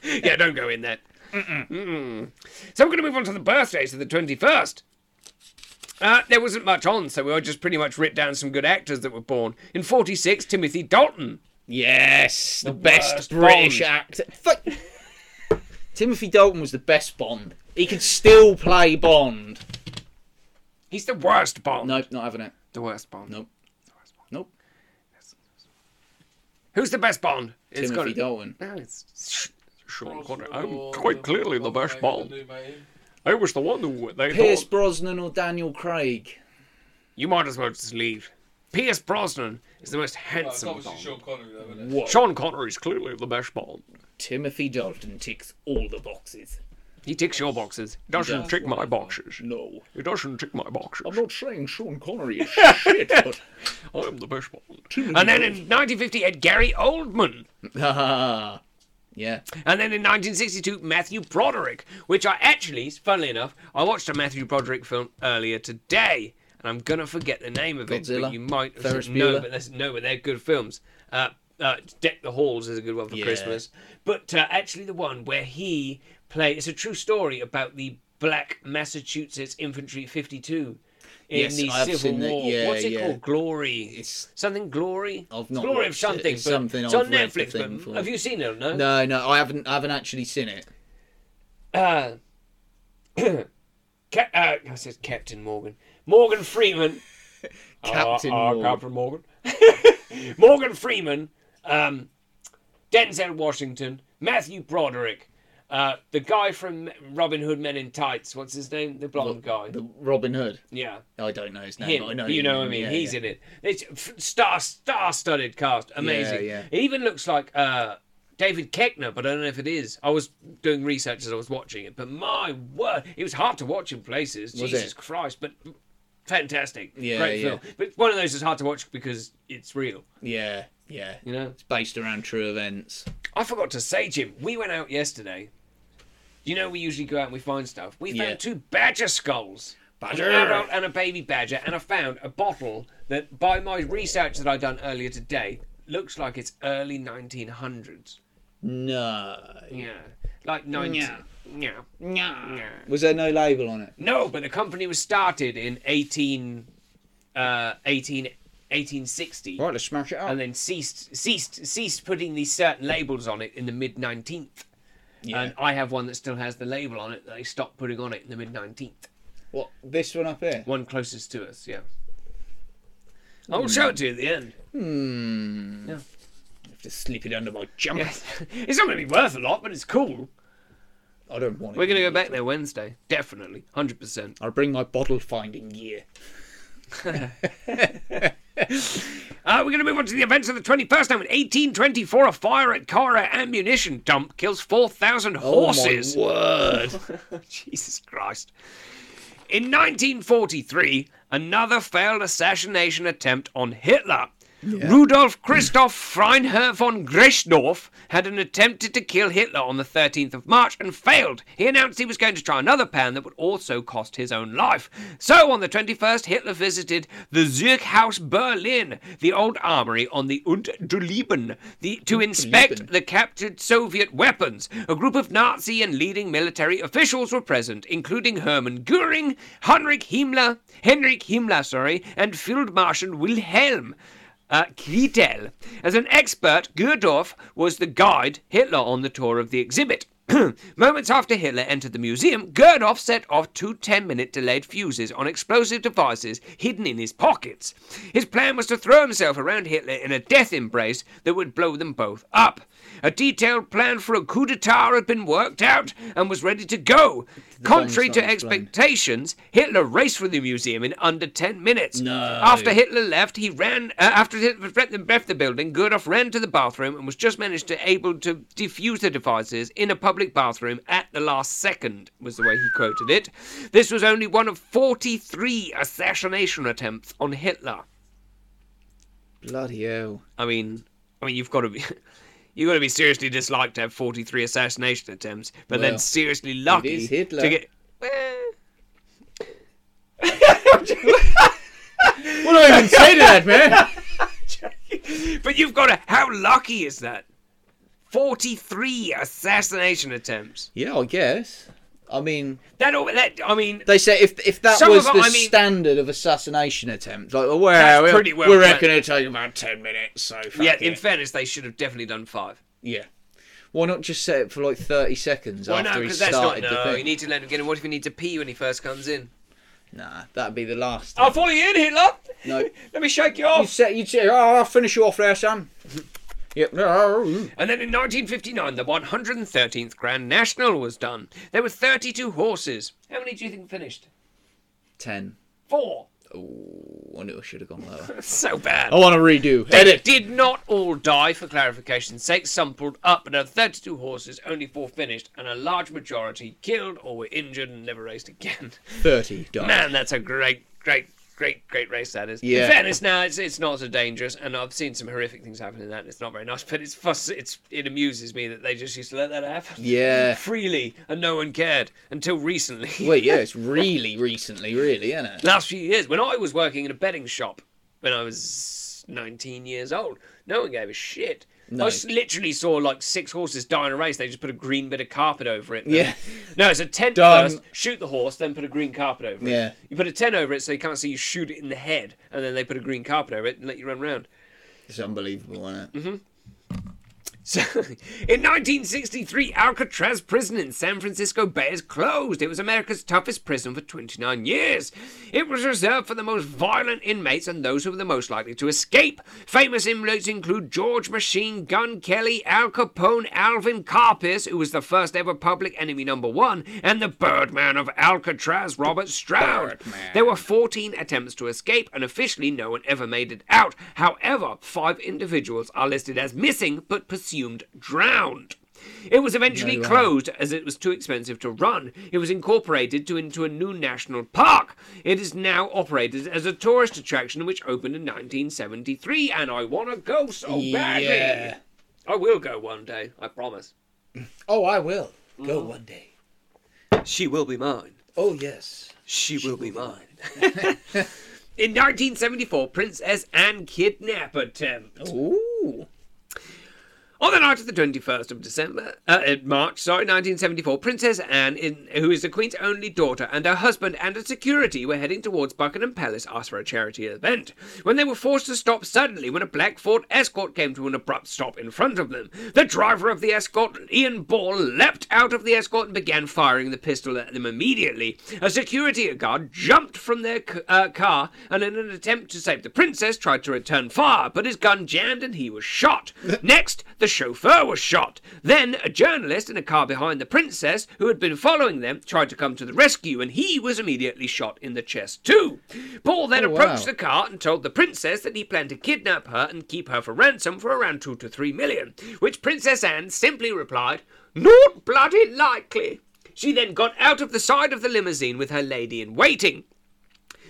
A: yeah, don't go in there. Mm-mm. So we're going to move on to the birthdays of the 21st. Uh, there wasn't much on, so we all just pretty much writ down some good actors that were born. In 46, Timothy Dalton.
C: yes, the, best
A: worst
C: British
A: Bond.
C: actor. Fuck. Timothy Dalton was the best Bond. He could still play Bond.
A: He's the worst Bond.
C: Nope, not having it.
A: The worst Bond.
C: Nope. Nope.
A: Who's the best Bond? It's gotta-
C: Timothy Dalton.
A: No, it's Sean
D: Ross
A: Connery.
D: Moore,
A: I'm quite clearly the best
D: mate,
A: Bond.
D: new mate.
A: I was the one who they
C: Pierce
A: thought.
C: Brosnan or Daniel Craig?
A: You might as well just leave. Pierce Brosnan is the most
D: Well, it's
A: handsome
D: obviously
A: Bond.
D: Sean Connery, though, isn't it?
C: What?
A: Sean Connery is clearly the best Bond.
C: Timothy Dalton ticks all the boxes.
A: He ticks your boxes. He doesn't
C: does.
A: tick my boxes.
C: No.
A: He doesn't tick my boxes.
C: I'm not saying Sean Connery is shit, but.
A: I'm the best Bond. And then in 1958, Gary Oldman.
C: Ah, yeah.
A: And then in 1962, Matthew Broderick, which I actually, funnily enough, I watched a Matthew Broderick film earlier today, and I'm gonna forget the name of it,
C: Godzilla,
A: but you might
C: Ferris
A: no,
C: Bueller.
A: but that's, no, but they're good films. Uh, uh, Deck the Halls is a good one for
C: Yeah.
A: Christmas, but uh, actually the one where he play it's a true story about the Black Massachusetts Infantry 52 in
C: Yes,
A: the
C: I have
A: Civil
C: seen that.
A: War.
C: Yeah,
A: What's it
C: yeah.
A: called? Glory.
C: It's-
A: something glory.
C: I've
A: It's
C: not
A: glory of
C: watched it.
A: something.
C: It's
A: but
C: something
A: it's
C: I've
A: on
C: read the
A: Netflix.
C: thing
A: but
C: for.
A: have you seen it? No.
C: No, no, I haven't. I haven't actually seen it.
A: uh, Cap- uh, I said Captain Morgan. Morgan Freeman.
C: Captain
A: Uh, uh,
C: Morgan.
A: Captain Morgan. Morgan Freeman. Um, Denzel Washington. Matthew Broderick. Uh, the guy from Robin Hood Men in Tights. What's his name? The blonde guy.
C: The Robin Hood.
A: yeah.
C: I don't know his name.
A: Him,
C: but I know
A: you
C: him.
A: know what I mean?
C: Yeah,
A: He's
C: yeah.
A: in it. It's f- star star-studded cast, amazing.
C: yeah.
A: It even looks like uh, David Keckner, but I don't know if it is. I was doing research as I was watching it, but my word, it was hard to watch in places. Jesus
C: it?
A: Christ! But fantastic,
C: Yeah,
A: great
C: yeah.
A: film. But one of those is hard to watch because it's real.
C: Yeah, yeah.
A: You know,
C: It's based around true events.
A: I forgot to say, Jim. We went out yesterday. You know, we usually go out and we find stuff. We found
C: Yeah.
A: two badger skulls.
C: Badger!
A: An adult and a baby badger, and I found a bottle that, by my research that I'd done earlier today, looks like it's early 1900s.
C: No.
A: Yeah. Like 90. Yeah. Yeah.
C: Was there no label on it?
A: No, but the company was started in 18, uh, 18, 1860.
C: Right, let's smash it up.
A: and then ceased ceased ceased putting these certain labels on it in the mid 19th. And I have one that still has the label on it that they stopped putting on it in the mid 19th.
C: What? This one up here?
A: One closest to us, yeah. I will show it to you at the end.
C: I have to slip it under my jumper.
A: Yes. it's not going to be worth a lot, but it's cool.
C: I don't want it.
A: We're going to go back there Wednesday. Definitely. 100%.
C: I'll bring my bottle finding gear.
A: Uh, we're going to move on to the events of the 21st. Now, in 1824, a fire at Cara ammunition dump kills 4,000 horses.
C: Oh my word.
A: Jesus Christ. In 1943, another failed assassination attempt on Hitler. Rudolf Christoph Freinherr von Greshdorf had an attempted to kill Hitler on the 13th of March and failed. He announced he was going to try another plan that would also cost his own life. So on the 21st, Hitler visited the Zürchhaus Berlin, the old armory on the Und Lieben, the, to inspect the captured Soviet weapons. A group of Nazi and leading military officials were present, including Hermann Göring, Heinrich Himmler, Henrik Himmler, sorry, and Field Marshal Wilhelm uh, Keitel. As an expert, Gurdorf was the guide Hitler on the tour of the exhibit. Moments after Hitler entered the museum, Gurdorf set off two 10 minute delayed fuses on explosive devices hidden in his pockets. His plan was to throw himself around Hitler in a death embrace that would blow them both up. A detailed plan for a coup d'etat had been worked out and was ready to go. Contrary to
C: started exploding.
A: expectations, expectations, Hitler raced for the museum in under 10 minutes. After Hitler left, he ran. Uh, after Hitler left the building, Gurdjieff ran to the bathroom and was just managed to able to defuse the devices in a public bathroom at the last second, was the way he quoted it. This was only one of 43 assassination attempts on Hitler.
C: Bloody hell.
A: I mean, I mean, you've got to be. You've got to be seriously disliked to have 43 assassination attempts, but then
C: Well,
A: seriously lucky
C: is Hitler.
A: to get. Eh.
E: What do I even say to that, man?
A: But you've got to. How lucky is that? 43 assassination attempts.
C: Yeah, I guess. I mean,
A: That, all- that I mean,
C: they say if if that
A: Some
C: was
A: of
C: the
A: it, I mean-
C: standard of assassination attempt, like, well, we're-
A: That's
C: we-
A: pretty well
C: we
A: planned.
C: reckon it'll take about ten minutes. So fuck
A: yeah,
C: it.
A: in fairness, they should have definitely done five.
C: yeah. Why not just set it for like thirty seconds
A: Well, no,
C: after he
A: because that's not.
C: started the
A: No,
C: thing?
A: you need to let him get in. What if he needs to pee when he first comes in?
C: Nah, that'd be the last.
A: I'll follow you in, Hitler!
C: No.
A: Let me shake you
C: You
A: Oh, off!
C: set you say, oh, I'll finish you off there, son. yep.
A: And then in 1959, the 113th Grand National was done. There were 32 horses. How many do you think finished?
C: Ten.
A: Four.
C: I knew I should have gone lower.
A: So bad.
C: Oh,
E: I want to redo. Edit.
A: Did not all die, for clarification's sake. Some pulled up, but of 32 horses, only four finished, and a large majority killed or were injured and never raced again.
C: Thirty. Died.
A: Man, that's a great, great, great, great race that is.
C: Yeah.
A: In fairness, now it's, it's not so dangerous, and I've seen some horrific things happen in that. and It's not very nice, but it's fuss, it's it amuses me that they just used to let that happen
C: Yeah.
A: freely and no one cared until recently.
C: Wait, yeah, it's really recently, really, isn't it?
A: last few years when I was working in a betting shop when I was 19 years old. No one gave a shit. I s- literally saw like six horses die in a race. They just put a green bit of carpet over it.
C: Yeah.
A: No, it's a tent
E: Done.
A: first, shoot the horse, then put a green carpet over it.
C: Yeah.
A: You put a tent over it so you can't see you shoot it in the head, and then they put a green carpet over it and let you run round.
C: It's unbelievable, isn't
A: Mm-hmm.
C: it?
A: So, in 1963, Alcatraz prison in San Francisco Bay is closed. It was America's toughest prison for 29 years. It was reserved for the most violent inmates and those who were the most likely to escape. Famous inmates include George Machine Gun Kelly, Al Capone, Alvin Carpis, who was the first ever public enemy number one, and the Birdman of Alcatraz, Robert Stroud. There were 14 attempts to escape, and officially no one ever made it out. However, five individuals are listed as missing but presumed drowned. It was eventually closed as it was too expensive to run. It was incorporated to, into a new national park. It is now operated as a tourist attraction, which opened in 1973, and I want to go so badly.
C: Yeah.
A: I will go one day, I promise.
C: Oh, I will go
A: Mm-hmm.
C: one day.
A: She will be mine.
C: Oh yes.
A: She, will, be mine. In 1974, Princess Anne kidnap attempt.
C: Ooh.
A: On the night of the 21st of December, uh, uh, March, sorry, 1974, Princess Anne, in, who is the Queen's only daughter, and her husband and a security were heading towards Buckingham Palace asked for a charity event. When they were forced to stop suddenly when a black Ford escort came to an abrupt stop in front of them, the driver of the escort, Ian Ball, leapt out of the escort and began firing the pistol at them immediately. A security guard jumped from their c- uh, car and, in an attempt to save the princess, tried to return fire, but his gun jammed and he was shot. Next, the chauffeur was shot. Then, a journalist in a car behind the princess, who had been following them, tried to come to the rescue and he was immediately shot in the chest, too. Paul then approached the car and told the princess that he planned to kidnap her and keep her for ransom for around two to three million, which Princess Anne simply replied, Not bloody likely. She then got out of the side of the limousine with her lady in waiting.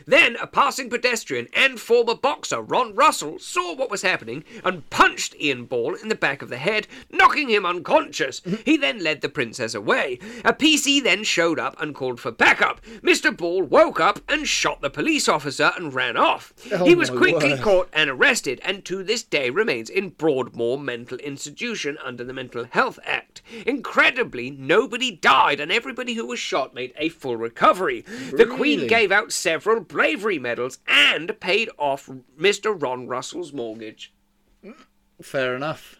A: Then a passing pedestrian and former boxer Ron Russell saw what was happening and punched Ian Ball in the back of the head, knocking him unconscious. He then led the princess away. A PC then showed up and called for backup. Mr. Ball woke up and shot the police officer and ran off. he was
H: Oh my
A: quickly
H: word.
A: caught and arrested and to this day remains in Broadmoor Mental Institution under the Mental Health Act. Incredibly, nobody died and everybody who was shot made a full recovery. The Queen
C: Really?
A: gave out several bravery medals and paid off Mr. Ron Russell's mortgage.
C: Fair enough.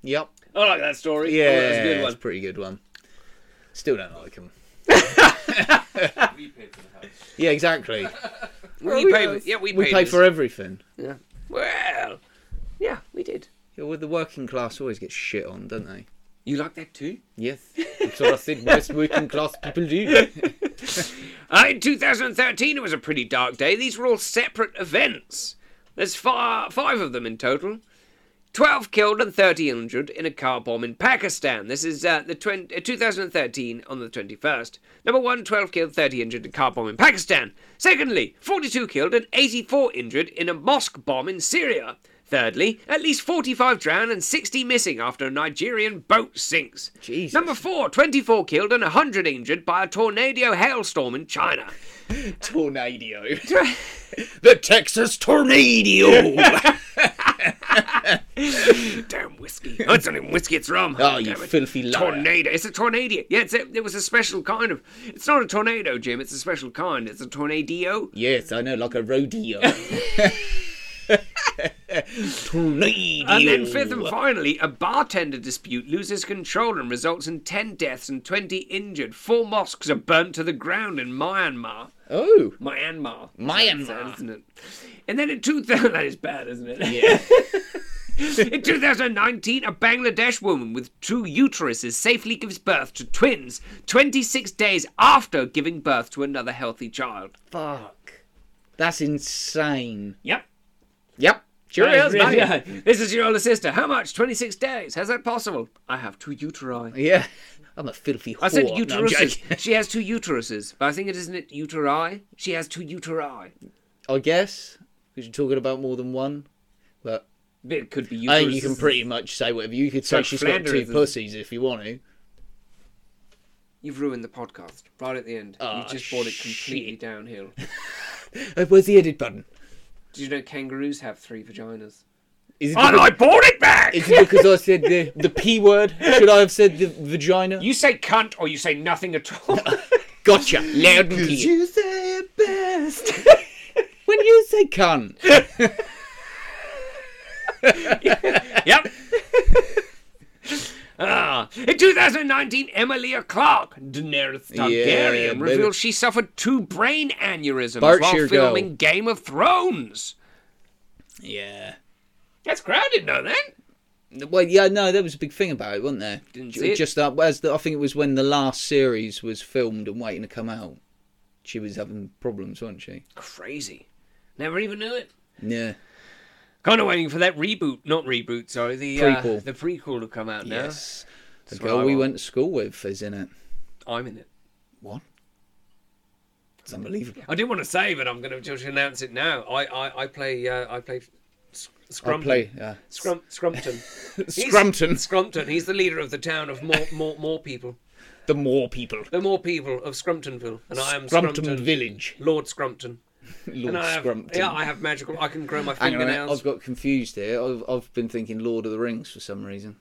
C: Yep.
A: I like that story.
C: Yeah,
A: Oh, that's a good
C: it's
A: one.
C: a pretty good one. Still don't like him.
D: We paid for the house.
C: Yeah, exactly.
A: We, paid, yeah, we,
C: We
A: paid
C: pay
A: this.
C: for everything.
A: Well, yeah, we did.
C: Yeah, well, the working class always get shit on, don't they?
A: You like that too?
C: Yes, that's what I think most working class people do.
A: Uh, in 2013, it was a pretty dark day. These were all separate events. There's far, five of them in total. 12 killed and 30 injured in a car bomb in Pakistan. This is uh, the 20, uh, 2013 on the 21st. Number one, 12 killed, 30 injured in car bomb in Pakistan. Secondly, 42 killed and 84 injured in a mosque bomb in Syria. Thirdly, at least 45 drowned and 60 missing after a Nigerian boat sinks.
C: Jesus.
A: Number four, 24 killed and 100 injured by a tornado hailstorm in China.
C: tornado. the Texas tornado.
A: Damn whiskey. Oh, it's not even whiskey, it's rum.
C: oh, you
A: Damn it.
C: filthy liar.
A: Tornado. It's a tornado. Yeah, it's a, it was a special kind of. It's not a tornado, Jim. It's a special kind. It's a tornado.
C: Yes, I know, like a rodeo. tornado.
A: And then, fifth and finally, a bartender dispute loses control and results in 10 deaths and 20 injured. Four mosques are burnt to the ground in Myanmar.
C: Oh,
A: Myanmar.
C: Myanmar.
A: Isn't it? And then in 2000, that is bad, isn't it? in 2019, a Bangladesh woman with two uteruses safely gives birth to twins 26 days after giving birth to another healthy child.
C: fuck. That's insane.
A: Yep.
C: Yep. Sure is, mate.
A: This is your older sister. How much? 26 days. How's that possible? I have two uteri.
C: Yeah. I'm a filthy whore.
A: I said
C: No, I'm
A: uteruses.
C: joking.
A: she has two uteruses. But I think it isn't it uteri. She has two uteri.
C: I guess, because you're talking about more than one. But
A: It could be uteruses.
C: I think you can pretty much say whatever. You could say
A: like
C: she's
A: Flanders,
C: got
A: isn't
C: two
A: it?
C: pussies if you want to.
A: You've ruined the podcast right at the end.
C: Ah,
A: you just brought it completely downhill.
C: Oh, where's the edit button?
A: Did you know kangaroos have three vaginas?
C: Is it,
A: And I
C: because,
A: brought it back!
C: is it because I said the, the P word? Should I have said the vagina?
A: You say cunt or you say nothing at all.
C: gotcha. Loud and
A: Cause
C: clear.
I: You say it best.
C: When you say cunt.
A: yep. Ah, in 2019, Emma Leah Clark, Daenerys Targaryen, revealed
C: Yeah, baby.
A: she suffered two brain aneurysms
C: Berkshire
A: while
C: go.
A: filming Game of Thrones.
C: Yeah.
A: That's crowded, no then?
C: Well, yeah, no, there was a big thing about it, wasn't there?
A: Didn't
C: Ju-
A: see it.
C: Just that, as the, I think it was when the last series was filmed and waiting to come out. She was having problems, wasn't she?
A: Crazy. Never even knew it.
C: Yeah.
A: Kind of waiting for that reboot, not reboot, sorry, the uh,
C: Prequel.
A: the prequel to come out now.
C: Yes. The
A: That's what I
C: girl we
A: want.
C: went to school with is in it.
A: I'm in it.
C: What? It's unbelievable.
A: I didn't want to say, but I'm going to just announce it now. I I, I play uh, I play S-
C: I
A: Scrumpton.
C: play. Uh,
A: Scrum, Scrumpton. He's-
C: Scrumpton.
A: Scrumpton. He's the leader of the town of more more more people.
C: The more people.
A: The more people of Scrumptonville, and I am
C: Scrumpton,
A: Scrumpton,
C: Village.
A: Lord Scrumpton.
C: Lord
A: and I have,
C: Scrumpton.
A: Yeah, I have magical. I can grow my
C: Hang on a minute, I've
A: fingernails.
C: got confused here. I've, I've been thinking Lord of the Rings for some reason.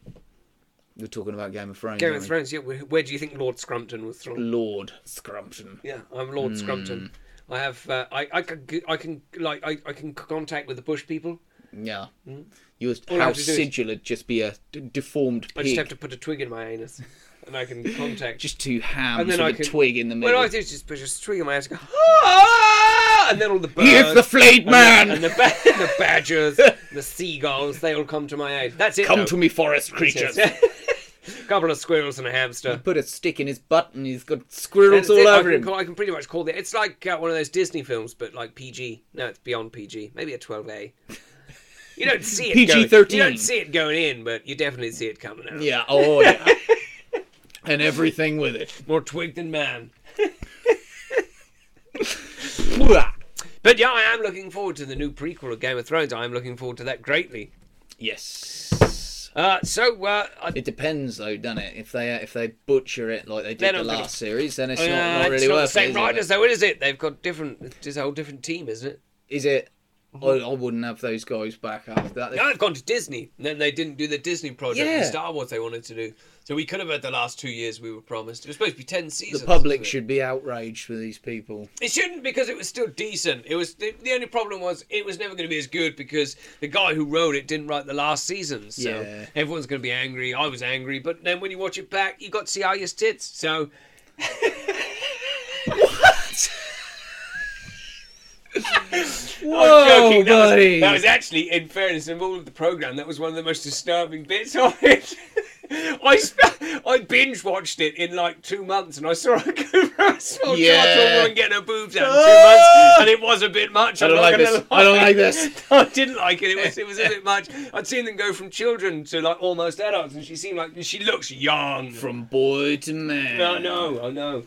C: We're talking about Game of Thrones.
A: Game
C: aren't
A: of
C: we?
A: Thrones. Yeah, where, where do you think Lord Scrumpton was from?
C: Lord Scrumpton.
A: Yeah, I'm Lord
C: Hmm.
A: Scrumpton. I have. Uh, I I can g- I can like I, I can contact with the bush people.
C: Yeah. Your
A: Mm. All I have
C: house
A: to do is-
C: sigil would just be a d- deformed pig.
A: I just have to put a twig in my anus, and I can contact.
C: Just two hams
A: And then
C: with
A: I
C: a
A: can-
C: twig in the
A: What
C: middle.
A: I do is just push a string in my ass and go, "Ah!" and then all the birds.
C: Give the flayed
A: and the-
C: man!
A: And the, ba- the badgers, the seagulls, they all come to my aid. That's it.
C: Come
A: though.
C: to me, forest creatures.
A: Yes. Couple of squirrels and a hamster.
C: Put a stick in his butt and he's got
A: And
C: squirrels
A: it's
C: all
A: it. I,
C: over
A: can
C: him.
A: call, I can pretty much call it. It's like uh, one of those Disney films, but like PG. No, it's beyond PG. Maybe a 12A. You don't see it.
C: PG-13.
A: going- You don't see it going in, but you definitely see it coming out.
C: Yeah, oh yeah. and everything with it.
A: More twig than man. But yeah, I am looking forward to the new prequel of Game of Thrones. I am looking forward to that greatly.
J: Yes.
A: Uh, so uh, I,
C: It depends, though, doesn't it? If they if they butcher it like they
A: They're
C: did the
A: not gonna-
C: last series, then it's
A: uh,
C: not, not really
A: it's not the
C: worth it.
A: same
C: is it?
A: writers, though, is it? They've got different. It's just a whole different team, isn't it?
C: Is it? I,
A: Mm-hmm.
C: I wouldn't have those guys back after that. They-
A: No, I've gone to Disney. And then they didn't do the Disney project,
C: Yeah.
A: the Star Wars they wanted to do. So we could have had the last two years we were promised. It was supposed to be ten seasons.
C: the
A: wasn't
C: public
A: it?
C: should be outraged with these people.
A: It shouldn't because it was still decent. It was the, the only problem was it was never going to be as good because the guy who wrote it didn't write the last season. So
C: Yeah.
A: everyone's going to be angry. I was angry, but then when you watch it back, you got to see Arya's tits. So
C: Whoa,
A: joking, that was-
C: buddy!
A: that was actually, in fairness, of all of the program, that was one of the most disturbing bits of it. I sp- I binge watched it in like two months, and I saw a good small
C: Yeah. Ah!
A: shot of a woman getting her boobs out in two months, and it was a bit much.
C: I
A: I'm
C: don't
A: not
C: like
A: gonna
C: this.
A: lie.
C: I don't like this.
A: I didn't like it. It was it was a bit much. I'd seen them go from children to like almost adults, and she seemed like she looks young.
C: From boy to man.
A: no, no, I know.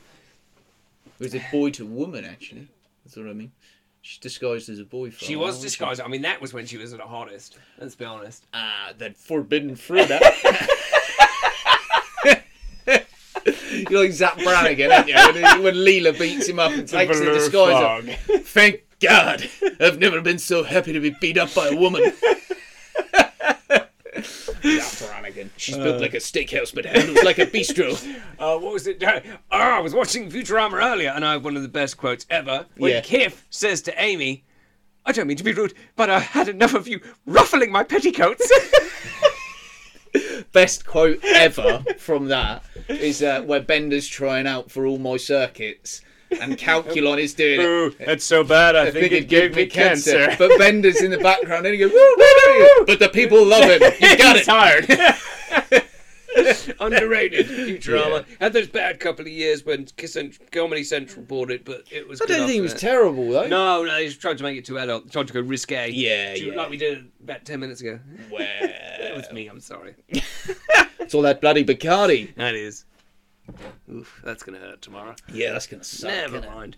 C: Was it boy to woman actually? That's what I mean. She's disguised as a boy. For
A: She
C: a
A: was
C: while,
A: disguised. I mean, that was when she was at her hottest. Let's be honest.
C: Ah, that forbidden fruit. That. You're like Zach Brannigan, aren't you? When, when Leela beats him up and takes the disguise off. Thank God, I've never been so happy to be beat up by a woman. She's built like a steakhouse, but handles like a bistro.
A: Uh, what was it? Uh, oh, I was watching Futurama earlier, and I have one of the best quotes ever. When
C: Yeah.
A: Kif says to Amy, "I don't mean to be rude, but I had enough of you ruffling my petticoats."
C: Best quote ever from that is uh, where Bender's trying out for all my circuits, and Calculon is doing it.
A: that's so bad.
C: I think it gave me cancer. But Bender's in the background and he goes, woo, woo, woo. but the people love him. You got it.
A: tired. Underrated Futurama. Had those bad couple of years when Kiss and Comedy Central bought it, but it was.
C: I
A: good
C: don't think it
A: after
C: was
A: that.
C: terrible though.
A: No, no, they just tried to make it too adult. They tried to go risque.
C: Yeah,
A: Too-
C: yeah.
A: Like we did about ten minutes ago.
C: Well,
A: That was me. I'm sorry.
C: it's all that bloody Bacardi.
A: That is. Oof, that's gonna hurt tomorrow.
C: Yeah, that's gonna suck.
A: Never mind.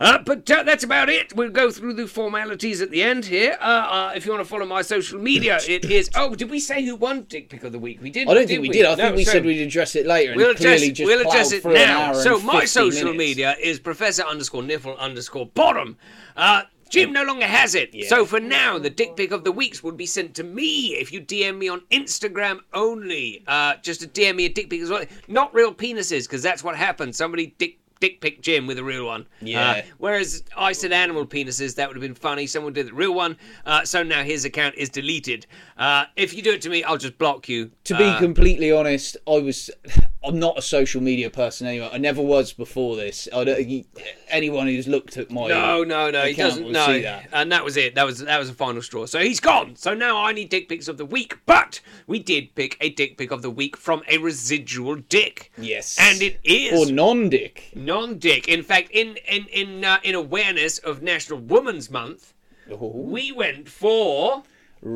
A: Uh, but uh, that's about it. We'll go through the formalities at the end here. Uh, uh, if you want to follow my social media, it is. Oh, did we say who won Dick Pick of the Week? We didn't.
C: I don't think we did. I think
A: No,
C: we
A: so-
C: said we'd address it later. And
A: We'll
C: clearly
A: address,
C: just
A: we'll
C: plowed
A: address it
C: through an
A: now.
C: hour
A: So
C: and
A: my
C: 50
A: social
C: minutes.
A: media is Professor underscore Niffle underscore Bottom. Uh, Jim no longer has it. So for now, the dick pic of the weeks would be sent to me if you DM me on Instagram only. Uh, just to DM me a dick pic as well. Not real penises, because that's what happened. Somebody dick dick pic Jim with a real one.
C: Yeah.
A: Uh, whereas I said animal penises, that would have been funny. Someone did the real one. Uh, so now his account is deleted. Uh, if you do it to me, I'll just block you.
C: To be
A: Uh,
C: completely honest, I was. I'm not a social media person anyway. I never was before this. I don't, anyone who's looked at my
A: No, no, no. He
C: account
A: doesn't.
C: will
A: No,
C: see that.
A: and that was it. That was that was the final straw. So he's gone. So now I need dick pics of the week. But we did pick a dick pic of the week from a residual dick.
C: Yes.
A: and it is
C: or non-dick.
A: non-dick. In fact, in in in uh, in awareness of National Women's Month, we went for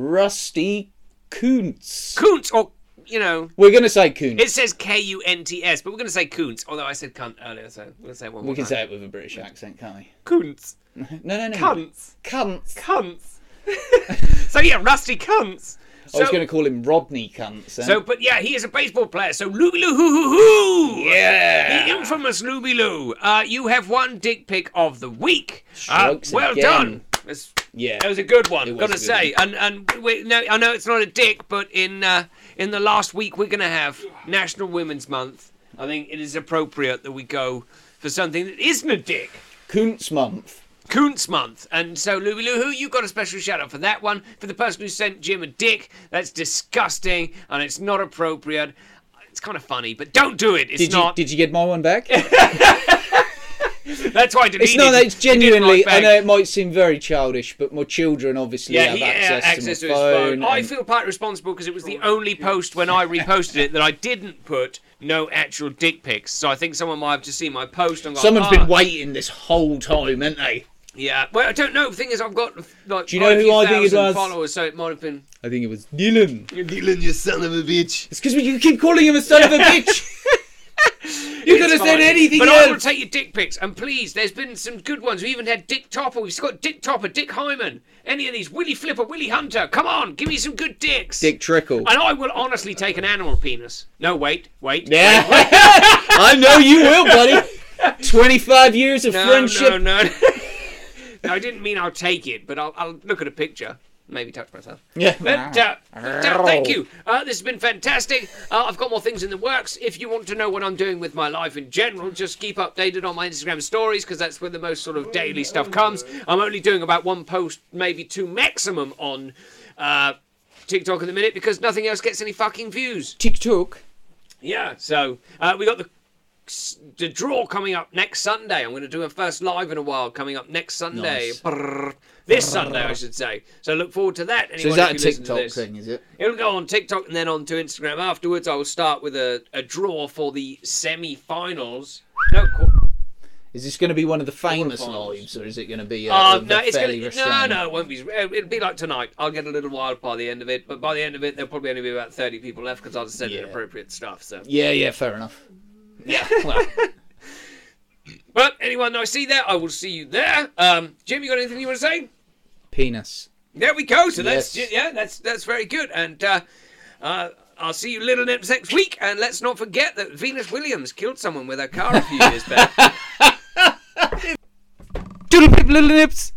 C: Rusty Kuntz.
A: Kuntz or you know.
C: We're gonna say Kuntz.
A: It says K U N T S, but we're going to say Kuntz, although I said cunt earlier, so we'll say it one more
C: We can
A: time.
C: say it with a British accent, can't we?
A: Kuntz.
C: No, no, no.
A: Cunts.
C: Cunts.
A: Cunts. so, yeah, Rusty Cunts.
C: I was
A: So-
C: going to call him Rodney eh? Cunts. Then.
A: So, but yeah, he is a baseball player. So, Looby Loo, hoo hoo hoo!
C: yeah.
A: The infamous Looby Loo. Uh, you have one dick pic of the week. Uh,
C: Strikes
A: well
C: again.
A: done. That's-
C: yeah.
A: that was a good one.
C: was
A: Gotta
C: a good
A: say, and and we, no, I know it's not a dick, but in uh, in the last week we're gonna have National Women's Month. I think it is appropriate that we go for something that isn't a dick.
C: Kuntz month.
A: Kuntz month. And so, Luby Lou Who, you got a special shout out for that one. For the person who sent Jim a dick, that's disgusting and it's not appropriate. It's kind of funny, but don't do it. It's
C: Did you
A: not.
C: did you get my one back?
A: That's why I deleted
C: It's not.
A: it.
C: It's
A: It didn't
C: genuinely.
A: like
C: I
A: bang.
C: know it might seem very childish, but my children obviously
A: Yeah,
C: have
A: he
C: access,
A: access,
C: to,
A: access to,
C: my
A: his phone. I
C: and-
A: feel part responsible because it was the only post when I reposted it that I didn't put no actual dick pics. So I think someone might have just seen my post and gone,
C: Someone's
A: "Ah,
C: been waiting this whole time, ain't they?
A: Yeah. Well, I don't know. The thing is, I've got like
C: you know
A: a
C: who
A: few
C: I think it
A: thousand
C: was?
A: followers, so it might have been.
C: I think it was Dylan.
K: Dylan, you son of a bitch.
C: It's because you keep calling him a son of a bitch. You could
E: could have said
A: fine.
E: anything
A: But I will
E: else.
A: take your dick pics, and please, there's been some good ones. We even had Dick Topper. We've got Dick Topper, Dick Hyman, any of these. Willie Flipper, Willie Hunter. Come on, give me some good dicks.
C: Dick Trickle.
A: And I will honestly take an animal penis. No, wait, wait.
E: Yeah. I know you will, buddy.
C: 25 years of
A: No,
C: friendship.
A: no, no. no, I didn't mean I'll take it, but I'll, I'll look at a picture. Maybe touch myself.
E: Yeah.
A: But, uh, th- thank you. Uh, this has been fantastic. Uh, I've got more things in the works. If you want to know what I'm doing with my life in general, just keep updated on my Instagram stories because that's where the most sort of daily stuff comes. I'm only doing about one post, maybe two maximum on uh, TikTok at the minute because nothing else gets any fucking views.
C: TikTok.
A: Yeah, so uh, we got the the draw coming up next Sunday. I'm going to do a first live in a while coming up next Sunday.
C: Nice.
A: Brrr. This Sunday, I should say. So look forward to that.
C: So is
A: Anyone,
C: that a
A: if you listen to
C: TikTok
A: this.
C: thing, is it?
A: It'll go on TikTok and then on to Instagram afterwards. I will start with a, a draw for the semi-finals. No, qu-
C: Is this going to be one of the famous
A: Quarterfinals.
C: lives, or is it going to be uh,
A: uh,
C: of
A: no,
C: the
A: it's
C: fairly
A: gonna, no,
C: restrained?
A: no, it won't be. It'll be like tonight. I'll get a little wild by the end of it, but by the end of it, there'll probably only be about thirty people left because I'll just send
C: Yeah.
A: inappropriate stuff. So
C: Yeah, yeah, fair enough.
A: But anyone I see there, I will see you there. Um, Jim, you got anything you want to say?
C: Penis.
A: There we go. So that's
C: Yes.
A: yeah, that's that's very good. And uh, uh, I'll see you little nips next week. And let's not forget that Venus Williams killed someone with her car a few years back.
C: Doodle pip little nips.